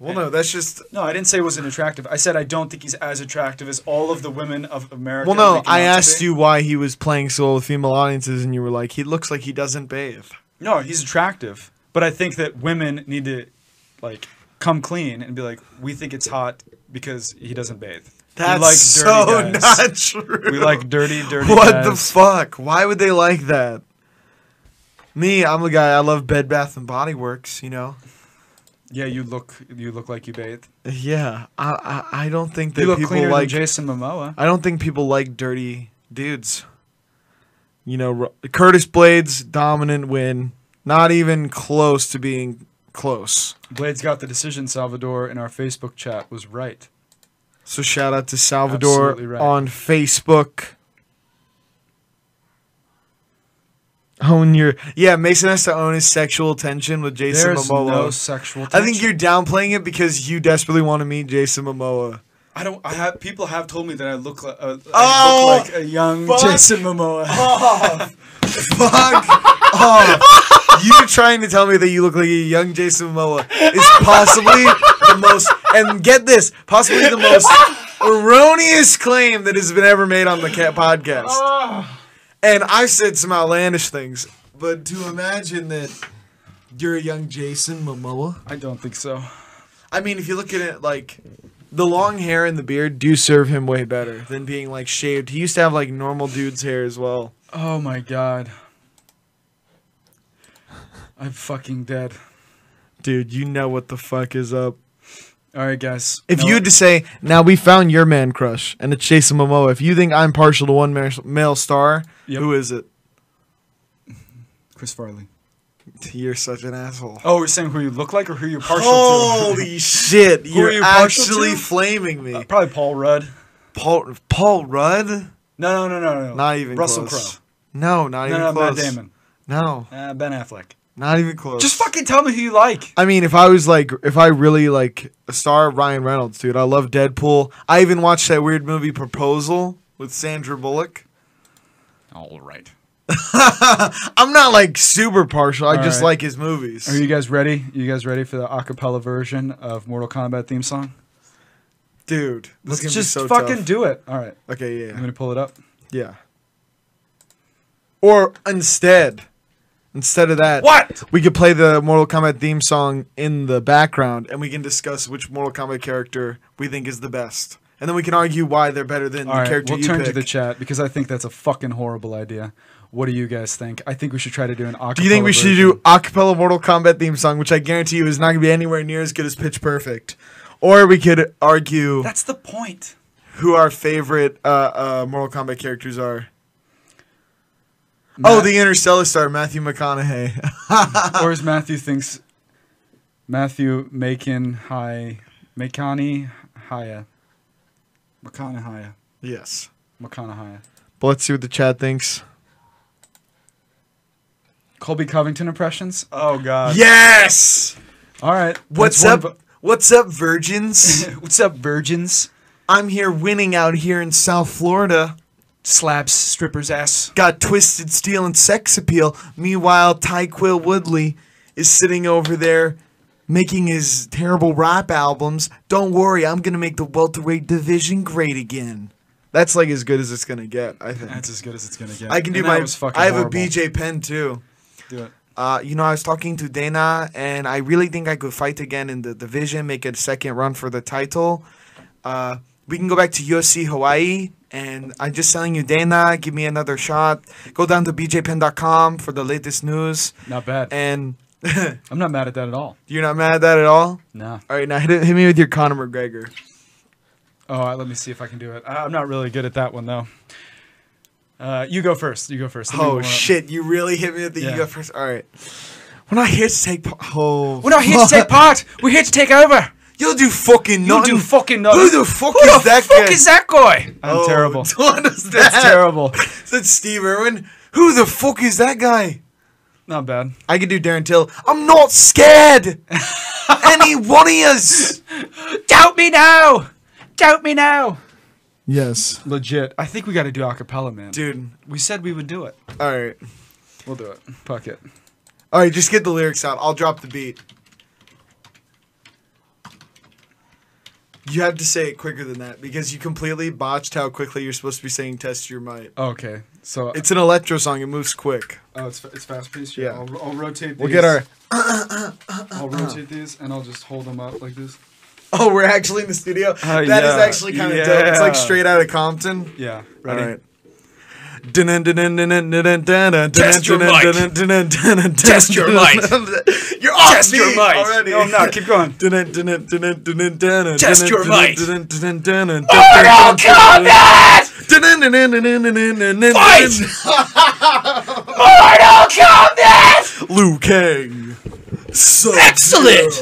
Well, no, that's just. No, I didn't say he wasn't attractive. I said I don't think he's as attractive as all of the women of America. Well, no, make him I out to asked be. you why he was playing so well with female audiences, and you were like, he looks like he doesn't bathe. No, he's attractive, but I think that women need to, like, come clean and be like, we think it's hot because he doesn't bathe. That's we like so dirty guys. not true. We like dirty, dirty. What the guys. fuck? Why would they like that? Me, I'm the guy. I love Bed Bath and Body Works. You know. yeah, you look, you look like you bathe. Yeah, I I, I don't think that You look people cleaner like than Jason Momoa. I don't think people like dirty dudes. You know, Ro- Curtis Blades dominant win, not even close to being close. Blades got the decision. Salvador in our Facebook chat was right. So shout out to Salvador Absolutely right. on Facebook. Own your yeah. Mason has to own his sexual tension with Jason There's Momoa. no sexual. I Tension. think you're downplaying it because you desperately want to meet Jason Momoa. I don't. I have people have told me that I look like uh, Oh, I look like a young fuck. Jason Momoa. Fuck off. Oh, You trying to tell me that you look like a young Jason Momoa is possibly the most, and get this, possibly the most erroneous claim that has been ever made on the cat podcast. And I've said some outlandish things, but to imagine that you're a young Jason Momoa, I don't think so. I mean, if you look at it like the long hair and the beard do serve him way better than being like shaved. He used to have like normal dude's hair as well. Oh my god. I'm fucking dead. Dude, you know what the fuck is up. All right, guys. If No- you had to say, now we found your man crush, and it's Jason Momoa, if you think I'm partial to one ma- male star, Yep. who is it? Chris Farley. You're such an asshole. Oh, we're saying who you look like or who you're partial to. Holy shit, you're are you partial actually to? flaming me. Probably Paul Rudd. Paul, Paul Rudd? No, no, no, no, no. Not even Russell close. Crowe. No, not No, even no, close. Matt Damon. No, Uh, ben Affleck. Not even close. Just fucking tell me who you like. I mean, if I was like, if I really like a star Ryan Reynolds, dude, I love Deadpool. I even watched that weird movie Proposal with Sandra Bullock. All right. I'm not like super partial. I All just right. like his movies. Are you guys ready? You guys ready for the acapella version of Mortal Kombat theme song? dude, Let's this is just gonna be so fucking tough. do it. All right. Okay, I'm yeah, gonna pull it up. yeah. Or instead, instead of that, What? we could play the Mortal Kombat theme song in the background, and we can discuss which Mortal Kombat character we think is the best, and then we can argue why they're better than All the right, character we'll you turn pick. to the chat because I think that's a fucking horrible idea. What do you guys think? I think we should try to do an acapella. Do you think we should version. do acapella Mortal Kombat theme song, which I guarantee you is not gonna be anywhere near as good as Pitch Perfect, or we could argue That's the point. who our favorite uh, uh, Mortal Kombat characters are. Oh, Matt- the Interstellar star Matthew McConaughey. or as Matthew thinks, Matthew Macon High, Makani Haya, Makana Haya, yes, Makana Haya. but let's see what the chat thinks. Colby Covington impressions. Oh God. Yes. All right. that's What's one up? What's up, virgins? vo- What's up, virgins? I'm here winning out here in South Florida. Slaps strippers ass. Got twisted steel and sex appeal. Meanwhile, Tyquil Woodley is sitting over there making his terrible rap albums. Don't worry, I'm gonna make the welterweight division great again. That's like as good as it's gonna get, I think. That's as good as it's gonna get. I can do And that my. was fucking I have horrible. a BJ pen too. Do it. Uh, you know, I was talking to Dana, and I really think I could fight again in the division, make a second run for the title. Uh, we can go back to UFC Hawaii, and I'm just telling you, Dana, give me another shot. Go down to bjpen.com for the latest news, Not bad. and I'm not mad at that at all. you're not mad at that at all. Nah. All right, now hit, it- hit me with your Conor McGregor. Oh, all right, let me see if I can do it. I- I'm not really good at that one though. Uh, you go first. You go first. Let me Oh warm up. shit, you really hit me with the Yeah. UFC first. All right, we're not here to take. Po- oh, We're not here to take part. We're here to take over. You'll do fucking You nothing. do fucking nothing. Who the fuck Who is the that fuck guy? is that guy? I'm Oh, terrible. What is that? That's terrible. That's Steve Irwin. Who the fuck is that guy? Not bad. I could do Darren Till. I'm not scared. Any one of us. Doubt me now. Doubt me now. Yes, Legit. I think we got to do acapella, man. dude. we said we would do it. All right, We'll do it. Fuck it. all right. Just get the lyrics out. I'll drop the beat. You have to say it quicker than that because you completely botched how quickly you're supposed to be saying "test your might." okay. So it's It's an electro song. It moves quick. oh, it's, it's fast paced. Yeah. Yeah. I'll, I'll rotate. These. We'll get our. I'll rotate these and I'll just hold them up like this. Oh, we're actually in the studio. That Oh, is yeah. actually kind of dope. It's like Yeah. straight out of Compton. Yeah. Ready. Right. Test your mic. Test your mic. You're off Test your beat mic. already. No, no. Keep going. Test your mic. Mortal Kombat. Fight! Liu Kang. Sub-Zero. Excellent.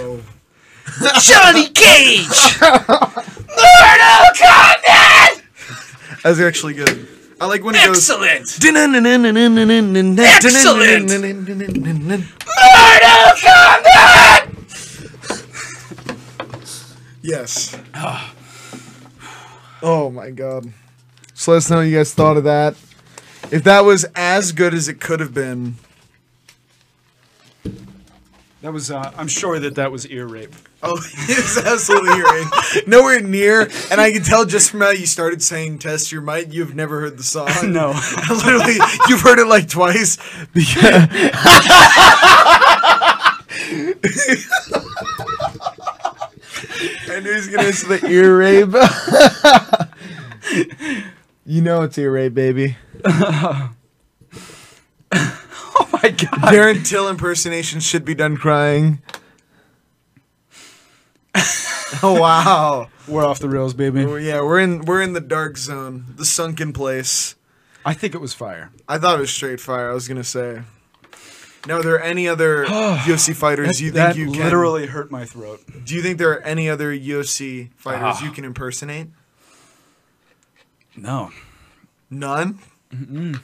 Johnny Cage! That's actually good. I like when it goes. Excellent! Excellent. Yes. oh my god. So let us know what you guys thought of that. If that was as good as it could have been, That was. Uh, I'm sure that that was ear rape. oh, it's absolutely earring. Nowhere near, and I can tell just from how you started saying "test your might." You've never heard the song. No. literally, you've heard it like twice. Because and who's gonna answer the ear rape? you know it's ear rape, baby. oh my god. Darren Till impersonation should be done crying. oh wow! We're off the rails, baby. Well, yeah, we're in we're in the dark zone, the sunken place. I think it was fire. I thought it was straight fire. I was gonna say. Now, are there any other UFC fighters you think that you can? literally hurt my throat. Do you think there are any other UFC Ah. fighters you can impersonate? No. None.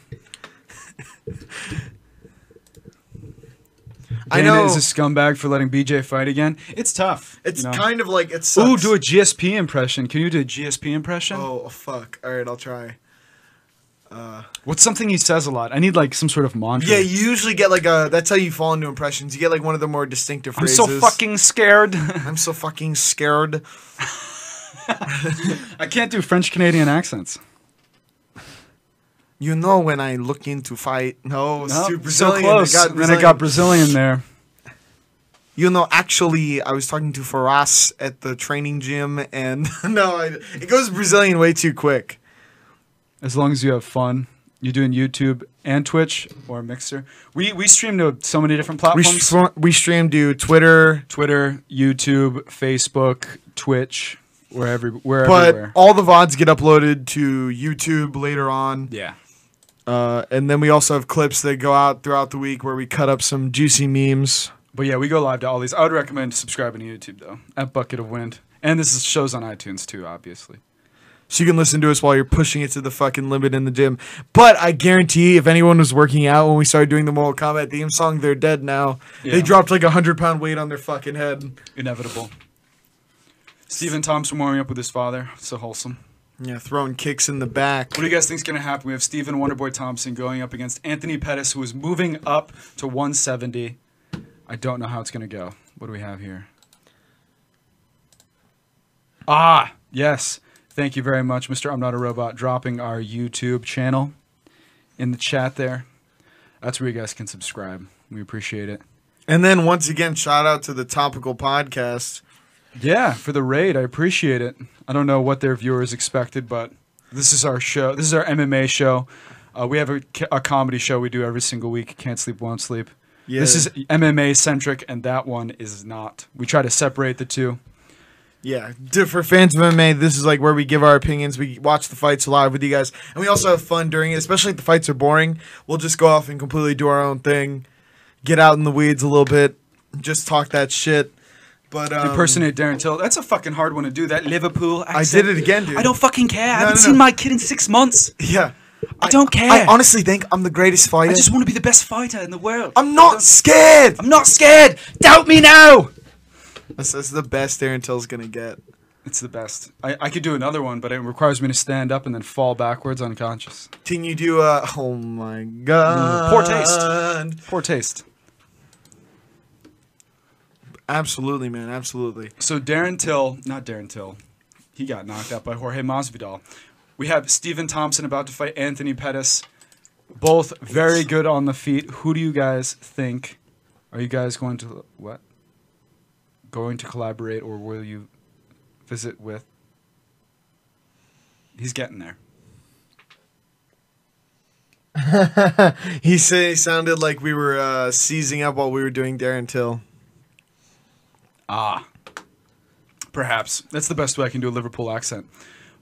I Dana know. is a scumbag for letting BJ fight again. It's tough. It's you know? kind of like it's. Ooh, do a GSP impression. Can you do a GSP impression? Oh fuck! All right, I'll try. Uh, What's something he says a lot? I need like some sort of mantra. Yeah, you usually get like a. That's how you fall into impressions. You get like one of the more distinctive I'm phrases. so fucking scared. I'm so fucking scared. I can't do French Canadian accents. You know when I look into fight. No, No, super so close. and then I got Brazilian there. You know, actually, I was talking to Faraz at the training gym, and no, I, it goes Brazilian way too quick. As long as you have fun, you're doing YouTube and Twitch or Mixer. We we stream to so many different We, platforms. str- we stream to Twitter, Twitter, YouTube, Facebook, Twitch. We're every we're but everywhere. all the VODs get uploaded to YouTube later on. Yeah. Uh, and then we also have clips that go out throughout the week where we cut up some juicy memes. But yeah, we go live to all these. I would recommend subscribing to YouTube though at Bucket of Wind, and this is shows on iTunes too, obviously. So you can listen to us while you're pushing it to the fucking limit in the gym. But I guarantee if anyone was working out when we started doing the Mortal Kombat theme song, they're dead now. Yeah. They dropped like a hundred pound weight on their fucking head. Inevitable. Stephen Thompson warming up with his father. So wholesome. Yeah, throwing kicks in the back. What do you guys think's gonna happen? We have Stephen Wonderboy Thompson going up against Anthony Pettis, who is moving up to 170. I don't know how it's gonna go. What do we have here? Ah, yes. Thank you very much, Mr. I'm Not a Robot, dropping our YouTube channel in the chat there. That's where you guys can subscribe. We appreciate it. And then once again, shout out to the Topical Podcast. Yeah, for the raid, I appreciate it. I don't know what their viewers expected, but this is our show. This is our MMA show. Uh, we have a, a comedy show we do every single week. Can't sleep, won't sleep. This Yeah. is MMA centric, and that one is not. We try to separate the two. Yeah, d- for fans of MMA, this is like where we give our opinions. We watch the fights live with you guys, and we also have fun during it. Especially if the fights are boring, we'll just go off and completely do our own thing, get out in the weeds a little bit, just talk that shit. But um, Impersonate Darren Till. That's a fucking hard one to do. That Liverpool I accent. did it again, dude. I don't fucking care. I No, haven't no, seen no. my kid in six months. Yeah, I don't care. I honestly think I'm the greatest fighter. I just want to be the best fighter in the world. I'm not scared. I'm not scared. Doubt me now. This, this is the best Darren Till's gonna get. It's the best. I, I could do another one, but it requires me to stand up and then fall backwards unconscious. Can you do a? Oh my Mm, god! poor taste. Poor taste. Absolutely, man. Absolutely. So Darren Till, not Darren Till, he got knocked out by Jorge Masvidal. We have Steven Thompson about to fight Anthony Pettis. Both very good on the feet. Who do you guys think? Are you guys going to what? Going to collaborate or will you visit with? He's getting there. He said he sounded like we were uh, seizing up while we were doing Darren Till. Ah. Perhaps. That's the best way I can do a Liverpool accent.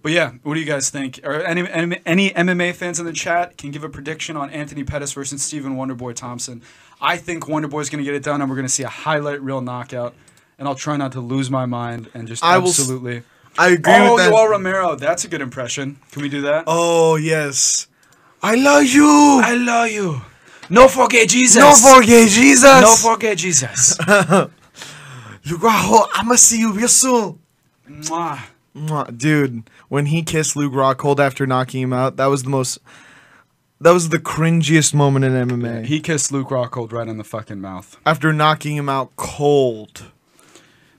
But yeah, what do you guys think? Are any, any, any MMA fans in the chat can give a prediction on Anthony Pettis versus Stephen Wonderboy Thompson? I think Wonderboy's going to get it done, and we're going to see a highlight reel knockout. And I'll try not to lose my mind and just I will s- absolutely. I agree oh, with that. Yoel Romero. That's a good impression. Can we do that? oh yes, I love you. I love you. No forget Jesus. No forget Jesus. No forget Jesus. You go, oh, I'ma see you real soon. Mwah. Mwah. Dude, when he kissed Luke Rockhold after knocking him out, that was the most. That was the cringiest moment in MMA. He kissed Luke Rockhold right in the fucking mouth. after knocking him out cold.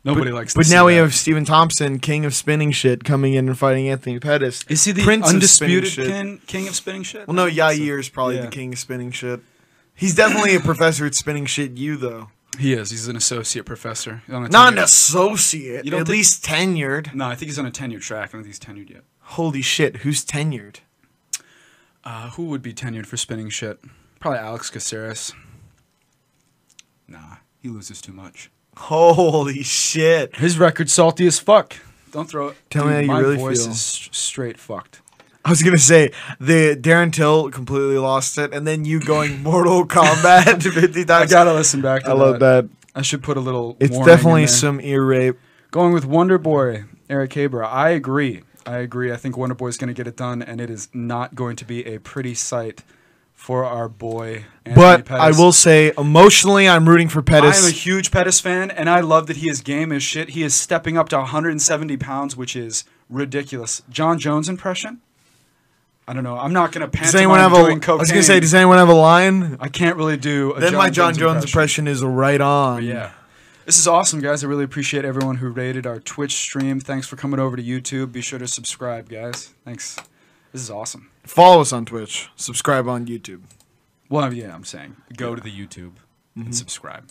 Nobody likes. to But see now we that. have Steven Thompson, king of spinning shit, coming in and fighting Anthony Pettis. Is he the Prince of spinning undisputed shit. king, king of spinning shit? Well, no, Yair is probably yeah. the king of spinning shit. He's definitely a professor at spinning shit. You though, He is. He's an associate professor. He's on a not an tenure- associate. You don't at think- least tenured. No, I think he's on a tenure track. I don't think he's tenured yet. Holy shit, who's tenured? Uh, who would be tenured for spinning shit? Probably Alex Caceres. Nah, he loses too much. Holy shit. His record's salty as fuck. Don't throw it. Tell me how you my really voice feel. is s- straight fucked. I was gonna say the Darren Till completely lost it, and then you going Mortal Kombat fifty I times. gotta listen back. To I love that. I should put a little. It's warning in definitely there. some ear rape. Going with Wonder Boy, Eric Cabra. I agree. I agree. I think Wonder Boy's going to get it done, and it is not going to be a pretty sight for our boy. Anthony But Pettis. I will say, emotionally, I'm rooting for Pettis. I am a huge Pettis fan, and I love that he is game as shit. He is stepping up to 170 pounds, which is ridiculous. John Jones impression? I don't know. I'm not gonna does pantomime anyone have a? doing I cocaine. was gonna say, does anyone have a line? I can't really do. A Then my John Jones impression impression. is right on. Yeah. This is awesome, guys. I really appreciate everyone who rated our Twitch stream. Thanks for coming over to YouTube. Be sure to subscribe, guys. Thanks. This is awesome. Follow us on Twitch. Subscribe on YouTube. Well, yeah, Mm-hmm. I'm saying go to the YouTube and subscribe.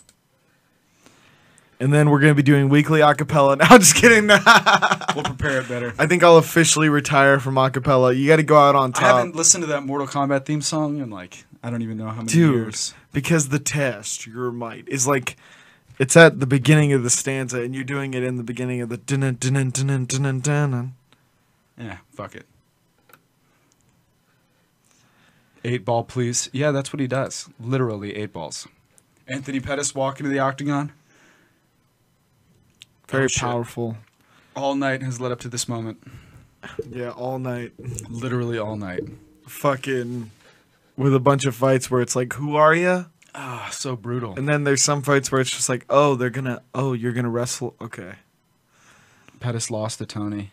And then we're gonna be doing weekly acapella. Now, just kidding. I We'll prepare it better. think I'll officially retire from acapella. You got to go out on I top. haven't listened to that Mortal Kombat theme song in like I don't even know how many Dude. years. because the test your might is like it's at the beginning of the stanza and you're doing it in the beginning of the dun dun dun dun dun Yeah, fuck it. Eight ball, please. Yeah, that's what he does. Literally eight balls. Anthony Pettis walking to the octagon very Oh, shit. powerful all night has led up to this moment. yeah all night Literally all night. fucking with a bunch of fights where it's like who are you Ah, so brutal. and then there's some fights where it's just like oh they're gonna oh you're gonna wrestle okay Pettis lost to Tony.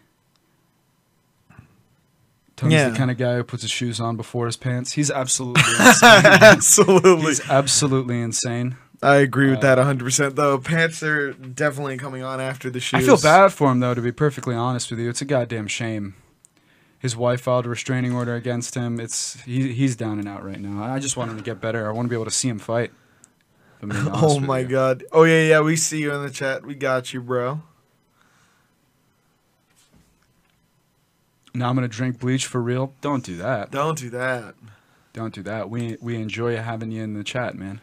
Tony's Yeah. the kind of guy who puts his shoes on before his pants. He's absolutely insane. absolutely He's absolutely insane. i agree with Uh, that 100% though pants are definitely coming on after the shoes I feel bad for him though, to be perfectly honest with you. It's a goddamn shame. His wife filed a restraining order against him. It's he, he's down and out right now. I just want him to get better. I want to be able to see him fight. if I'm being honest oh with my you. god oh yeah yeah we see you in the chat we got you bro Now I'm gonna drink bleach for real. Don't do that. don't do that Don't do that. We we enjoy having you in the chat, man.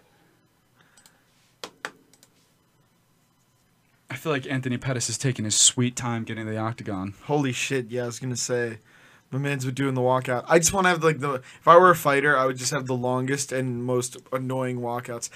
I feel like Anthony Pettis is taking his sweet time getting to the octagon. Holy shit! Yeah, I was gonna say, my man's been doing the walkout. I just want to have like the. If I were a fighter, I would just have the longest and most annoying walkouts.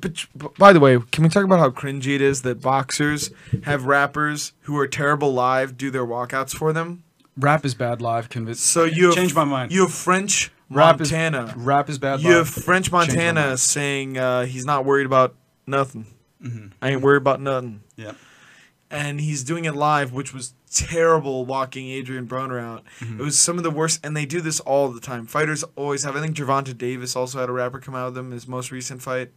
But b- by the way, can we talk about how cringy it is that boxers have rappers who are terrible live do their walkouts for them? Rap is bad live. Convince. So you have, change my mind. You have French rap Is, Montana. rap is bad you have live. French uh, my Montana mind. saying uh, he's not worried about nothing. Mm-hmm. I ain't worried about nothing. yeah. and he's doing it live, which was terrible walking Adrian Broner out. Mm-hmm. It was some of the worst, and they do this all the time. Fighters always have. I think Javante Davis also had a rapper come out with him, his most recent fight.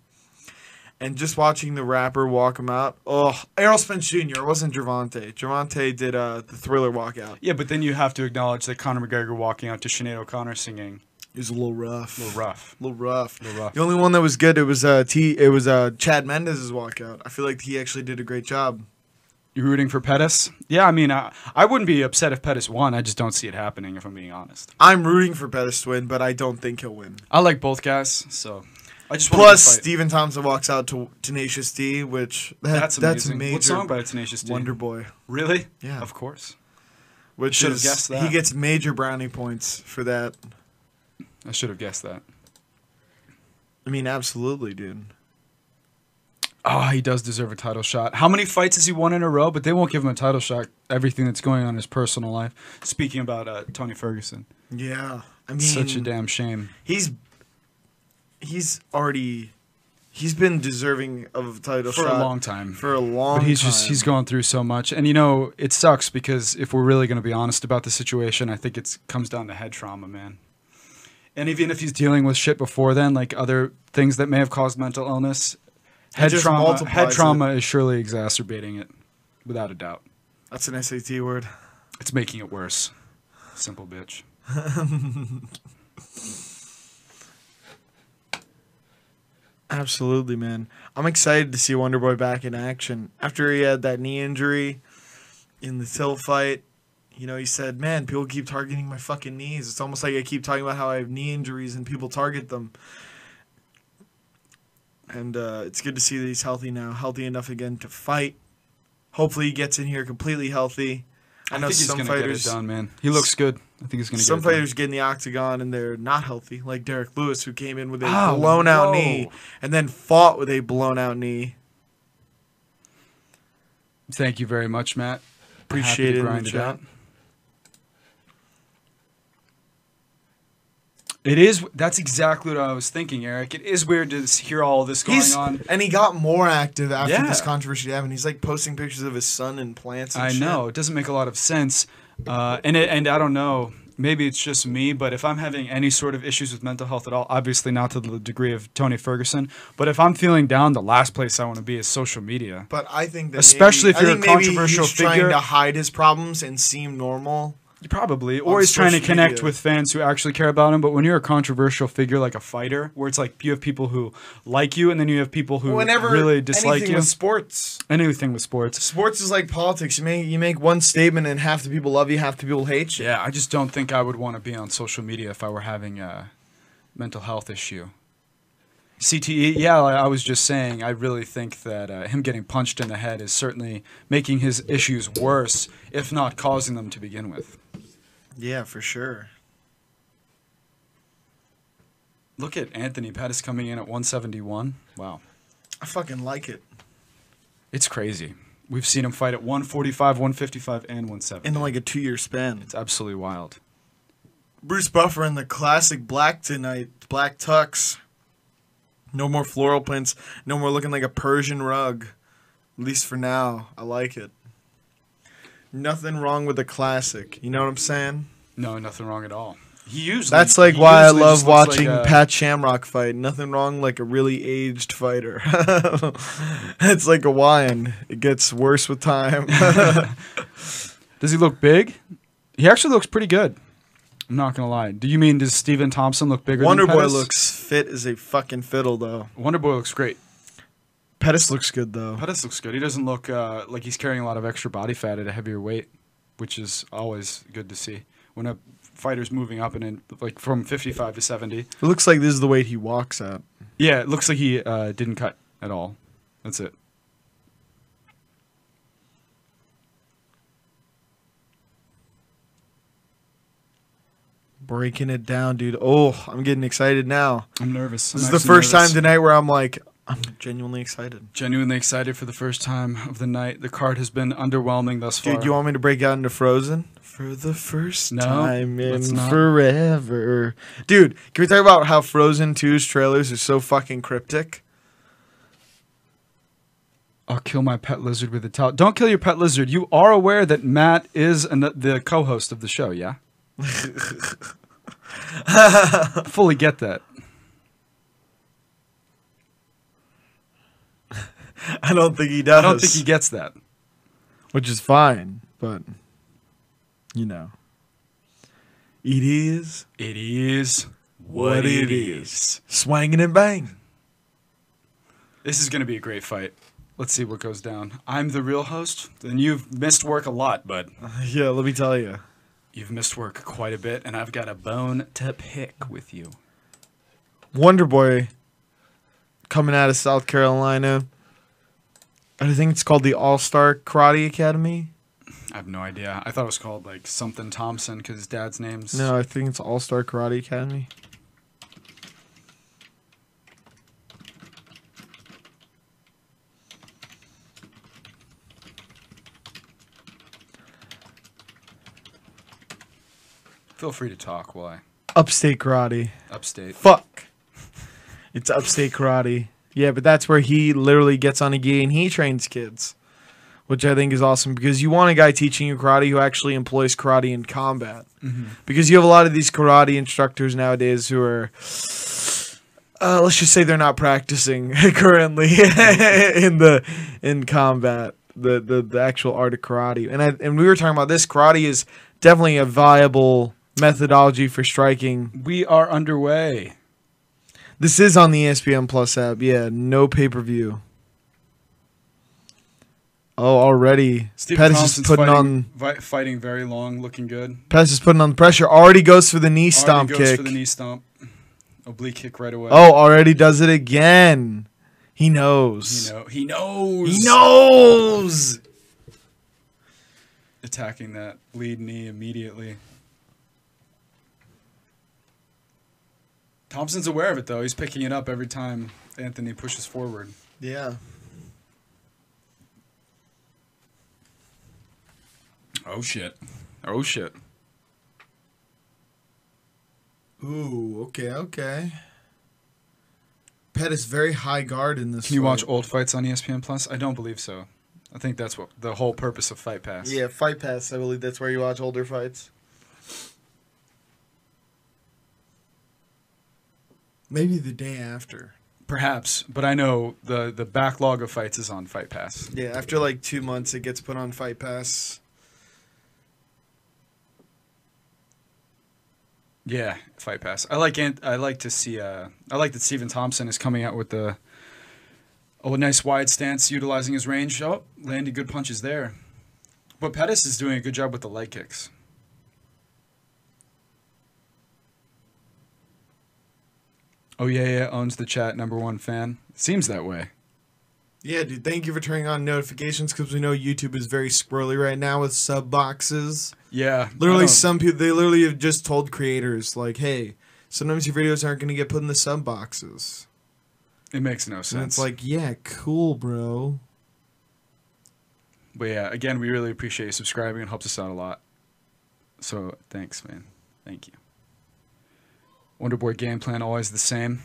And just watching the rapper walk him out, oh, Errol Spence Jr. It wasn't Javante. Javante did uh, the Thriller walkout. Yeah, but then you have to acknowledge that Conor McGregor walking out to Sinead O'Connor singing It was a little rough. a little rough. little rough. Little rough. The only one that was good it was uh T it was uh Chad Mendez's walkout. I feel like he actually did a great job. You rooting for Pettis? Yeah, I mean, I, I wouldn't be upset if Pettis won. I just don't see it happening, if I'm being honest. I'm rooting for Pettis to win, but I don't think he'll win. I like both guys, so I just want Plus, to fight. Steven Thompson walks out to Tenacious D, which that, That's that's amazing. that's major. What song by Tenacious D? Wonder Boy, Really? Yeah. Of course. which Should've is guessed that. he gets major brownie points for that. I should have guessed that. I mean, absolutely, dude. Oh, he does deserve a title shot. How many fights has he won in a row? But they won't give him a title shot. Everything that's going on in his personal life. Speaking about uh, Tony Ferguson, Yeah, I mean, such a damn shame. He's he's already he's been deserving of a title For a shot long time. For a long, But he's time. just he's gone through so much, and you know it sucks because if we're really going to be honest about the situation, I think it's comes down to head trauma, man. And even if he's dealing with shit before then, like other things that may have caused mental illness, head just trauma head multiplies trauma is surely exacerbating it, without a doubt. That's an SAT word. It's making it worse. Simple bitch. Absolutely, man. I'm excited to see Wonderboy back in action. After he had that knee injury in the Till fight, you know, he said, Man, people keep targeting my fucking knees. It's almost like I keep talking about how I have knee injuries and people target them. And uh, it's good to see that he's healthy now, healthy enough again to fight. Hopefully, he gets in here completely healthy. I know think he's some gonna fighters. get it done, man. He looks good. I think he's gonna Some get it done. players get in the octagon and they're not healthy, like Derek Lewis, who came in with a Oh, blown out whoa. knee and then fought with a blown out knee. Thank you very much, Matt. Happy to Appreciate it in the grind chat. out. It is. That's exactly what I was thinking, Eric. It is weird to s- hear all this going He's, on. and he got more active after this Yeah. controversy happened. He's like posting pictures of his son and plants. And I shit. know it doesn't make a lot of sense, uh, and it, and I don't know. Maybe it's just me, but if I'm having any sort of issues with mental health at all, obviously not to the degree of Tony Ferguson, but if I'm feeling down, the last place I want to be is social media. But I think that Especially maybe- if I you're a think maybe controversial he's figure. trying to hide his problems and seem normal. Probably, On or he's trying to social connect media. with fans who actually care about him. But when you're a controversial figure like a fighter, where it's like you have people who like you, and then you have people who Whenever really dislike anything you. with sports, anything with sports. sports is like politics. You make you make one statement and half the people love you, half the people hate you. Yeah, I just don't think I would want to be on social media if I were having a mental health issue. CTE, yeah, I I was just saying, I really think that uh, him getting punched in the head is certainly making his issues worse, if not causing them to begin with. yeah for sure. Look at Anthony Pettis coming in at 171. Wow. I fucking like it. It's crazy. We've seen him fight at 145, 155, and 170. In like a two year span. It's absolutely wild. Bruce Buffer in the classic black tonight, black tux. No more floral prints. No more looking like a Persian rug. At least for now, I like it. Nothing wrong with the classic. You know what I'm saying? No, nothing wrong at all. He usually That's like he why I usually love just looks like watching a- Pat Shamrock fight. Nothing wrong like a really aged fighter. it's like a wine. It gets worse with time. Does he look big? He actually looks pretty good. I'm not gonna lie. Do you mean does Steven Thompson look bigger? than Wonderboy Pettis? looks fit as a fucking fiddle though. Wonderboy looks great. Pettis looks good though. Pettis looks good. He doesn't look uh, like he's carrying a lot of extra body fat at a heavier weight, which is always good to see when a fighter's moving up and in, like from 55 to 70. It looks like this is the weight he walks at. Yeah, it looks like he uh, didn't cut at all. That's it. Breaking it down, dude. Oh, I'm getting excited now. I'm nervous. This is the first time tonight where I'm like, I'm genuinely excited. genuinely excited for the first time of the night. The card has been underwhelming thus far. Dude, you want me to break out into Frozen? For the first No, time in let's not. forever. Dude, can we talk about how Frozen 2's trailers are so fucking cryptic? I'll kill my pet lizard with a towel. Don't kill your pet lizard. You are aware that Matt is an, the co-host of the show, yeah? Fully get that. I don't think he does. I don't think he gets that. Which is fine, but, you know. It is It is what it is. Swanging and banging. This is going to be a great fight. Let's see what goes down. I'm the real host, and you've missed work a lot, bud. Yeah, let me tell you. You've missed work quite a bit, and I've got a bone to pick with you. Wonder Boy coming out of South Carolina. I think it's called the All Star Karate Academy. I have no idea. I thought it was called like something Thompson because his dad's name's No, I think it's All Star Karate Academy. Feel free to talk while I Upstate Karate. upstate. Fuck. It's Upstate Karate. Yeah, but that's where he literally gets on a gi and he trains kids, which I think is awesome because you want a guy teaching you karate who actually employs karate in combat. Because you have a lot of these karate instructors nowadays who are, uh, let's just say they're not practicing currently in the in combat the, the the actual art of karate. And I and we were talking about this karate is definitely a viable methodology for striking We are underway. This is on the E ESPN Plus app. Yeah, no pay per view. Oh, already Steve Pettis Thompson's is putting fighting, on vi- fighting very long, looking good. Pettis is putting on the pressure. Already goes for the knee Already stomp goes kick. for the knee stomp. Oblique kick right away. oh, already does it again. He he knows. know he knows. He knows. attacking that lead knee immediately. Thompson's aware of it though. He's picking it up every time Anthony pushes forward. Yeah. Oh shit! Oh shit! Ooh, okay, okay. Pet is very high guard in this. Can you fight. watch old fights on E ESPN Plus? I don't believe so. I think that's what the whole purpose of Fight Pass. Yeah, Fight Pass. I believe that's where you watch older fights. Maybe the day after. Perhaps, but I know the the backlog of fights is on Fight Pass. Yeah, after like two months, it gets put on Fight Pass. Yeah, Fight Pass. I like Ant- I like to see uh I like that Stephen Thompson is coming out with the oh a nice wide stance utilizing his range. Oh, landing good punches there. But Pettis is doing a good job with the leg kicks. Oh yeah, yeah, owns the chat number one fan. Seems that way. Yeah, dude. Thank you for turning on notifications because we know YouTube is very squirrely right now with sub boxes. Yeah. I Literally, don't- some people they literally have just told creators like, "Hey, sometimes your videos aren't going to get put in the sub boxes." it makes no sense. And it's like, yeah, cool, bro. But yeah, again, we really appreciate you subscribing. It helps us out a lot. So thanks, man. Thank you. Wonderboy game plan always the same.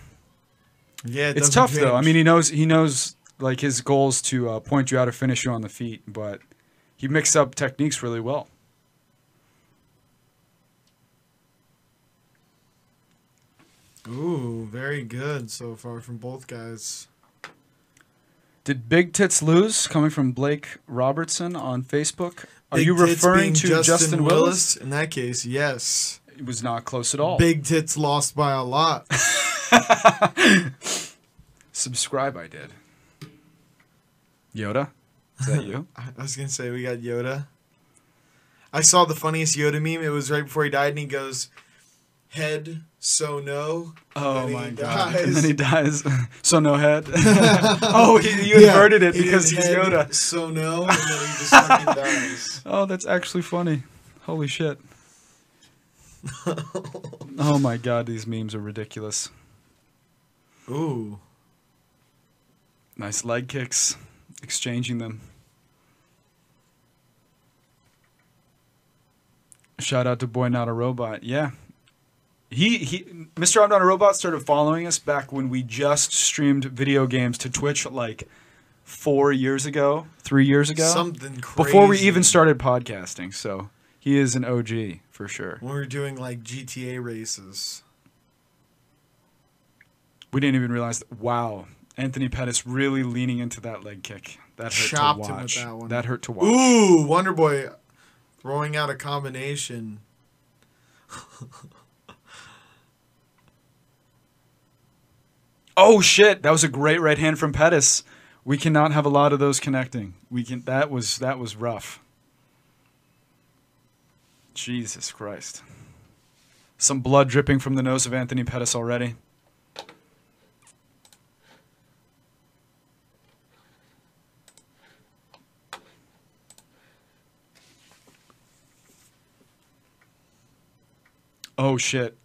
Yeah, it's tough though. I mean, he knows he knows like his goals to uh, point you out or finish you on the feet, but he mixed up techniques really well. ooh, very good so far from both guys. Did Big Tits lose? Coming from Blake Robertson on Facebook. Are Big you tits referring being to Justin, Willis? Oh. In that case, yes. It was not close at all. Big tits lost by a lot. Subscribe, I did. Yoda, is that you? I I was gonna say we got Yoda. I saw the funniest Yoda meme. It was right before he died, and he goes, "Head so no." Oh then he my god! dies. And then he dies. so no head. oh, he, you inverted it he because did he's head Yoda. So no, and then he just fucking dies. Oh, that's actually funny. Holy shit! oh my god, these memes are ridiculous. Ooh, Nice leg kicks, exchanging them. Shout out to Boy Not a Robot. Yeah. He, he Mr. I'm Not a Robot started following us back when we just streamed video games to Twitch like four years ago, three years ago. something crazy. before we even started podcasting, so he is an OG for sure. when we were doing like GTA races. We didn't even realize. That, wow, Anthony Pettis really leaning into that leg kick. That hurt Chopped to him with watch. that one. hurt to watch. Ooh, Wonder Boy throwing out a combination. Oh shit, that was a great right hand from Pettis. We cannot have a lot of those connecting. We can that was that was rough. Jesus Christ. Some blood dripping from the nose of Anthony Pettis already. Oh shit.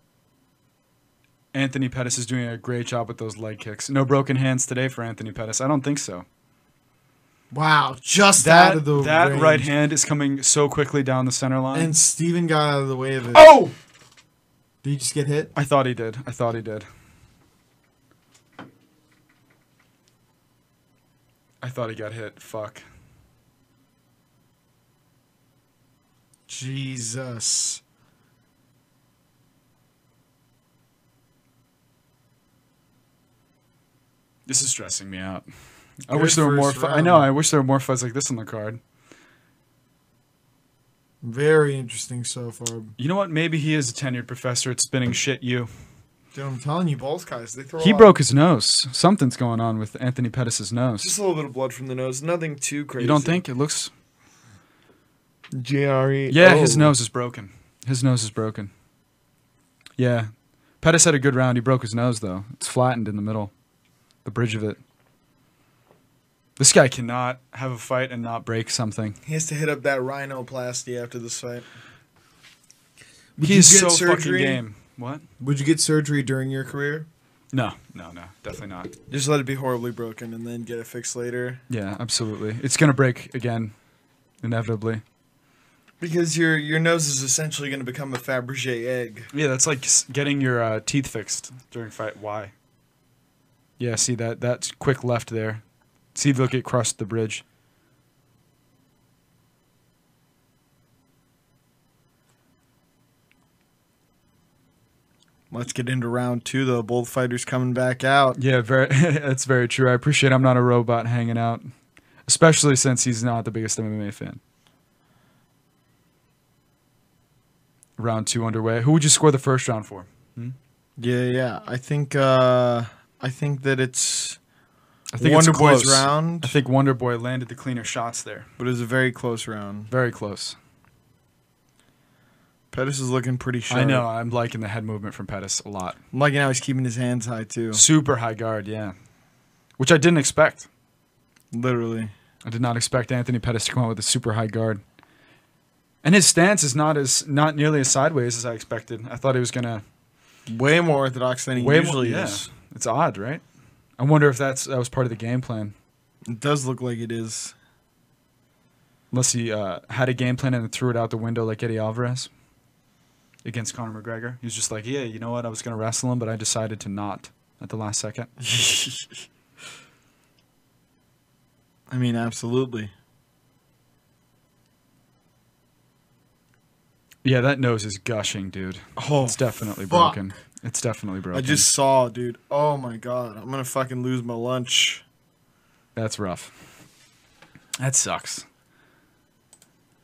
Anthony Pettis is doing a great job with those leg kicks. No broken hands today for Anthony Pettis. I don't think so. Wow, just That out of the that range. right hand is coming so quickly down the center line. And Steven got out of the way of it. oh, Did he just get hit? I thought he did. I thought he did. I thought he got hit. Fuck. Jesus. This is stressing me out. I Good wish there were more. first fi- I know. round. I wish there were more fights like this on the card. Very interesting so far. Dude, You know what? Maybe he is a tenured professor at spinning shit. You. I'm telling you, both guys, they throw He out broke his nose. Something's going on with Anthony Pettis's nose. just a little bit of blood from the nose. Nothing too crazy. you don't think it looks? JRE? Yeah, his nose is broken. His nose is broken. Yeah. Pettis had a good round. He broke his nose, though. It's flattened in the middle, the bridge of it. This guy cannot have a fight and not break something. He has to hit up that rhinoplasty after this fight. Would He you is get so surgery? fucking game. What? Would you get surgery during your career? No, no, no. Definitely not. Just let it be horribly broken and then get it fixed later. Yeah, absolutely. It's going to break again, inevitably. Because your your nose is essentially going to become a Fabergé egg. Yeah, that's like s- getting your uh, teeth fixed during fight. Why? Yeah, see that that's quick left there. See, look, it crossed the bridge. Let's get into round two, though. Both fighters coming back out. Yeah, very. that's very true. I appreciate I'm not a robot hanging out, especially since he's not the biggest MMA fan. Round two underway. Who would you score the first round for? Yeah, yeah. I think uh I think that it's I Wonder it's Boy's close. round, I think Wonder Boy landed the cleaner shots there. but it was a very close round. Very close. Pettis is looking pretty sharp. I know. I'm liking the head movement from Pettis a lot. I'm liking how he's keeping his hands high too. Super high guard, yeah. Which I didn't expect. Literally. I did not expect Anthony Pettis to come out with a super high guard. And his stance is not as not nearly as sideways as I expected. I thought he was gonna Way more orthodox than he way more- usually yeah. is. It's odd, right? I wonder if that's that was part of the game plan. It does look like it is. Unless he uh, had a game plan and then threw it out the window like Eddie Alvarez against Conor McGregor. He was just like, Yeah, you know what, I was gonna wrestle him, but I decided to not at the last second. I mean, absolutely. Yeah, that nose is gushing, dude. Oh, It's definitely fuck. broken. It's definitely broken. I just saw, dude. Oh my god, I'm gonna fucking lose my lunch. That's rough. That sucks.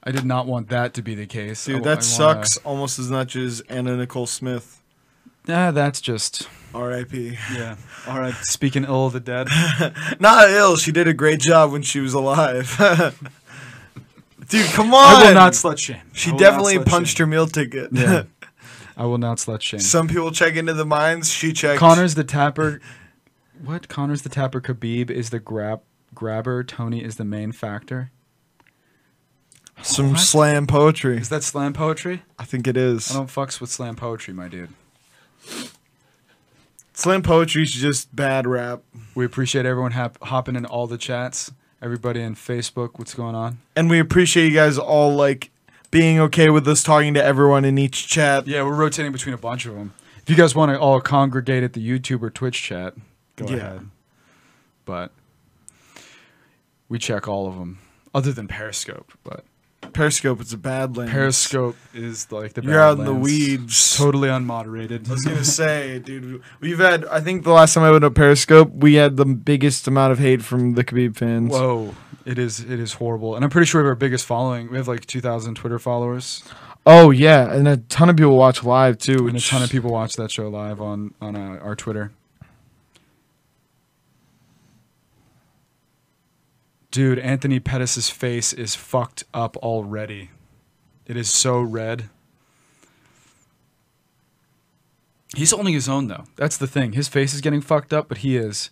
I did not want that to be the case. Dude, Oh, I- I that wanna- sucks almost as much as Anna Nicole Smith. Nah, that's just R.I.P. yeah. All right, speaking ill of the dead. Not ill. She did a great job when she was alive. Dude, come on. I will not slut shame. she definitely punched her meal ticket. Yeah. I will not slut shame. Some people check into the mines. She checked. Connor's the tapper. What? Connor's the tapper. Khabib is the grab grabber. Tony is the main factor. some What? slam poetry. Is that slam poetry? I think it is. I don't fucks with slam poetry, my dude. Slam poetry's just bad rap. We appreciate everyone hap- hopping in all the chats. Everybody in Facebook, what's going on? And we appreciate you guys all like being okay with us talking to everyone in each chat. Yeah, we're rotating between a bunch of them. If you guys want to all congregate at the YouTube or Twitch chat, go Yeah. ahead. But we check all of them, other than Periscope. But Periscope is a bad land. Periscope is like the You're out in the Badlands. weeds. totally unmoderated. I was gonna say, dude, we've had. I think the last time I went to Periscope, we had the biggest amount of hate from the Khabib fans. Whoa, it is it is horrible, and I'm pretty sure we have our biggest following. We have like 2,000 Twitter followers, Oh yeah, and a ton of people watch live too. and a which- ton of people watch that show live on on uh, our Twitter. Dude, Anthony Pettis' face is fucked up already. It is so red. He's holding his own though. That's the thing. His face is getting fucked up, but he is.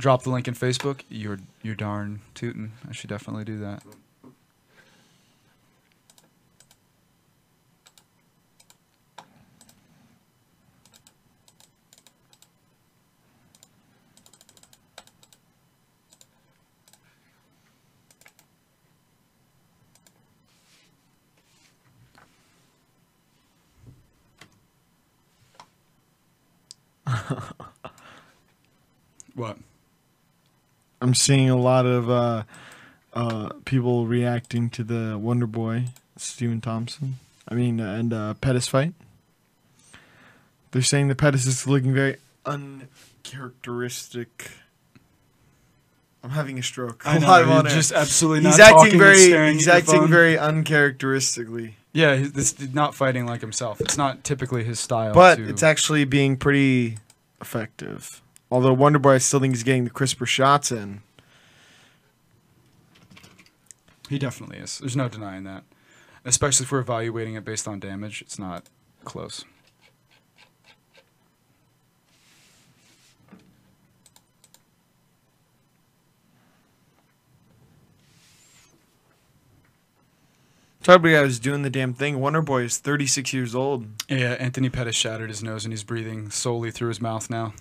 Drop the link in Facebook. You're you're darn tootin'. I should definitely do that. What? I'm seeing a lot of uh, uh, people reacting to the Wonder Boy Steven Thompson. I mean, and uh, Pettis fight. They're saying the Pettis is looking very uncharacteristic. I'm having a stroke. I know, Live you're on air. just absolutely not He's talking acting and very, staring he's at your acting phone. very uncharacteristically, Yeah, he- this is not fighting like himself. It's not typically his style. but to- it's actually being pretty effective. Although Wonder Boy, I still think he's getting the crisper shots in. he definitely is. There's no denying that. Especially if we're evaluating it based on damage, it's not close. Probably I was doing the damn thing. Wonder Boy is 36 years old. Yeah, Anthony Pettis shattered his nose and he's breathing solely through his mouth now.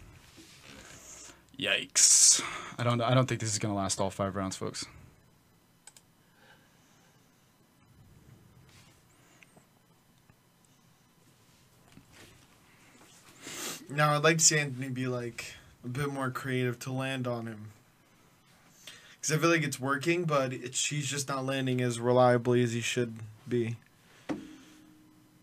Yikes! I don't. I don't think this is gonna last all five rounds, folks. Now I'd like to see Anthony be like a bit more creative to land on him. Because I feel like it's working, but it's, he's just not landing as reliably as he should be.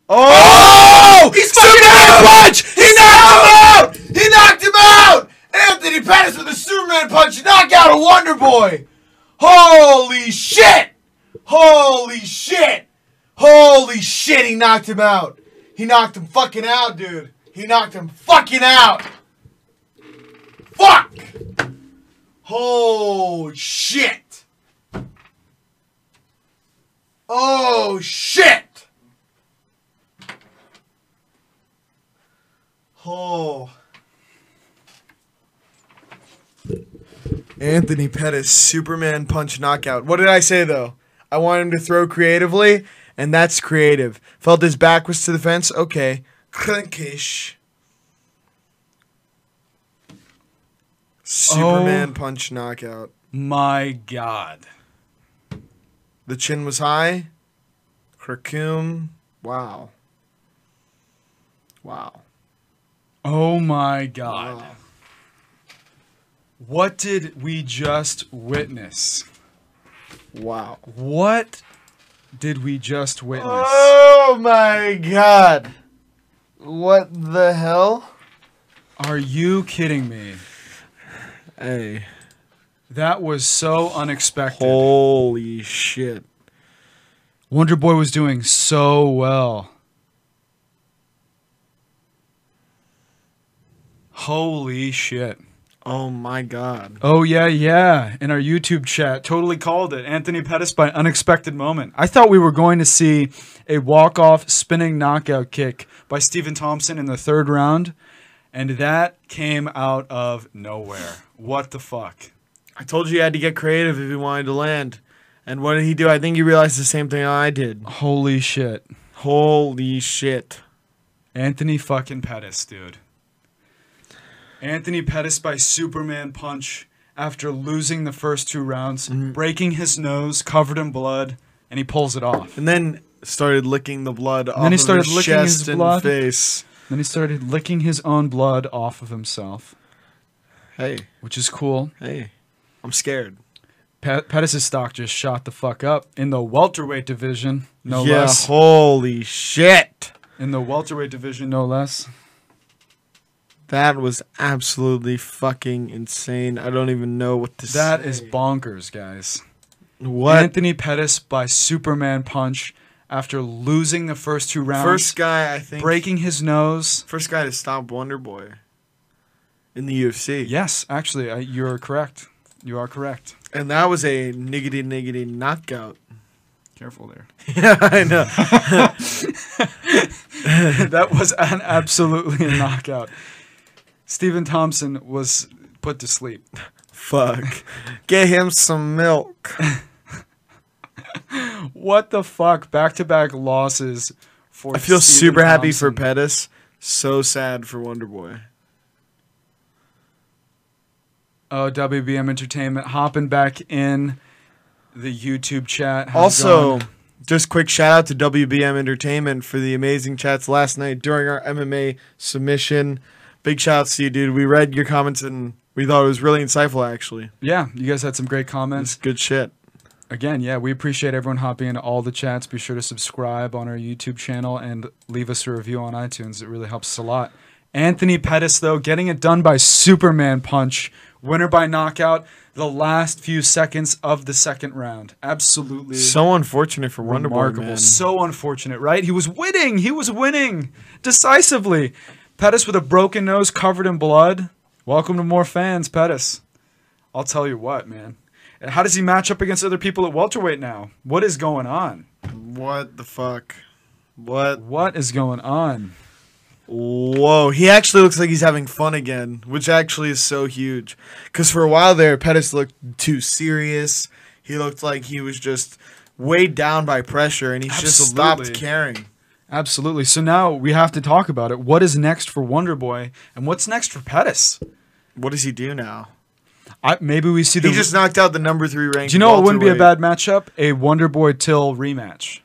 Oh! He's Superman punch! He knocked him out! He knocked him out! Anthony Pettis with a Superman punch knocked out a Wonder Boy. Holy shit! Holy shit! Holy shit! He knocked him out. He knocked him fucking out, dude. He knocked him fucking out. Fuck! Oh shit! Oh shit! Oh. Anthony Pettis, Superman punch knockout. What did I say though? I want him to throw creatively, and that's creative. Felt his back was to the fence. Okay. Crunkish. Superman punch knockout. My God. The chin was high. Krakum. Wow. Wow. Oh my God. What did we just witness? Wow. What did we just witness? Oh my god. What the hell? Are you kidding me? Hey. That was so unexpected. Holy shit. Wonder Boy was doing so well. Holy shit. Oh my god. Oh, yeah, yeah. In our YouTube chat, totally called it. Anthony Pettis by unexpected moment. I thought we were going to see a walk off spinning knockout kick by Stephen Thompson in the third round, and that came out of nowhere. What the fuck? I told you he had to get creative if he wanted to land. And what did he do? I think he realized the same thing I did. Holy shit. Holy shit. Anthony fucking Pettis, dude. Anthony Pettis by Superman punch after losing the first two rounds, Mm-hmm. breaking his nose, covered in blood, and he pulls it off. And then started licking the blood off then he of started his licking chest his and blood. face. Then he started licking his own blood off of himself, Hey, which is cool. hey. I'm scared. Pet- Pettis' stock just shot the fuck up in the welterweight division, no yeah, less. holy shit. In the welterweight division, no less. That was absolutely fucking insane. I don't even know what to That say. is bonkers, guys. what Anthony Pettis by Superman punch after losing the first two rounds. first guy I think breaking his nose. first guy to stop Wonder Boy in the UFC. Yes, actually, I, you're correct. You are correct. And that was a niggity niggity knockout. Careful there. yeah, I know. that was an absolutely a knockout. Stephen Thompson was put to sleep. Fuck. Get him some milk. What the fuck? Back to back losses for. I feel Stephen super happy for Thompson. Pettis, so sad for Wonder Boy. Oh, WBM Entertainment hopping back in the YouTube chat. How's Also, it going? just quick shout out to WBM Entertainment for the amazing chats last night during our MMA submission. Big shout outs to you, dude. We read your comments and we thought it was really insightful, actually. yeah, you guys had some great It's comments. good shit. Again, yeah, we appreciate everyone hopping into all the chats. Be sure to subscribe on our YouTube channel and leave us a review on iTunes. It really helps us a lot. Anthony Pettis, though, getting it done by Superman punch, winner by knockout, the last few seconds of the second round. Absolutely So unfortunate for Wonder Boy, remarkable. man. So unfortunate, right? He was winning. He was winning decisively. Pettis with a broken nose covered in blood. Welcome to more fans, Pettis. I'll tell you what, man. And how does he match up against other people at welterweight now? What is going on? What the fuck? What? What is going on? Whoa, he actually looks like he's having fun again, which actually is so huge. Because for a while there, Pettis looked too serious. He looked like he was just weighed down by pressure and he just stopped Absolutely. caring. Absolutely. So now we have to talk about it. What is next for Wonder Boy, and what's next for Pettis? What does he do now? I, maybe we see the. He just knocked out the number three ranked. do you know what wouldn't be a welterweight. bad matchup? A Wonder Boy Till rematch.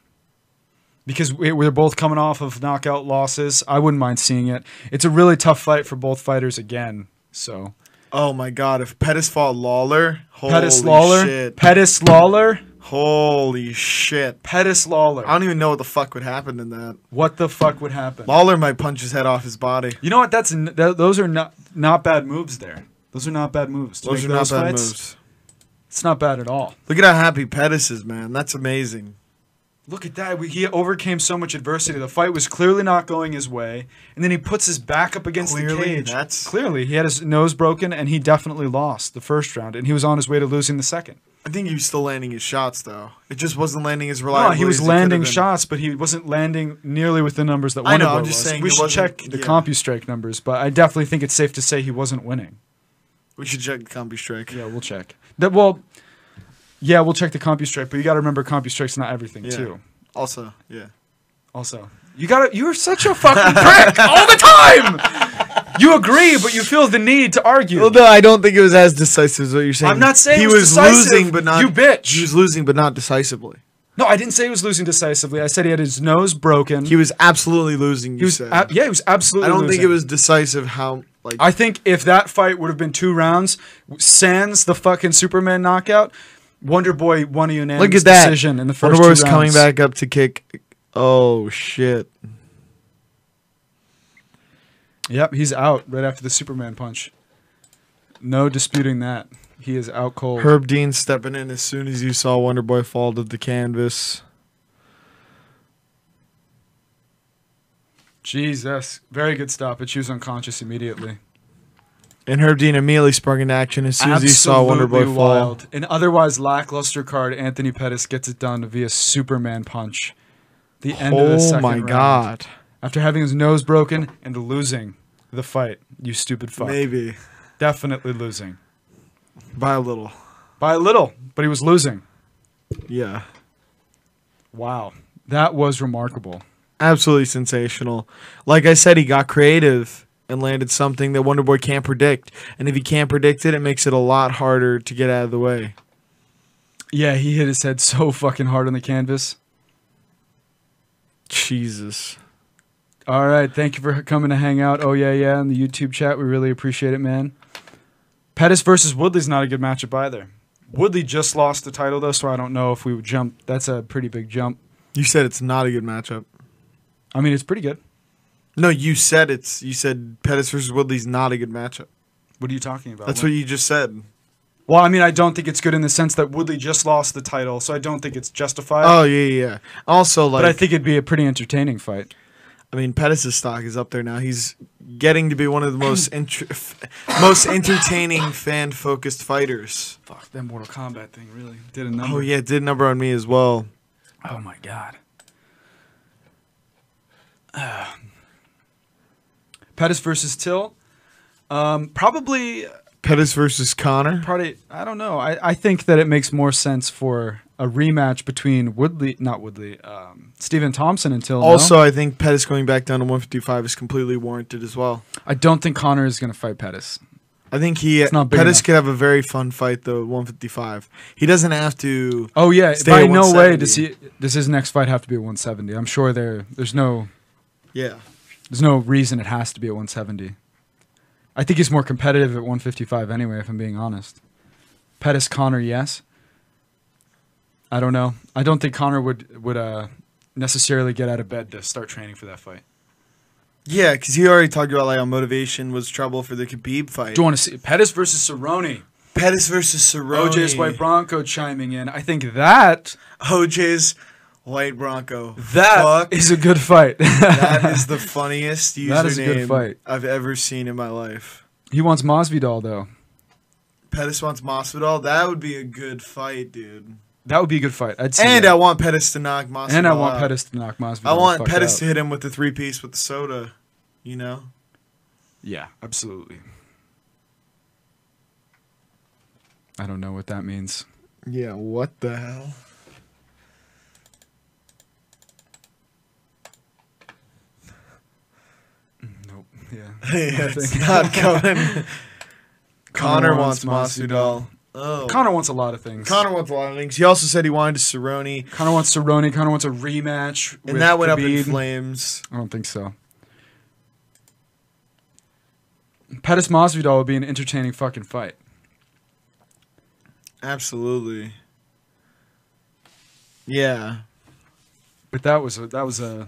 because we, we're both coming off of knockout losses. I wouldn't mind seeing it. It's a really tough fight for both fighters again. So Oh my God! If Pettis fought Lawler, holy Pettis Lawler, shit! Pettis Lawler, holy shit! Pettis Lawler. I don't even know what the fuck would happen in that. what the fuck would happen? Lawler might punch his head off his body. You know what? That's n- th- those are not not bad moves there. Those are not bad moves. To Those are make not bad fights, moves. It's not bad at all. Look at how happy Pettis is, man. That's amazing. Look at that. We, he overcame so much adversity. The fight was clearly not going his way, and then he puts his back up against the Clearly, cage. that's- Clearly, he had his nose broken, and he definitely lost the first round, and he was on his way to losing the second. I think he was still landing his shots though. It just wasn't landing as No, reliably. he as was could landing have been. shots, but he wasn't landing nearly with the numbers that I know, Wonderboy I'm just was. saying we he should wasn't- check the yeah. CompuStrike numbers, but I definitely think it's safe to say he wasn't winning. We should check Combi Strike. Yeah, we'll check. That well, yeah, we'll check the CompuStrike, but you got to remember CompuStrike's not everything Yeah. too. Also, yeah. Also, you got to you're such a fucking prick all the time. You agree, but you feel the need to argue. Well, no, I don't think it was as decisive as what you're saying. I'm not saying he it was decisive, losing, but not you bitch. He was losing, but not decisively. no, I didn't say he was losing decisively. I said he had his nose broken. He was absolutely losing. You He was said. ab- yeah, he was absolutely. I don't think it losing. was decisive. How like I think if that fight would have been two rounds, sans the fucking Superman knockout, Wonder Boy won a unanimous look at that decision in the first Wonderboy two was coming rounds. back up to kick. Oh shit! Yep, he's out right after the Superman punch. No disputing that. He is out cold. Herb Dean stepping in as soon as you saw Wonderboy fall to the canvas. Jesus. Very good stop, but she was unconscious immediately. And Herb Dean immediately sprung into action as soon as he saw Absolutely Wonderboy fall. An otherwise lackluster card, Anthony Pettis gets it done via Superman punch. The end of the Oh second my round. god. After having his nose broken and losing the fight, you stupid fuck. Maybe. Definitely losing. By a little. By a little, but he was losing. Yeah. Wow. That was remarkable. Absolutely sensational. Like I said, he got creative and landed something that Wonderboy can't predict. And if he can't predict it, it makes it a lot harder to get out of the way. Yeah, he hit his head so fucking hard on the canvas. Jesus. All right. Thank you for coming to hang out. Oh, yeah, yeah. In the YouTube chat, we really appreciate it, man. Pettis versus Woodley's not a good matchup either. Woodley just lost the title, though, so I don't know if we would jump. That's a pretty big jump. You said it's not a good matchup. I mean, it's pretty good. No, you said it's you said Pettis versus Woodley's not a good matchup. What are you talking about? That's what you just said. well, I mean, I don't think it's good in the sense that Woodley just lost the title, so I don't think it's justified. Oh yeah, yeah. yeah. Also like but I think it'd be a pretty entertaining fight. I mean, Pettis' stock is up there now. He's getting to be one of the most inter- f- most entertaining fan focused fighters. Fuck, that Mortal Kombat thing really did a number. Oh yeah, it did number on me as well. Oh my god. Pettis versus Till. Um, probably, Pettis versus Connor. probably. I don't know. I, I think that it makes more sense for a rematch between Woodley, not Woodley, um, Stephen Thompson and Till. no? Also, I think Pettis going back down to 155 is completely warranted as well. I don't think Connor is going to fight Pettis. I think he not big Pettis enough. could have a very fun fight though at 155. He doesn't have to. Oh yeah, Stay by at no way does 170. he. Does his next fight have to be at 170? I'm sure there. There's no. Yeah, There's no reason it has to be at 170. I think he's more competitive at 155 anyway, if I'm being honest. Pettis Connor, yes. I don't know. I don't think Connor would would uh, necessarily get out of bed to start training for that fight. yeah, because he already talked about like how motivation was trouble for the Khabib fight. Do you want to see Pettis versus Cerrone? Pettis versus Cerrone. OJ's White Bronco chiming in. I think that OJ's White Bronco. that Fuck is a good fight. That is the funniest username That is a good fight. I've ever seen in my life. he wants Masvidal though. Pettis wants Masvidal. That would be a good fight, dude. That would be a good fight. I'd see And that. I want Pettis to knock Masvidal. and I want out. Pettis to knock Masvidal. I the want fuck Pettis out. to hit him with the three piece with the soda. You know. Yeah, absolutely. I don't know what that means. Yeah. What the hell? Nope. Yeah. it's not coming. Connor, wants Masvidal. Oh. Connor wants a lot of things. Connor wants a lot of things. He also said he wanted Cerrone, Connor wants Cerrone. Connor wants a rematch. and with that went up in Khabib. flames. I don't think so. Pettis Masvidal would be an entertaining fucking fight. Absolutely. Yeah. But that was a, that was a.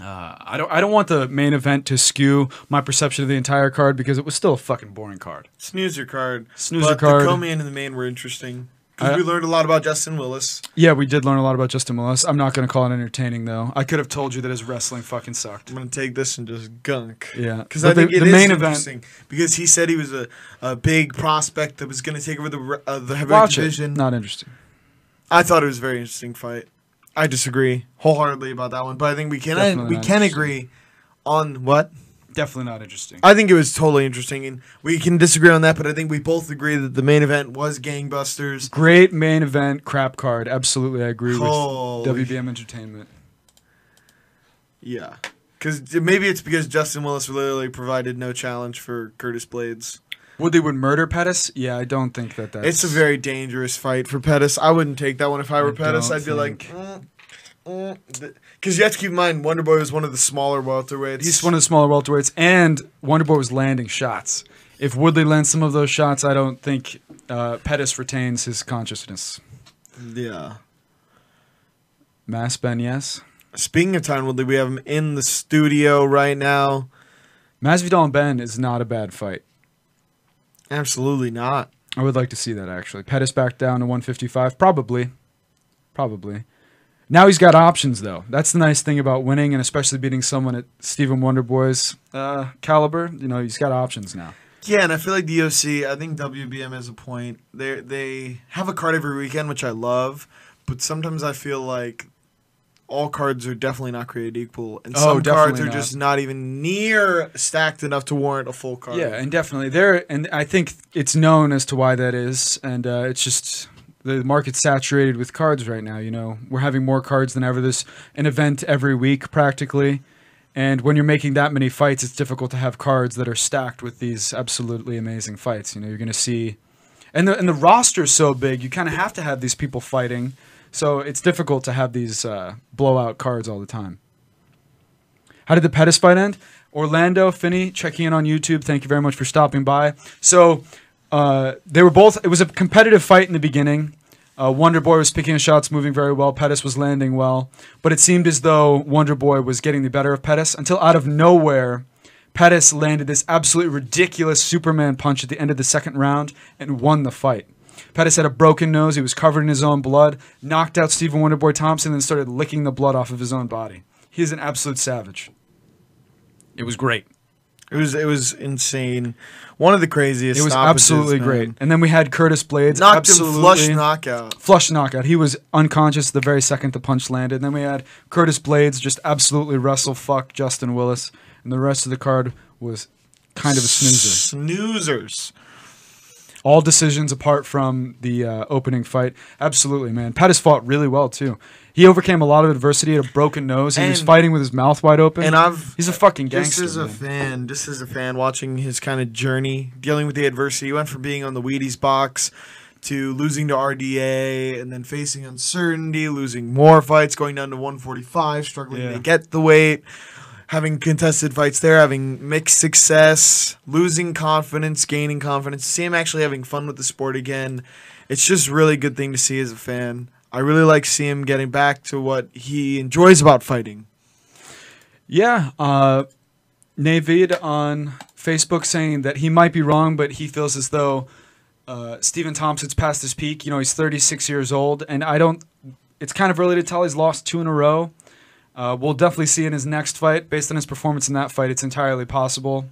Uh, I don't I don't want the main event to skew my perception of the entire card because it was still a fucking boring card. Snoozer card. Snoozer but card. The co-main and the main were interesting I- because we learned a lot about Justin Willis. Yeah, we did learn a lot about Justin Willis. I'm not going to call it entertaining though. I could have told you that his wrestling fucking sucked. I'm gonna take this and just gunk. Yeah, Because But I think the, it the is main event. interesting because he said he was a, a big prospect that was going to take over the re- uh, the heavyweight Watch division. it. Not interesting. I thought it was a very interesting fight. I disagree wholeheartedly about that one, but I think we can Definitely we not can interesting. agree on what Definitely not interesting. I think it was totally interesting, and we can disagree on that. But I think we both agree that the main event was gangbusters. Great main event crap card. Absolutely, I agree Holy- with WBM Entertainment. Yeah, because maybe it's because Justin Willis literally provided no challenge for Curtis Blades. Would they would murder Pettis? Yeah, I don't think that that's. It's a very dangerous fight for Pettis. I wouldn't take that one if I were I Pettis. don't I'd be like, "Mm, think- because you have to keep in mind, Wonderboy was one of the smaller welterweights. He's one of the smaller welterweights, and Wonderboy was landing shots. If Woodley lands some of those shots, I don't think uh, Pettis retains his consciousness. yeah. Mass Ben, yes. Speaking of Tyron Woodley, we have him in the studio right now. Masvidal and Ben is not a bad fight. Absolutely not. I would like to see that actually. Pettis back down to 155, probably, probably. Now he's got options though. That's the nice thing about winning, and especially beating someone at Stephen Wonderboy's uh, caliber. You know, he's got options now. Yeah, and I feel like the OC, I think WBM has a point. They they have a card every weekend, which I love, but sometimes I feel like all cards are definitely not created equal, and Oh, some cards definitely are not. just not even near stacked enough to warrant a full card. Yeah, and definitely there, and I think it's known as to why that is, and uh, it's just the market's saturated with cards right now. You know, we're having more cards than ever. There's an event every week practically, and when you're making that many fights, it's difficult to have cards that are stacked with these absolutely amazing fights. You know, you're going to see, and the and the roster's so big, you kind of have to have these people fighting, so it's difficult to have these uh, blowout cards all the time. How did the Pettis fight end? Orlando Finney checking in on YouTube. Thank you very much for stopping by. So uh, they were both. It was a competitive fight in the beginning. Uh, Wonder Boy was picking his shots, moving very well. Pettis was landing well, but it seemed as though Wonder Boy was getting the better of Pettis until out of nowhere, Pettis landed this absolutely ridiculous Superman punch at the end of the second round and won the fight. Pettis had a broken nose. He was covered in his own blood. Knocked out Stephen Wonderboy Thompson and started licking the blood off of his own body. He is an absolute savage. It was great. It was it was insane. One of the craziest. It was stoppages, absolutely man. great. And then we had Curtis Blades. Knocked absolutely him flush knockout. flush knockout. He was unconscious the very second the punch landed. And then we had Curtis Blades just absolutely wrestle fuck Justin Willis. And the rest of the card was kind of a snoozer. Snoozers. All decisions apart from the uh, opening fight. Absolutely, man. Pettis fought really well too. He overcame a lot of adversity. He had a broken nose. And he was And- fighting with his mouth wide open. And I've he's a fucking Just gangster. as a man. fan, just as a fan watching his kind of journey, dealing with the adversity, he went from being on the Wheaties box to losing to RDA and then facing uncertainty, losing more fights, going down to 145, struggling Yeah. to get the weight, having contested fights there, having mixed success, losing confidence, gaining confidence, see him actually having fun with the sport again. It's just a really good thing to see as a fan. I really like see him getting back to what he enjoys about fighting. Yeah, uh, Navid on Facebook saying that he might be wrong, but he feels as though uh, Stephen Thompson's past his peak. You know, he's 36 years old, and I don't. It's kind of early to tell. He's lost two in a row. Uh, we'll definitely see in his next fight, based on his performance in that fight, it's entirely possible.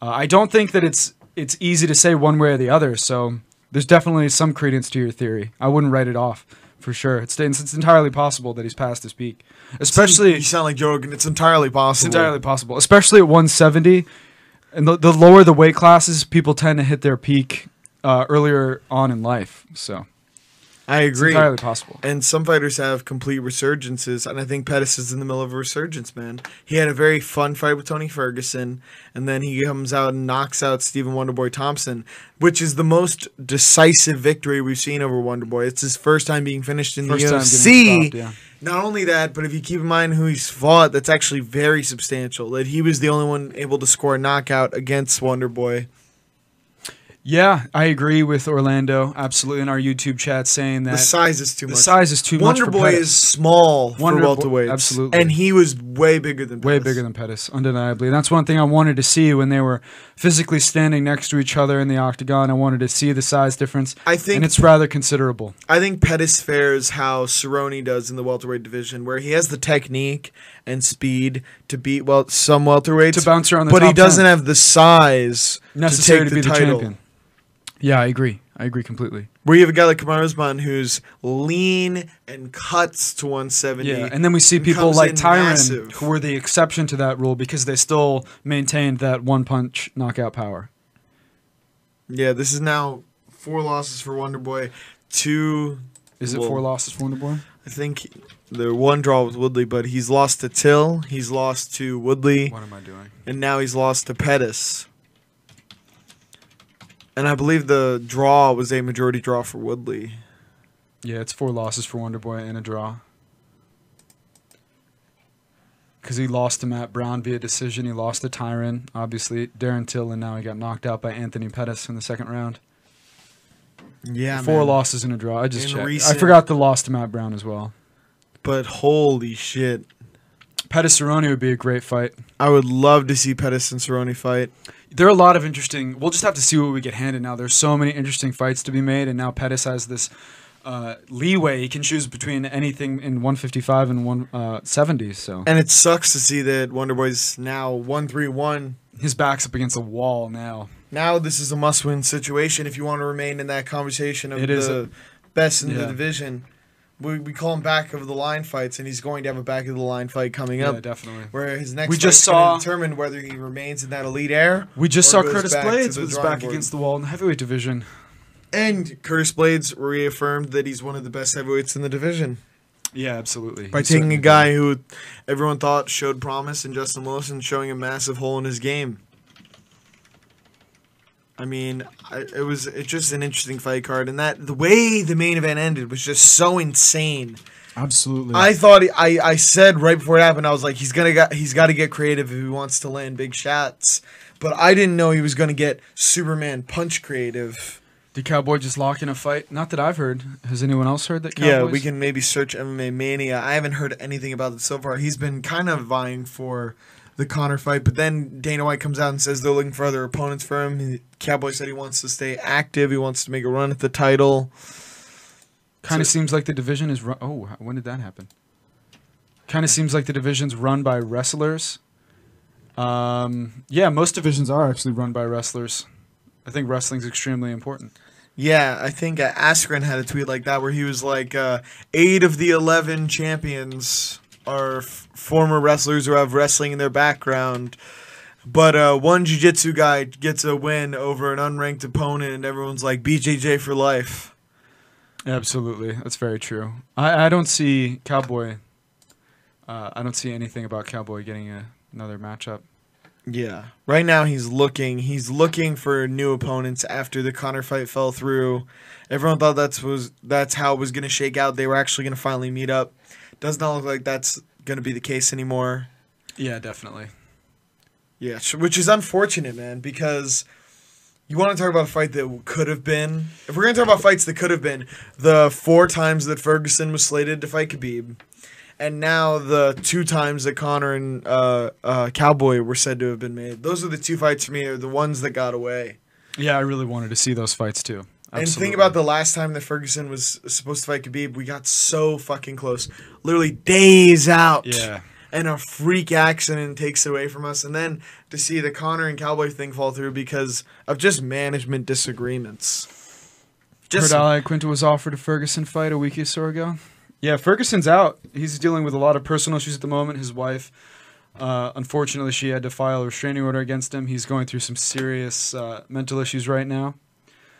Uh, I don't think that it's it's easy to say one way or the other. So there's definitely some credence to your theory. I wouldn't write it off for sure. It's it's entirely possible that he's past his peak, especially you sound like Joe Rogan. It's entirely possible. it's entirely possible, especially at 170. And the, the lower the weight classes, people tend to hit their peak uh, earlier on in life. So I It's agree. entirely possible. And some fighters have complete resurgences, and I think Pettis is in the middle of a resurgence, man. He had a very fun fight with Tony Ferguson, and then he comes out and knocks out Stephen Wonderboy Thompson, which is the most decisive victory we've seen over Wonderboy. It's his first time being finished in First the time UFC. getting stopped, yeah. Not only that, but if you keep in mind who he's fought, that's actually very substantial. That he was the only one able to score a knockout against Wonderboy. Yeah, I agree with Orlando absolutely in our YouTube chat saying that The size is too the much. size is too much. Wonder for Boy Pettis. is small Wonder for Boy- welterweights. absolutely. And he was way bigger than way Pettis. bigger than Pettis, undeniably. That's one thing I wanted to see when they were physically standing next to each other in the octagon. I wanted to see the size difference. I think- and it's rather considerable. I think Pettis fares how Cerrone does in the welterweight division, where he has the technique and speed to beat well some welterweights To bounce around the but he top doesn't 10. have the size Necessary to, to, be take the, the title. champion. Yeah, I agree. I agree completely. Where you have a guy like Kamaru Usman who's lean and cuts to 170. Yeah, and then we see and people comes like in Tyron massive. who were the exception to that rule because they still maintained that one punch knockout power. Yeah, this is now four losses for Wonder Boy. Two. Is it well, four losses for Wonderboy? I think the one draw with Woodley, but he's lost to Till, he's lost to Woodley, What am I doing? and now he's lost to Pettis. And I believe the draw was a majority draw for Woodley. Yeah, it's four losses for Wonderboy and a draw. Because he lost to Matt Brown via decision. He lost to Tyron, obviously, Darren Till, and now he got knocked out by Anthony Pettis in the second round. Yeah, four losses and a draw. I just In checked. recent- I forgot the loss to Matt Brown as well. But holy shit, Pettis Cerrone would be a great fight. I would love to see Pettis and Cerrone fight. There are a lot of interesting. We'll just have to see what we get handed now. There's so many interesting fights to be made, and now Pettis has this uh, leeway. He can choose between anything in 155 and 170. So And it sucks to see that Wonderboy's now one three one. his back's up against a wall now. Now this is a must win situation if you want to remain in that conversation of It the is best in the yeah. division. We, we call him back of the line fights, and he's going to have a back of the line fight coming Yeah, up. definitely. where his next We fight just can saw- determine whether he remains in that elite air. We just or saw goes Curtis back to Blades the with his drawing back board. against the wall in the heavyweight division. And Curtis Blades reaffirmed that he's one of the best heavyweights in the division Yeah, absolutely. by He taking certainly a did. guy who everyone thought showed promise in Justin Willis and showing a massive hole in his game. I mean, I, it was it's just an interesting fight card, and that the way the main event ended was just so insane. absolutely. I thought I I said right before it happened, I was like, he's gonna got he's got to get creative if he wants to land big shots. But I didn't know he was gonna get Superman punch creative. Did Cowboy just lock in a fight? Not that I've heard. Has anyone else heard that? Cowboys? Yeah, we can maybe search MMA Mania. I haven't heard anything about it so far. He's been kind of vying for the Connor fight, but then Dana White comes out and says they're looking for other opponents for him. He- Cowboy said he wants to stay active. He wants to make a run at the title. Kind of seems like the division is. Run- oh, h- when did that happen? Kind of seems like the division's run by wrestlers. Um, yeah, most divisions are actually run by wrestlers. I think wrestling's extremely important. Yeah, I think uh, Askren had a tweet like that where he was like, uh, eight of the 11 champions are f- former wrestlers who have wrestling in their background. But uh, one jiu-jitsu guy gets a win over an unranked opponent, and everyone's like, BJJ for life. Absolutely, that's very true. I, I don't see Cowboy. Uh, I don't see anything about Cowboy getting a, another matchup. Yeah. Right now he's looking. He's looking for new opponents after the Connor fight fell through. Everyone thought that's was that's how it was gonna shake out. They were actually gonna finally meet up. Does not look like that's gonna be the case anymore. Yeah, definitely. Yeah, sh- which is unfortunate, man, because you want to talk about a fight that could have been. If we're going to talk about fights that could have been, the four times that Ferguson was slated to fight Khabib, and now the two times that Connor and uh, uh, Cowboy were said to have been made. Those are the two fights for me, are the ones that got away. Yeah, I really wanted to see those fights too. And think about the last time that Ferguson was supposed to fight Khabib, we got so fucking close. Literally days out yeah. and a freak accident takes it away from us. And then to see the Connor and Cowboy thing fall through because of just management disagreements. Just Heard uh, Ali Quinta was offered a Ferguson fight a week or so ago. Yeah, Ferguson's out. He's dealing with a lot of personal issues at the moment. His wife, uh, unfortunately, she had to file a restraining order against him. He's going through some serious uh, mental issues right now,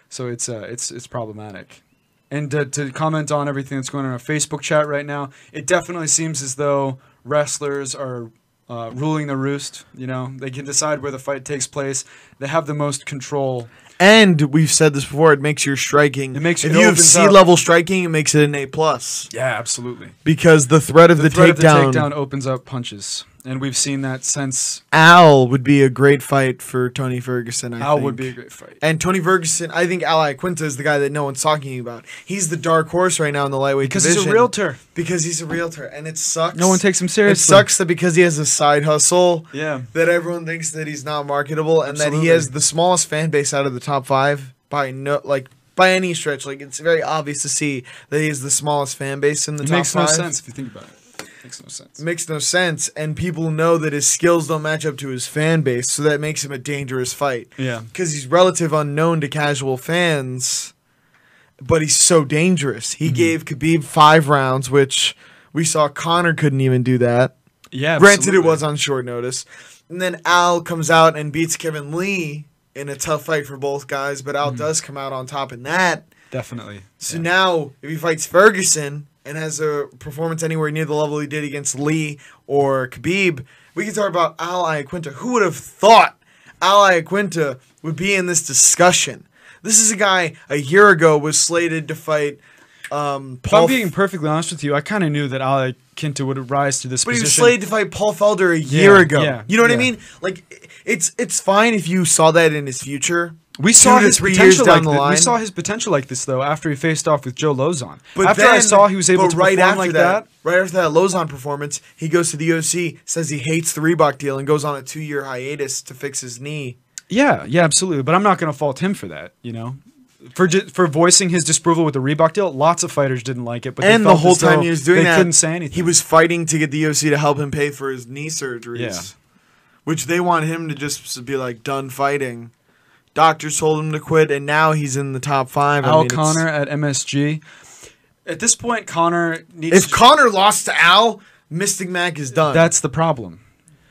so it's uh, it's it's problematic. and to, to comment on everything that's going on in our Facebook chat right now, it definitely seems as though wrestlers are uh, ruling the roost. You know, they can decide where the fight takes place. They have the most control. And we've said this before. It makes your striking. It makes- if it you have opens C up. level striking, it makes it an A plus Yeah, absolutely. because the threat of the, threat of takedown. the takedown opens up punches, and we've seen that since Al would be a great fight for Tony Ferguson. I Al think. would be a great fight. And Tony Ferguson, I think Ally Quinta is the guy that no one's talking about. He's the dark horse right now in the lightweight Because division. he's a realtor. Because he's a realtor, and it sucks. No one takes him It seriously. sucks that because he has a side hustle, Yeah. that everyone thinks that he's not marketable, and that Absolutely. he has the smallest fan base out of the top five by no like by any stretch. Like it's very obvious to see that he has the smallest fan base in the It top makes five. no sense if you think about it. It makes no sense. Makes no sense, and people know that his skills don't match up to his fan base, so that makes him a dangerous fight Yeah. because he's relative unknown to casual fans, but he's so dangerous. He gave Khabib five rounds, which we saw Connor couldn't even do that. Yeah. Granted, it absolutely. was on short notice. And then Al comes out and beats Kevin Lee in a tough fight for both guys, but Al does come out on top in that. Definitely. So Yeah. now, if he fights Ferguson and has a performance anywhere near the level he did against Lee or Khabib, we can talk about Al Iaquinta. Who would have thought Al Iaquinta would be in this discussion? This is a guy a year ago was slated to fight um, If I'm Paul. being perfectly honest with you, I kind of knew that Ali Kinta would rise to this but he was position. slated to fight Paul Felder a year ago. yeah, you know what I yeah. mean? Like, it's it's fine if you saw that in his future. we two saw to his three years potential down like the thi- line. We saw his potential like this though after he faced off with Joe Lozon. But after I then- saw he was able but to right perform after like that, right after that Lozon performance, he goes to the UFC, says he hates the Reebok deal, and goes on a two-year hiatus to fix his knee. Yeah, yeah, absolutely. But I'm not going to fault him for that, you know. For ju- for voicing his disapproval with the Reebok deal, lots of fighters didn't like it, but they and the felt whole as though time he was doing they that, couldn't say anything. He was fighting to get the UFC to help him pay for his knee surgeries, Yeah. which they want him to just be like done fighting. Doctors told him to quit, and now he's in the top five. I Al mean, it's- Connor at MSG. At this point, Connor needs. If to- Connor lost to Al, Mystic Mac is done. That's the problem.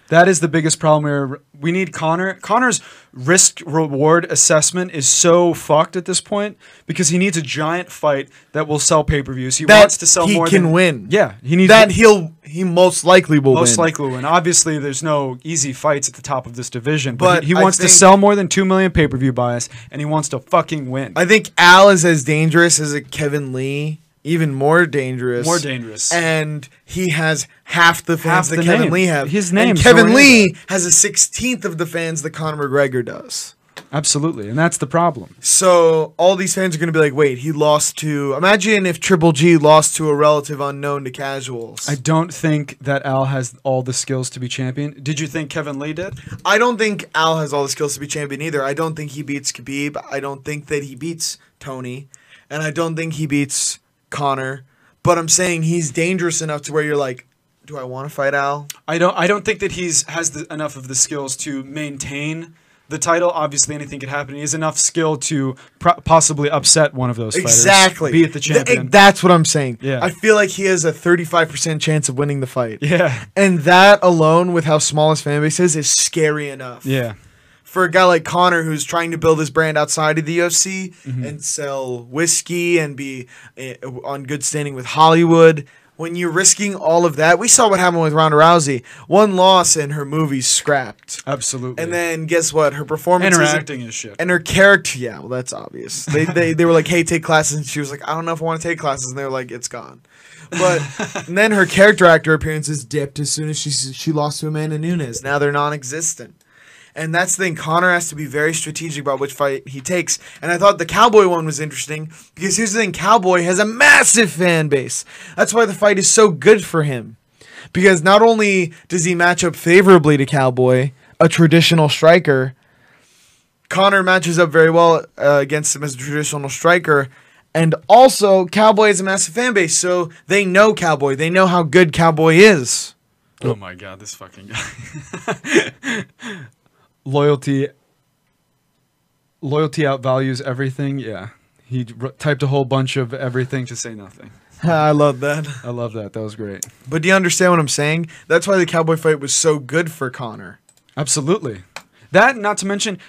That is the biggest problem. We're, we need Connor. Connor's risk reward assessment is so fucked at this point because he needs a giant fight that will sell pay per views. He That wants to sell he more. can than, win. Yeah, he needs that he'll he most likely will most win. likely will win. Obviously, there's no easy fights at the top of this division, but, But he, he I wants to think- sell more than two million pay per view buys, and he wants to fucking win. I think Al is as dangerous as a Kevin Lee, even more dangerous. More dangerous. And he has half the fans Half that the Kevin name. Lee have. His And name's Kevin nowhere Lee near has a sixteenth of the fans that Conor McGregor does. Absolutely, and that's the problem. So all these fans are going to be like, "Wait, he lost to." Imagine if Triple G lost to a relative unknown to casuals. I I, don't think that Al has all the skills to be champion. Did you think Kevin Lee did? don't think Al has all the skills to be champion either. I don't think he beats Khabib. I don't think that he beats Tony, and I don't think he beats Connor. But I'm saying he's dangerous enough to where you're like, "Do I want to fight Al?" I don't. I don't think that he's has the, enough of the skills to maintain the title. Obviously, anything could happen. He has enough skill to pro- possibly upset one of those fighters. Exactly. Be at the Th- champion. that's what I'm saying. Yeah. I feel like he has a 35% chance of winning the fight. yeah. And that alone, with how small his fan base is, is scary enough. Yeah. For a guy like Connor, who's trying to build his brand outside of the UFC and sell whiskey and be eh, on good standing with Hollywood, when you're risking all of that, we saw what happened with Ronda Rousey. One loss and her movie's scrapped. Absolutely. And then guess what? Her performance Oh, interacting is shit. and her character, yeah, well, that's obvious. They, they they were like, "Hey, take classes," and she was like, "I don't know if I want to take classes," and they were like, "It's gone." But and then her character actor appearances dipped as soon as she she lost to Amanda Nunes. Now they're non-existent, and that's the thing. Connor has to be very strategic about which fight he takes. And I thought the Cowboy one was interesting because here's the thing: Cowboy has a massive fan base. That's why the fight is so good for him because not only does he match up favorably to Cowboy, a traditional striker, Connor matches up very well uh, against him as a traditional striker. And also, Cowboy has a massive fan base, so they know Cowboy. They know how good Cowboy is. oh my god, this fucking guy. loyalty. Loyalty outvalues everything. Yeah. He r- typed a whole bunch of everything to say nothing. I love that. I love that. That was great. But do you understand what I'm saying? That's why the Cowboy fight was so good for Connor. Absolutely. That, not to mention,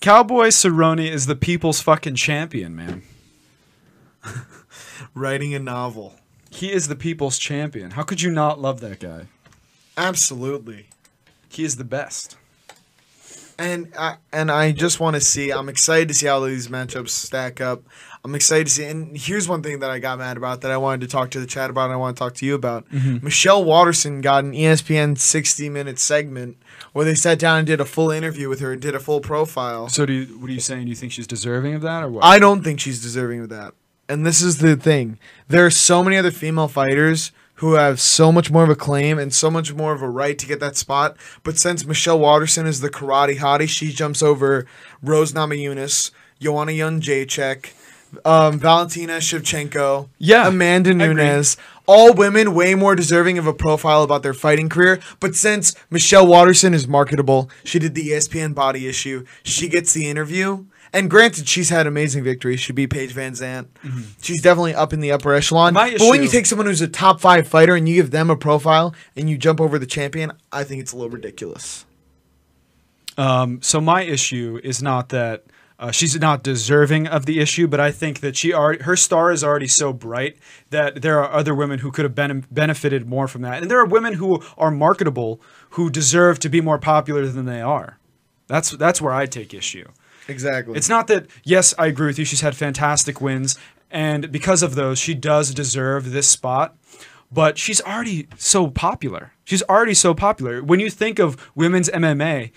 Cowboy Cerrone is the people's fucking champion, man. writing a novel. He is the people's champion. How could you not love that guy? Absolutely. He is the best. And I, and I just want to see. I'm excited to see how these matchups stack up. I'm excited to see. And here's one thing that I got mad about that I wanted to talk to the chat about. and I want to talk to you about. Michelle Watterson got an E ESPN 60 minute segment where they sat down and did a full interview with her and did a full profile. So do you, what are you saying? Do you think she's deserving of that or what? I don't think she's deserving of that. And this is the thing. There are so many other female fighters who have so much more of a claim and so much more of a right to get that spot. But since Michelle Watterson is the karate hottie, she jumps over Rose Namajunas, Joanna Young Jacek, um, Valentina Shevchenko, Yeah, Amanda agree. Nunes. All women way more deserving of a profile about their fighting career. But since Michelle Watterson is marketable, she did the E ESPN body issue. She gets the interview. And granted, she's had amazing victories. She beat Paige Van Zant. She's definitely up in the upper echelon. Mm-hmm. My but when you issue- take someone who's a top five fighter and you give them a profile and you jump over the champion, I think it's a little ridiculous. Um, so my issue is not that uh, she's not deserving of the issue, but I think that she already, her star is already so bright that there are other women who could have been, benefited more from that, and there are women who are marketable who deserve to be more popular than they are. That's that's where I take issue. Exactly. It's not that yes, I agree with you. She's had fantastic wins, and because of those, she does deserve this spot. But she's already so popular. She's already so popular. When you think of women's MMA,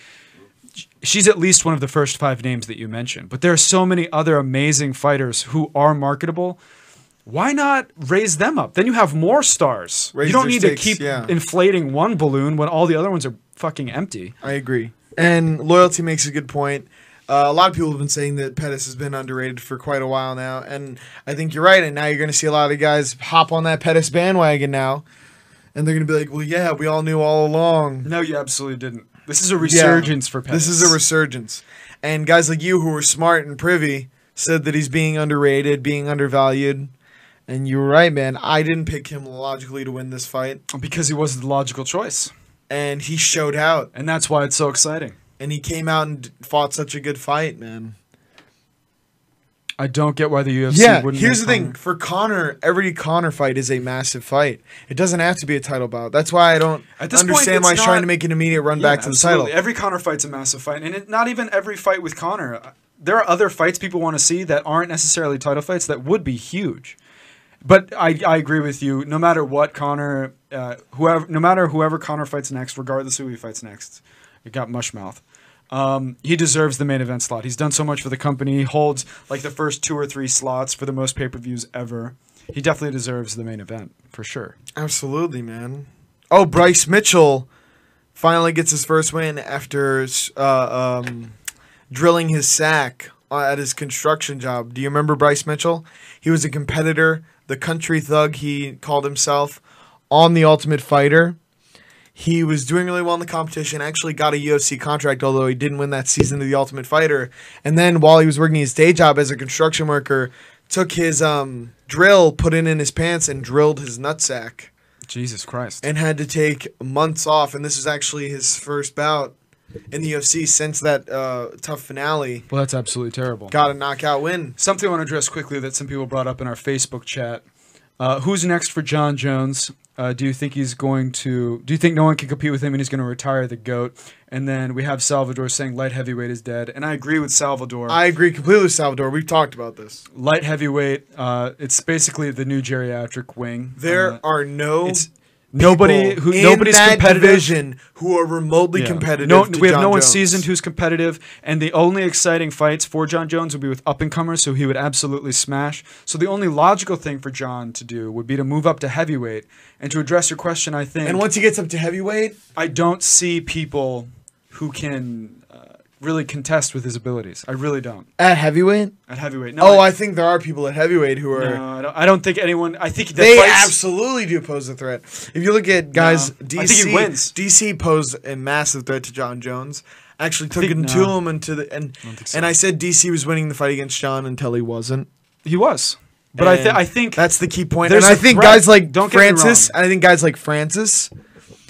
she's at least one of the first five names that you mentioned. But there are so many other amazing fighters who are marketable. Why not raise them up? Then you have more stars. Raise you don't their need stakes, to keep yeah. inflating one balloon when all the other ones are fucking empty. I agree. And loyalty makes a good point. Uh, a lot of people have been saying that Pettis has been underrated for quite a while now, and I think you're right. And now you're going to see a lot of guys hop on that Pettis bandwagon now, and they're going to be like, "Well, yeah, we all knew all along." No, you absolutely didn't. This is a Yeah. resurgence for Pettis. This is a resurgence, and guys like you who were smart and privy said that he's being underrated, being undervalued, and you were right, man. I didn't pick him logically to win this fight, Because he was the logical choice. and he showed out. And that's why it's so exciting. And he came out and fought such a good fight, man. I don't get why the UFC yeah, wouldn't. here's the make thing. Conor. For Connor, every Connor fight is a massive fight. It doesn't have to be a title bout. That's why I don't At this point, understand why it's he's trying not- to make an immediate run back Yeah, to the absolutely. title. Every Connor fight's a massive fight. And it, not even every fight with Connor. Uh, There are other fights people want to see that aren't necessarily title fights that would be huge. But I, I agree with you. No matter what Connor, uh, whoever, no matter whoever Connor fights next, regardless who he fights next, it got mushmouth. Um, he deserves the main event slot. He's done so much for the company. He holds like the first two or three slots for the most pay per views ever. He definitely deserves the main event for sure. Absolutely, man. Oh, Bryce Mitchell finally gets his first win after uh, um, drilling his sack uh, at his construction job. Do you remember Bryce Mitchell? He was a competitor, the country thug he called himself, on The Ultimate Fighter. He was doing really well in the competition, actually got a UFC contract, although he didn't win that season of The Ultimate Fighter. And then while he was working his day job as a construction worker, took his um, drill, put it in his pants, and drilled his nutsack Jesus Christ. and had to take months off. And this was actually his first bout in the UFC since that uh, tough finale. Well, that's absolutely terrible. Got a knockout win. Something I want to address quickly that some people brought up in our Facebook chat. Uh, who's next for John Jones? Uh, do you think he's going to? Do you think no one can compete with him and he's going to retire the goat? And then we have Salvador saying light heavyweight is dead, and I agree with Salvador. I agree completely with Salvador. We've talked about this. light heavyweight, uh, it's basically the new geriatric wing. There Uh, are no it's nobody people who in nobody's that competitive. division who are remotely Yeah. competitive. No, to we have John no one Jones. seasoned who's competitive, and the only exciting fights for John Jones would be with up and comers, so he would absolutely smash. So the only logical thing for John to do would be to move up to heavyweight. And to address your question, I think And once he gets up to heavyweight, I don't see people who can uh, really contest with his abilities. I really don't at heavyweight, at heavyweight. No, oh, I think there are people at heavyweight who are. no, I don't, I don't think anyone. I think the They fights, absolutely do pose a threat. If you look at guys, No. I DC think he wins. DC posed a massive threat to John Jones. Actually, took think- him to no. him and to the and think so. and I said DC was winning the fight against John until he wasn't. he was, but I, th- And I think that's the key point. there's And I a think threat. guys like Don't get me Francis, wrong. I think guys like Francis,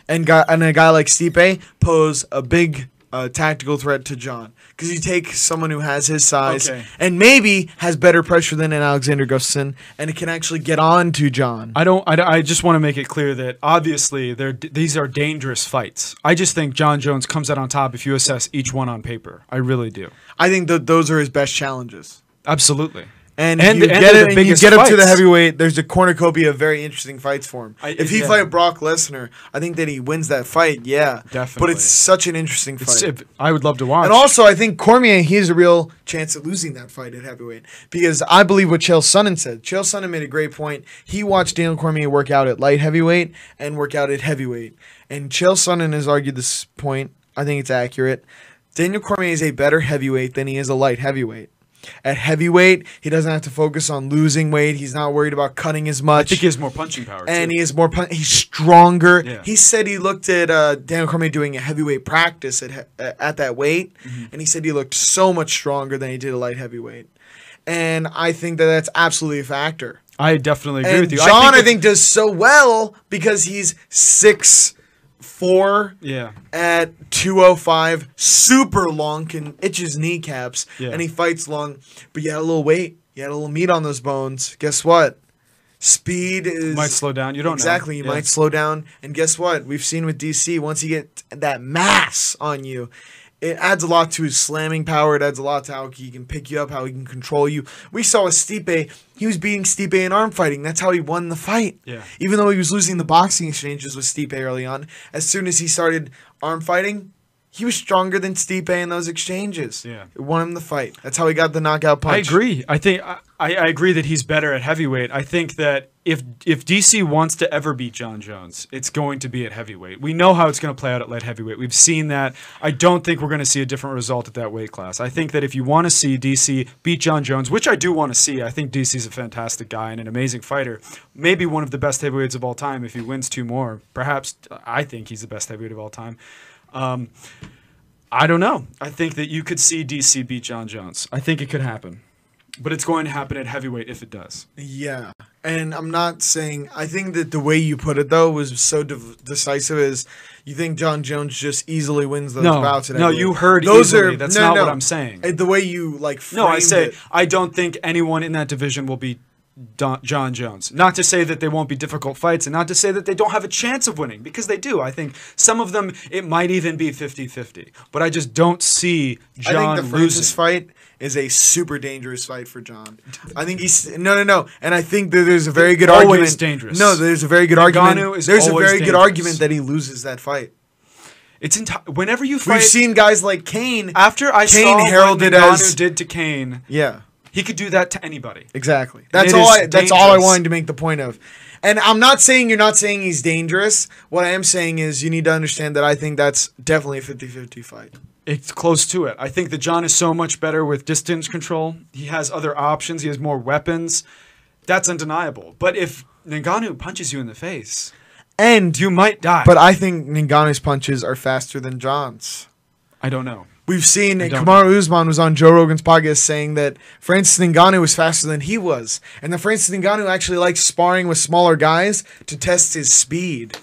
and guy and a guy like Stipe pose a big uh, tactical threat to John because you take someone who has his size Okay. and maybe has better pressure than an Alexander Gustafson and it can actually get on to John. I don't. I, I just want to make it clear that obviously they're, these are dangerous fights. I just think John Jones comes out on top if you assess each one on paper. I really do. I think that those are his best challenges. Absolutely. And, And- and you and get it, they're and the you biggest get up to the fights. heavyweight. There's a cornucopia of very interesting fights for him. I- if he yeah. fight Brock Lesnar, I think that he wins that fight. Yeah, But Definitely. it's such an interesting fight. It's, if, I would love to watch. And also, I think Cormier he has a real chance at losing that fight at heavyweight because I believe what Chael Sonnen said. Chael Sonnen made a great point. He watched Daniel Cormier work out at light heavyweight and work out at heavyweight, and Chael Sonnen has argued this point. I think it's accurate. Daniel Cormier is a better heavyweight than he is a light heavyweight. At heavyweight, he doesn't have to focus on losing weight. He's not worried about cutting as much I think he has more punching power. and too. he is more pun- he's stronger. Yeah. He said he looked at uh, Daniel Cormier doing a heavyweight practice at he- uh, at that weight, Mm-hmm. and he said he looked so much stronger than he did a light heavyweight. And I think that that's absolutely a factor. I definitely agree And with you. John, I think, if- does so well because he's six four Yeah. at 205, super long, can itch his kneecaps, Yeah. and he fights long. But you had a little weight, you had a little meat on those bones. Guess what? Speed is Might slow down. You don't know. exactly. You Yeah. might slow down, and guess what? We've seen with DC once you get that mass on you. It adds a lot to his slamming power. It adds a lot to how he can pick you up, how he can control you. We saw with Stipe, he was beating Stipe in arm fighting. That's how he won the fight. Yeah. Even though he was losing the boxing exchanges with Stipe early on, as soon as he started arm fighting, he was stronger than Stipe in those exchanges. Yeah. It won him the fight. That's how he got the knockout punch. I agree. I think I, I agree that he's better at heavyweight. I think that if if DC wants to ever beat John Jones, it's going to be at heavyweight. We know how it's going to play out at light heavyweight. We've seen that. I don't think we're going to see a different result at that weight class. I think that if you want to see DC beat John Jones, which I do want to see, I think DC's a fantastic guy and an amazing fighter. Maybe one of the best heavyweights of all time if he wins two more. Perhaps I think he's the best heavyweight of all time. Um, I don't know. I think that you could see DC beat John Jones. I think it could happen. But it's going to happen at heavyweight if it does. Yeah. And I'm not saying I think that the way you put it though was so de- decisive is you think John Jones just easily wins those No. bouts. and No, everything. you heard easily. That's not what I'm saying. Uh, The way you like No, I framed say it. I don't think anyone in that division will be Don- John Jones. Not to say that they won't be difficult fights and not to say that they don't have a chance of winning because they do. I think some of them it might even be 50-50. But I just don't see John I think the Francis losing. fight is a super dangerous fight for John. I think he's no, no, no, and I think that there's a very good Always argument. dangerous. No, there's a very good argument. Ngannou is there's a always very good dangerous. argument that he loses that fight. It's enti- whenever you We've fight seen guys like Kane. after I Kane saw heralded what Ngannou as- did to Kane, yeah. he could do that to anybody. Exactly. That's It all. is I, that's all I dangerous. wanted to make the point of. And I'm not saying you're not saying he's dangerous. What I am saying is you need to understand that I think that's definitely a 50-50 fight. It's close to it. I think that John is so much better with distance control. He has other options. He has more weapons. That's undeniable. But if Ngannou punches you in the face, And you might die. but I think Ngannou's punches are faster than John's. I don't know. We've seen I and don't Kamaru Usman was on Joe Rogan's podcast saying that Francis Ngannou was faster than he was, and that Francis Ngannou actually likes sparring with smaller guys to test his speed.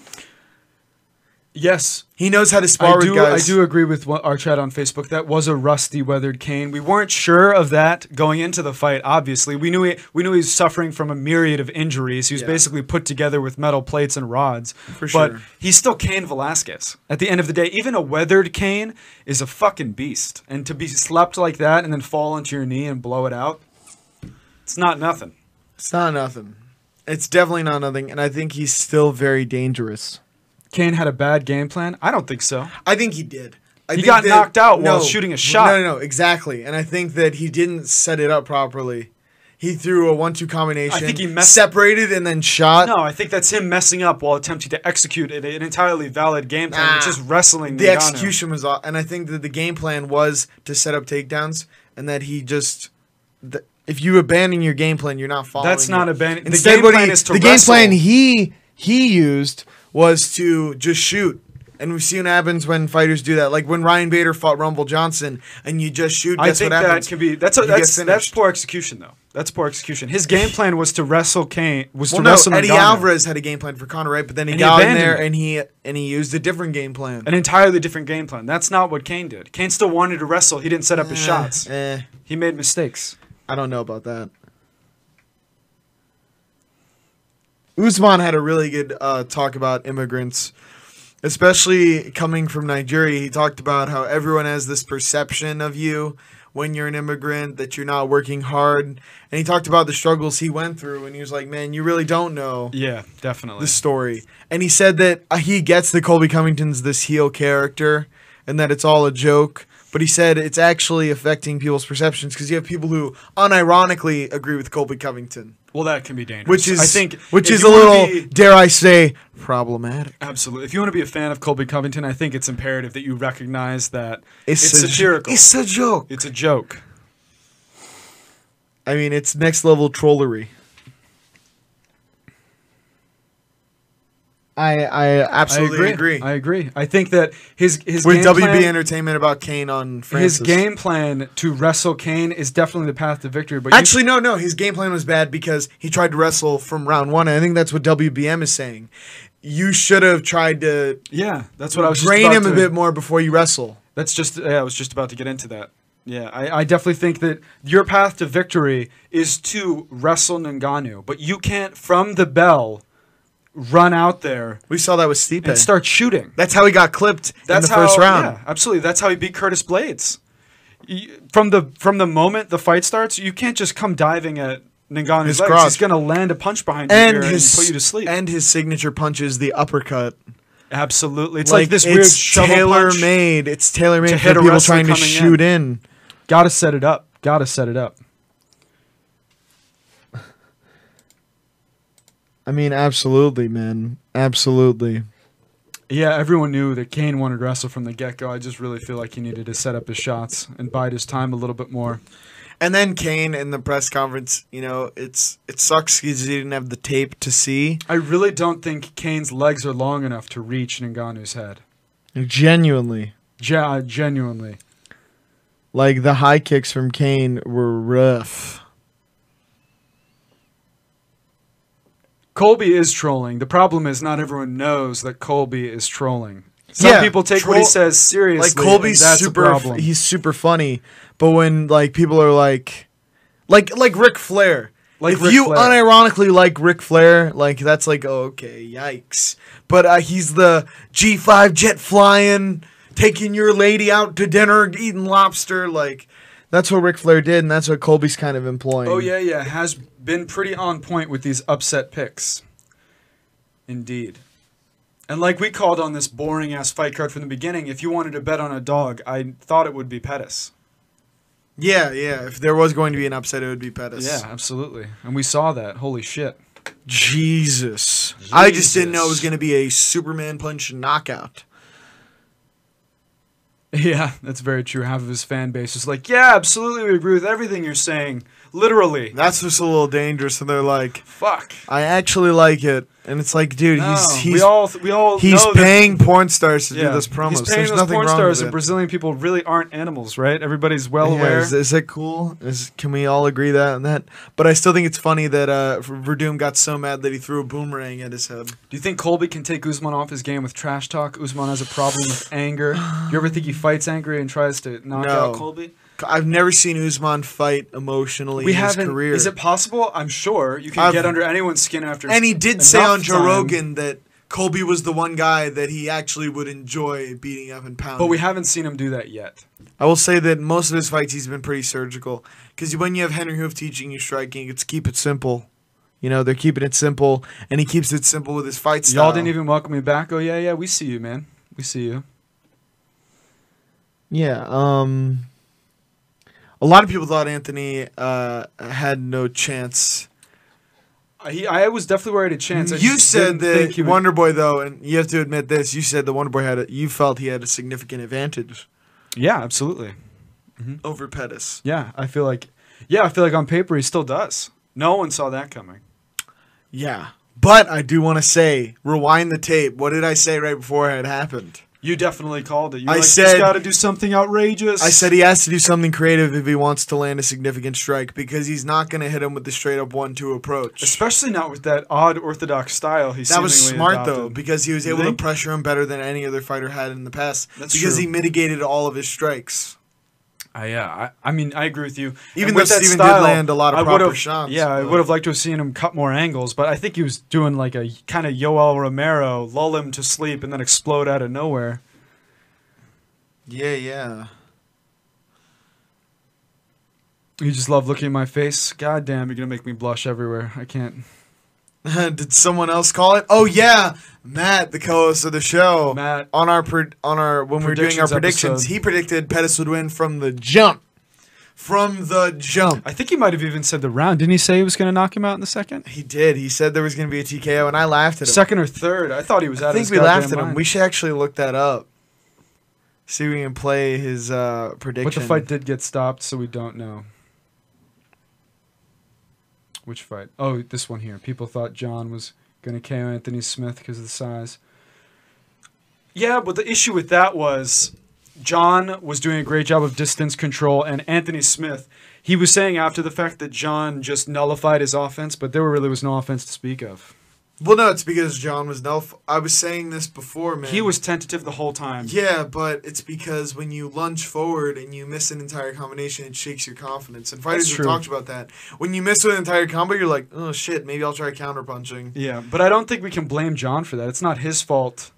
Yes, He knows how to spar I with do. I guys. do agree with what our chat on Facebook. That was a rusty, weathered cane. We weren't sure of that going into the fight. Obviously, we knew he, we knew he was suffering from a myriad of injuries. He was Yeah. basically put together with metal plates and rods. For sure. But he's still Cain Velasquez. At the end of the day, even a weathered cane is a fucking beast. And to be slapped like that and then fall onto your knee and blow it out, it's not nothing. It's not nothing. It's definitely not nothing, and I think he's still very dangerous. Kane had a bad game plan. I don't think so. I think he did. I He think got knocked out while shooting a shot. No, no, no, exactly. And I think that he didn't set it up properly. He threw a one-two combination. I think he messed- separated and then shot. No, I think that's him messing up while attempting to execute an an entirely valid game plan, Nah. which is wrestling Ah. the Ngannou. execution was off, and I think that the game plan was to set up takedowns, and that he just. The, if you abandon your game plan, you're not following. That's not it. abandon- the Instead, game what plan he, is to the game wrestle. plan he he used was to just shoot And we've seen what happens when fighters do that. Like when Ryan Bader fought Rumble Johnson, and you just shoot. I That's think what that happens. could be that's a, You get that's that's finished. poor execution though. That's poor execution. His game plan was to wrestle Kane was well, to no, wrestle Eddie Ngannou. Alvarez had a game plan for Conor, right? But then he And he got in abandoned there it. and he and he used a different game plan. an entirely different game plan. That's not what Kane did. Kane still wanted to wrestle. He didn't set up his Eh, shots. Eh, He made mistakes. I don't know about that. Usman had a really good uh, talk about immigrants, especially coming from Nigeria. He talked about how everyone has this perception of you when you're an immigrant that you're not working hard, and he talked about the struggles he went through. And he was like, "Man, you really don't know." Yeah, definitely. the story. And he said that uh, he gets the Colby Covington's this heel character and that it's all a joke. But he said it's actually affecting people's perceptions because you have people who unironically agree with Colby Covington, well, that can be dangerous. which is I think which if is a you wanna little, be- dare I say, problematic. absolutely. If you want to be a fan of Colby Covington, I think it's imperative that you recognize that it's, a- satirical. It's a joke. it's a joke. I mean, it's next level trollery. I I absolutely agree. I agree. I think that his his With game WB plan- Entertainment about Kane on Francis. His game plan to wrestle Kane is definitely the path to victory. But you- Actually, no, no. His game plan was bad because he tried to wrestle from round one. And I think that's what WBM is saying. You should have tried to yeah, that's what I was just drain about him a to- bit more before you wrestle. That's just yeah, I was just about to get into that. Yeah, I, I definitely think that your path to victory is to wrestle Ngannou, but you can't from the bell run out there We saw that with Stipe. and start shooting. that's how he got clipped That's in the first how- round. yeah, absolutely. That's how he beat Curtis Blades. Y- From the from the moment the fight starts, you can't just come diving at Ngannou's His legs. crotch. He's gonna land a punch behind you And here his and put you to sleep. and his signature punch is the uppercut. absolutely, it's like, this weird it's shovel tailor punch. made. It's tailor to made for hit a people wrestler trying to coming shoot in. Gotta set it up. Gotta set it up. I mean, absolutely, man, absolutely. Yeah, everyone knew that Kane wanted to wrestle from the get go. I just really feel like he needed to set up his shots and bide his time a little bit more. And then Kane in the press conference, you know, it's it sucks because he didn't have the tape to see. I really don't think Kane's legs are long enough to reach Ngannou's head. Genuinely, Ja, genuinely. Like the high kicks from Kane were rough. Colby is trolling. The problem is not everyone knows that Colby is trolling. Some Yeah, people take what he troll- says seriously. Like Colby's and that's a super problem. he's super funny, but when like people are like like like Ric Flair. Like if Ric you Flair. unironically like Ric Flair, like that's like okay, yikes. But uh, he's the G5 jet flying, taking your lady out to dinner, eating lobster, like that's what Ric Flair did and that's what Colby's kind of employing. Oh yeah, yeah, has been pretty on point with these upset picks. Indeed. And like we called on this boring ass fight card from the beginning, if you wanted to bet on a dog, I thought it would be Pettis. Yeah, yeah. If there was going to be an upset, it would be Pettis. Yeah, absolutely. And we saw that. Holy shit. Jesus. I just didn't know it was Jesus. going to be a Superman punch knockout. Yeah, that's very true. Half of his fan base is like, yeah, absolutely, we agree with everything you're saying. Literally. That's just a little dangerous. And they're like, Fuck. I actually like it. And it's like, dude, he's No, he's we all we all he's know that- paying porn stars to do this promo. He's so paying there's those nothing porn wrong stars, with and it. Brazilian people really aren't animals, right? Everybody's well Yeah, aware. is, is that cool? Is can we all agree that and that? But I still think it's funny that uh, Verdum got so mad that he threw a boomerang at his head. Do you think Colby can take Usman off his game with trash talk? Usman has a problem with anger. You ever think he fights angry and tries to knock No. out Colby? I've never seen Usman fight emotionally We in his haven't. career. Is it possible? I'm sure you can I've- get under anyone's skin after. And he did say enough on Joe time. Rogan that Colby was the one guy that he actually would enjoy beating up and pounding. but we haven't seen him do that yet. I will say that most of his fights he's been pretty surgical because when you have Henry Hoof teaching you striking, it's keep it simple. You know they're keeping it simple, and he keeps it simple with his fight style. Y'all didn't even welcome me back. Oh yeah, yeah, we see you, man. We see you. Yeah. Um. A lot of people thought Anthony uh, had no chance. I, he, I was definitely worried a chance. I you just said didn't think that he would- Wonder Boy though, and you have to admit this. You said the Wonder Boy had a, you felt he had a significant advantage Yeah, absolutely. over Pettis. Yeah, I feel like. Yeah, I feel like on paper he still does. No one saw that coming. Yeah. But I do want to say, rewind the tape. What did I say right before it happened? You definitely called it. You were I like, said- he's got to do something outrageous. I said he has to do something creative if he wants to land a significant strike because he's not going to hit him with the straight up one two approach. especially not with that odd orthodox style. He That was seemingly smart though adopted. because he was You able think? to pressure him better than any other fighter had in the past That's because true. he mitigated all of his strikes. I, yeah, I, I mean, I agree with you. Even And though with that Steven did land a lot of I would've- proper shots, Yeah, I but- would have liked to have seen him cut more angles, but I think he was doing like a kind of Yoel Romero, lull him to sleep, and then explode out of nowhere. Yeah, yeah. You just love looking at my face. God damn, you're gonna make me blush everywhere. I can't. Did someone else call it? Oh yeah, Matt, the co-host of the show, Matt. on our pred- on our when we were doing our Predictions predictions, episode. he predicted Pettis would win from the jump, from the jump. I think he might have even said the round. Didn't he say he was gonna knock him out in the second, He did. He said there was going to be a TKO, and I laughed at him. second or third? I thought he was. out I of think his we goddamn laughed at him. mind. We should actually look that up. See if we can play his uh, prediction. But the fight did get stopped, so we don't know. Which fight? Oh, this one here. People thought John was going to KO Anthony Smith because of the size. Yeah, but the issue with that was John was doing a great job of distance control, and Anthony Smith, he was saying after the fact that John just nullified his offense, but there really was no offense to speak of. Well, no, it's because John was no. I was saying this before, man. He was tentative the whole time. Yeah, but it's because when you lunge forward and you miss an entire combination, it shakes your confidence. And fighters That's have true. talked about that. When you miss an entire combo, you're like, oh shit, maybe I'll try counterpunching. Yeah, but I don't think we can blame John for that. It's not his fault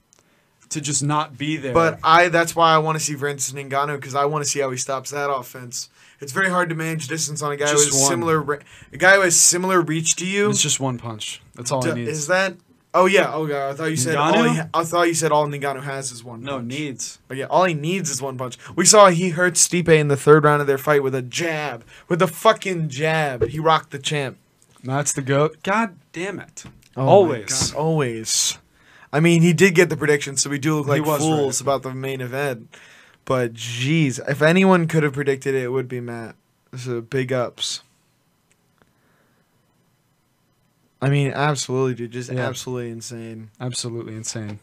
to just not be there. But I that's why I want to see Francis Ngannou because I want to see how he stops that offense. It's very hard to manage distance on a guy Just who has one. similar re- a guy who has similar reach to you. It's just one punch. That's all D- I need. is that? Oh yeah. Oh god. I thought you said all. Ngannou? He, I thought you said all Ngannou has is one. no punch. needs. But yeah, all he needs is one punch. We saw he hurt Stipe in the third round of their fight with a jab. With a fucking jab. He rocked the champ. That's the goat. God damn it! Oh my Always. God, always. I mean, he did get the prediction, so we do look He like was fools about the main event. But jeez, if anyone could have predicted it, it would be Matt. So big ups. I mean, absolutely, dude. Just Yeah. absolutely insane. Absolutely insane.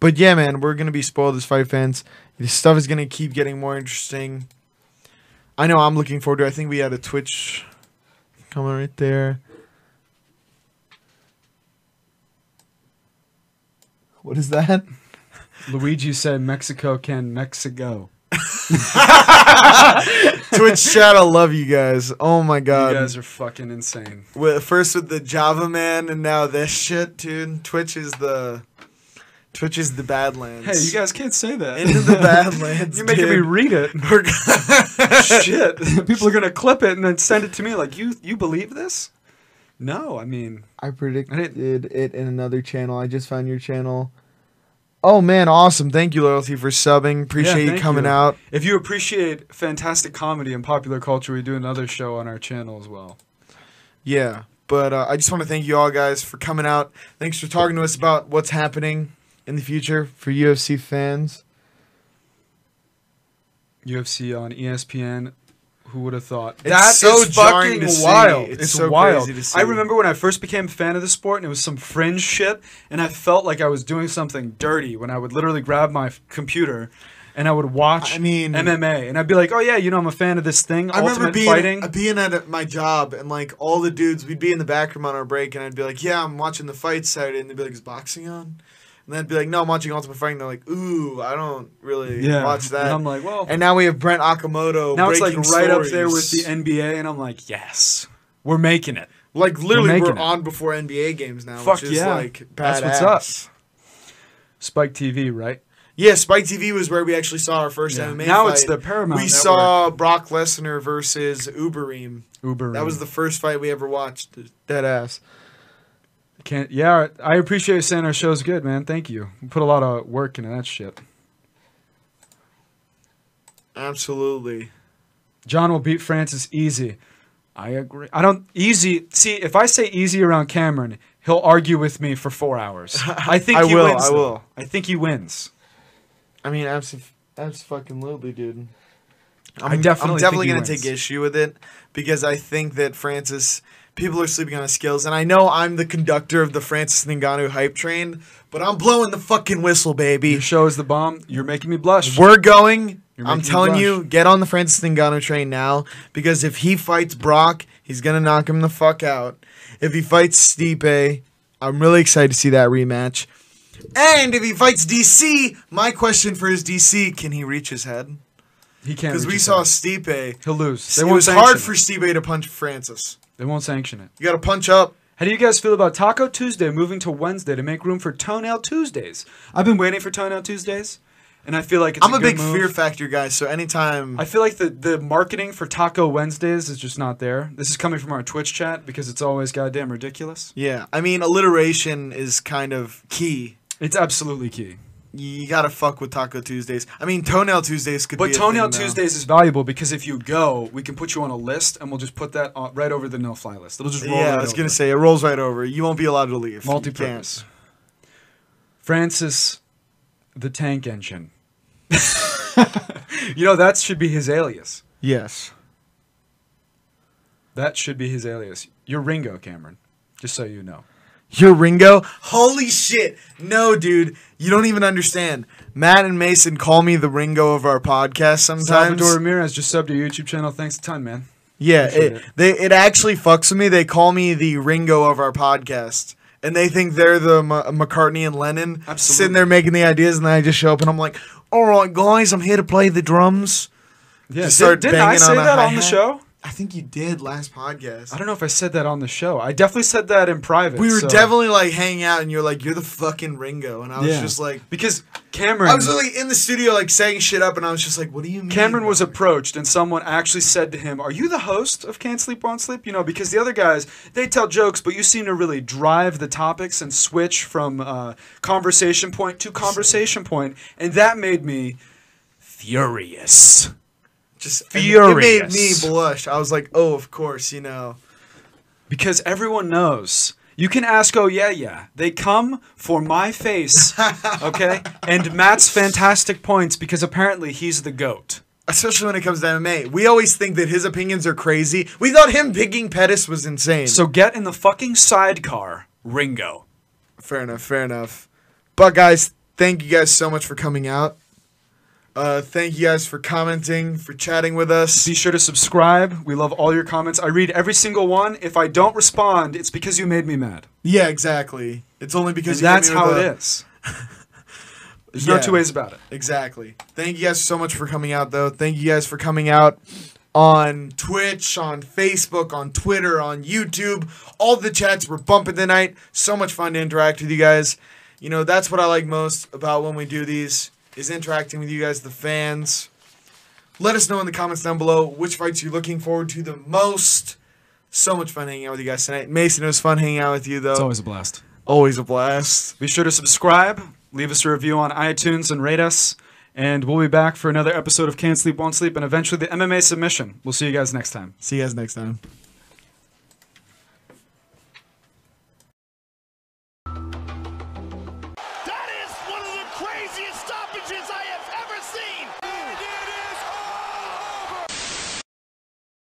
But yeah, man, we're gonna be spoiled as fight fans. This stuff is gonna keep getting more interesting. I know I'm looking forward to. it. I think we had a Twitch comment right there. What is that? Luigi said Mexico can Mexico. Twitch chat, I love you guys. Oh my god. you guys are fucking insane. Wi- First with the Java man, and now this shit, dude. Twitch is the Twitch is the Badlands. Hey, you guys can't say that. into the Badlands. You're making me dude. read it. We're- Shit. People are gonna clip it and then send it to me. Like you, you believe this? No, I mean, I predicted it in another channel. I just found your channel. Oh man, awesome! Thank you, loyalty, for subbing. Appreciate you thank coming you. out. if you appreciate fantastic comedy and popular culture, we do another show on our channel as well. Yeah, but uh, I just want to thank you all guys for coming out. Thanks for talking to us about what's happening in the future for UFC fans. UFC on E ESPN. Who would have thought? It's That is so jarring to see. It's It's, so wild. crazy to see. I remember when I first became a fan of the sport, and it was some fringe shit, and I felt like I was doing something dirty when I would literally grab my f- computer, and I would watch I mean- MMA, and I'd be like, "Oh yeah, you know, I'm a fan of this thing, I Ultimate remember being Fighting." uh, being at uh, my job and like all the dudes, we'd be in the back room on our break, and I'd be like, "Yeah, I'm watching the fight Saturday," and they'd be like, "Is boxing on?" And then I'd be like, "No, I'm watching Ultimate Fighting." They're like, "Ooh, I don't really yeah, watch that." And I'm like, "Well, And now we have Brent Akamoto. now it's like breaking right up there with the stories. NBA," and I'm like, "Yes, we're making it." like literally making we're it. on before NBA games now, Fuck which is yeah. like badass. That's what's up. Spike TV, right? Yeah, Spike TV was where we actually saw our first Yeah. MMA. Now fight. it's the Paramount. We saw Brock Lesnar versus Uberim. Uber. That was the first fight we ever watched. Dead ass. Can't. Yeah, I appreciate you saying our show's good, man. Thank you. We put a lot of work into that shit. Absolutely. John will beat Francis easy. I agree. I don't easy. See, if I say easy around Cameron, he'll argue with me for four hours. I think I he will, wins. I though. will. I think he wins. I mean, absolutely, absolutely, dude. I definitely I'm definitely think he gonna wins. take issue with it because I think that Francis people are sleeping on his skills. And I know I'm the conductor of the Francis Ngannou hype train, but I'm blowing the fucking whistle, baby. Your show is the bomb. You're making me blush. We're going. You're I'm making me telling blush. you, get on the Francis Ngannou train now because if he fights Brock, he's gonna knock him the fuck out. If he fights Stipe, I'm really excited to see that rematch. And if he fights DC, my question for his DC: Can he reach his head? He can't Because reach we his saw head. Stipe. he'll lose. They It won't was sanction hard it. for Stipe to punch Francis. They won't sanction it. You got to punch up. How do you guys feel about Taco Tuesday moving to Wednesday to make room for Toenail Tuesdays? I've been waiting for Toenail Tuesdays, and I feel like it's I'm a, good big move. Fear Factor guy, so anytime I feel like the, the marketing for Taco Wednesdays is just not there. This is coming from our Twitch chat because it's always goddamn ridiculous. Yeah, I mean alliteration is kind of key. It's absolutely key. You gotta fuck with Taco Tuesdays. I mean Toenail Tuesdays could But be. a thing, Toenail though. Tuesdays is valuable because if you go, we can put you on a list and we'll just put that on, right over the no fly list. It'll just roll Yeah, right I was over. gonna say it rolls right over. You won't be allowed to leave. You can't. Multi-purpose. Francis the Tank Engine. you know, that should be his alias. Yes. That should be his alias. You're Ringo, Cameron. Just so you know. Your Ringo? Holy shit! No, dude, you don't even understand. Matt and Mason call me the Ringo of our podcast sometimes. Salvador Ramirez just subbed to your YouTube channel. Thanks a ton, man. Yeah, Appreciate it, it. they it actually fucks with me. They call me the Ringo of our podcast, and they think they're the M- McCartney and Lennon sitting Absolutely. there making the ideas, and then I just show up and I'm like, "All right, guys, I'm here to play the drums." Yeah, Just start did, not I banging on say a that on the hi-hat. show? I think you did last podcast. I don't know if I said that on the show. I definitely said that in private. we were so- definitely like hanging out, and you're like, "You're the fucking Ringo," and I was Yeah. just like, because Cameron. I was like in the studio like saying shit up, and I was just like, "What do you mean?" Cameron was bro?" approached, and someone actually said to him, "Are you the host of Can't Sleep Won't Sleep?" You know, because the other guys they tell jokes, but you seem to really drive the topics and switch from uh, conversation point to conversation point, and that made me furious. just and It made me furious. blush. I was like, "Oh, of course," you know. Because everyone knows. You can ask, oh, yeah, yeah. They come for my face, okay? And Matt's fantastic points because apparently he's the GOAT. especially when it comes to MMA. We always think that his opinions are crazy. We thought him picking Pettis was insane. So get in the fucking sidecar, Ringo. fair enough, fair enough. But guys, thank you guys so much for coming out. Uh, thank you guys for commenting, for chatting with us. Be sure to subscribe. We love all your comments. I read every single one. If I don't respond, it's because you made me mad. Yeah, exactly. It's only And because you hit that's me with how a- it is. There's Yeah. no two ways about it. Exactly. Thank you guys so much for coming out, though. Thank you guys for coming out on Twitch, on Facebook, on Twitter, on YouTube. All the chats were bumping tonight. So much fun to interact with you guys. You know, that's what I like most about when we do these is interacting with you guys, the fans. Let us know in the comments down below which fights you're looking forward to the most. So much fun hanging out with you guys tonight. Mason, it was fun hanging out with you, though. a blast. always a blast. Be sure to subscribe, leave us a review on iTunes, and rate us. And we'll be back for another episode of Can't Sleep, Won't Sleep, and eventually the MMA submission. We'll see you guys next time. See you guys next time.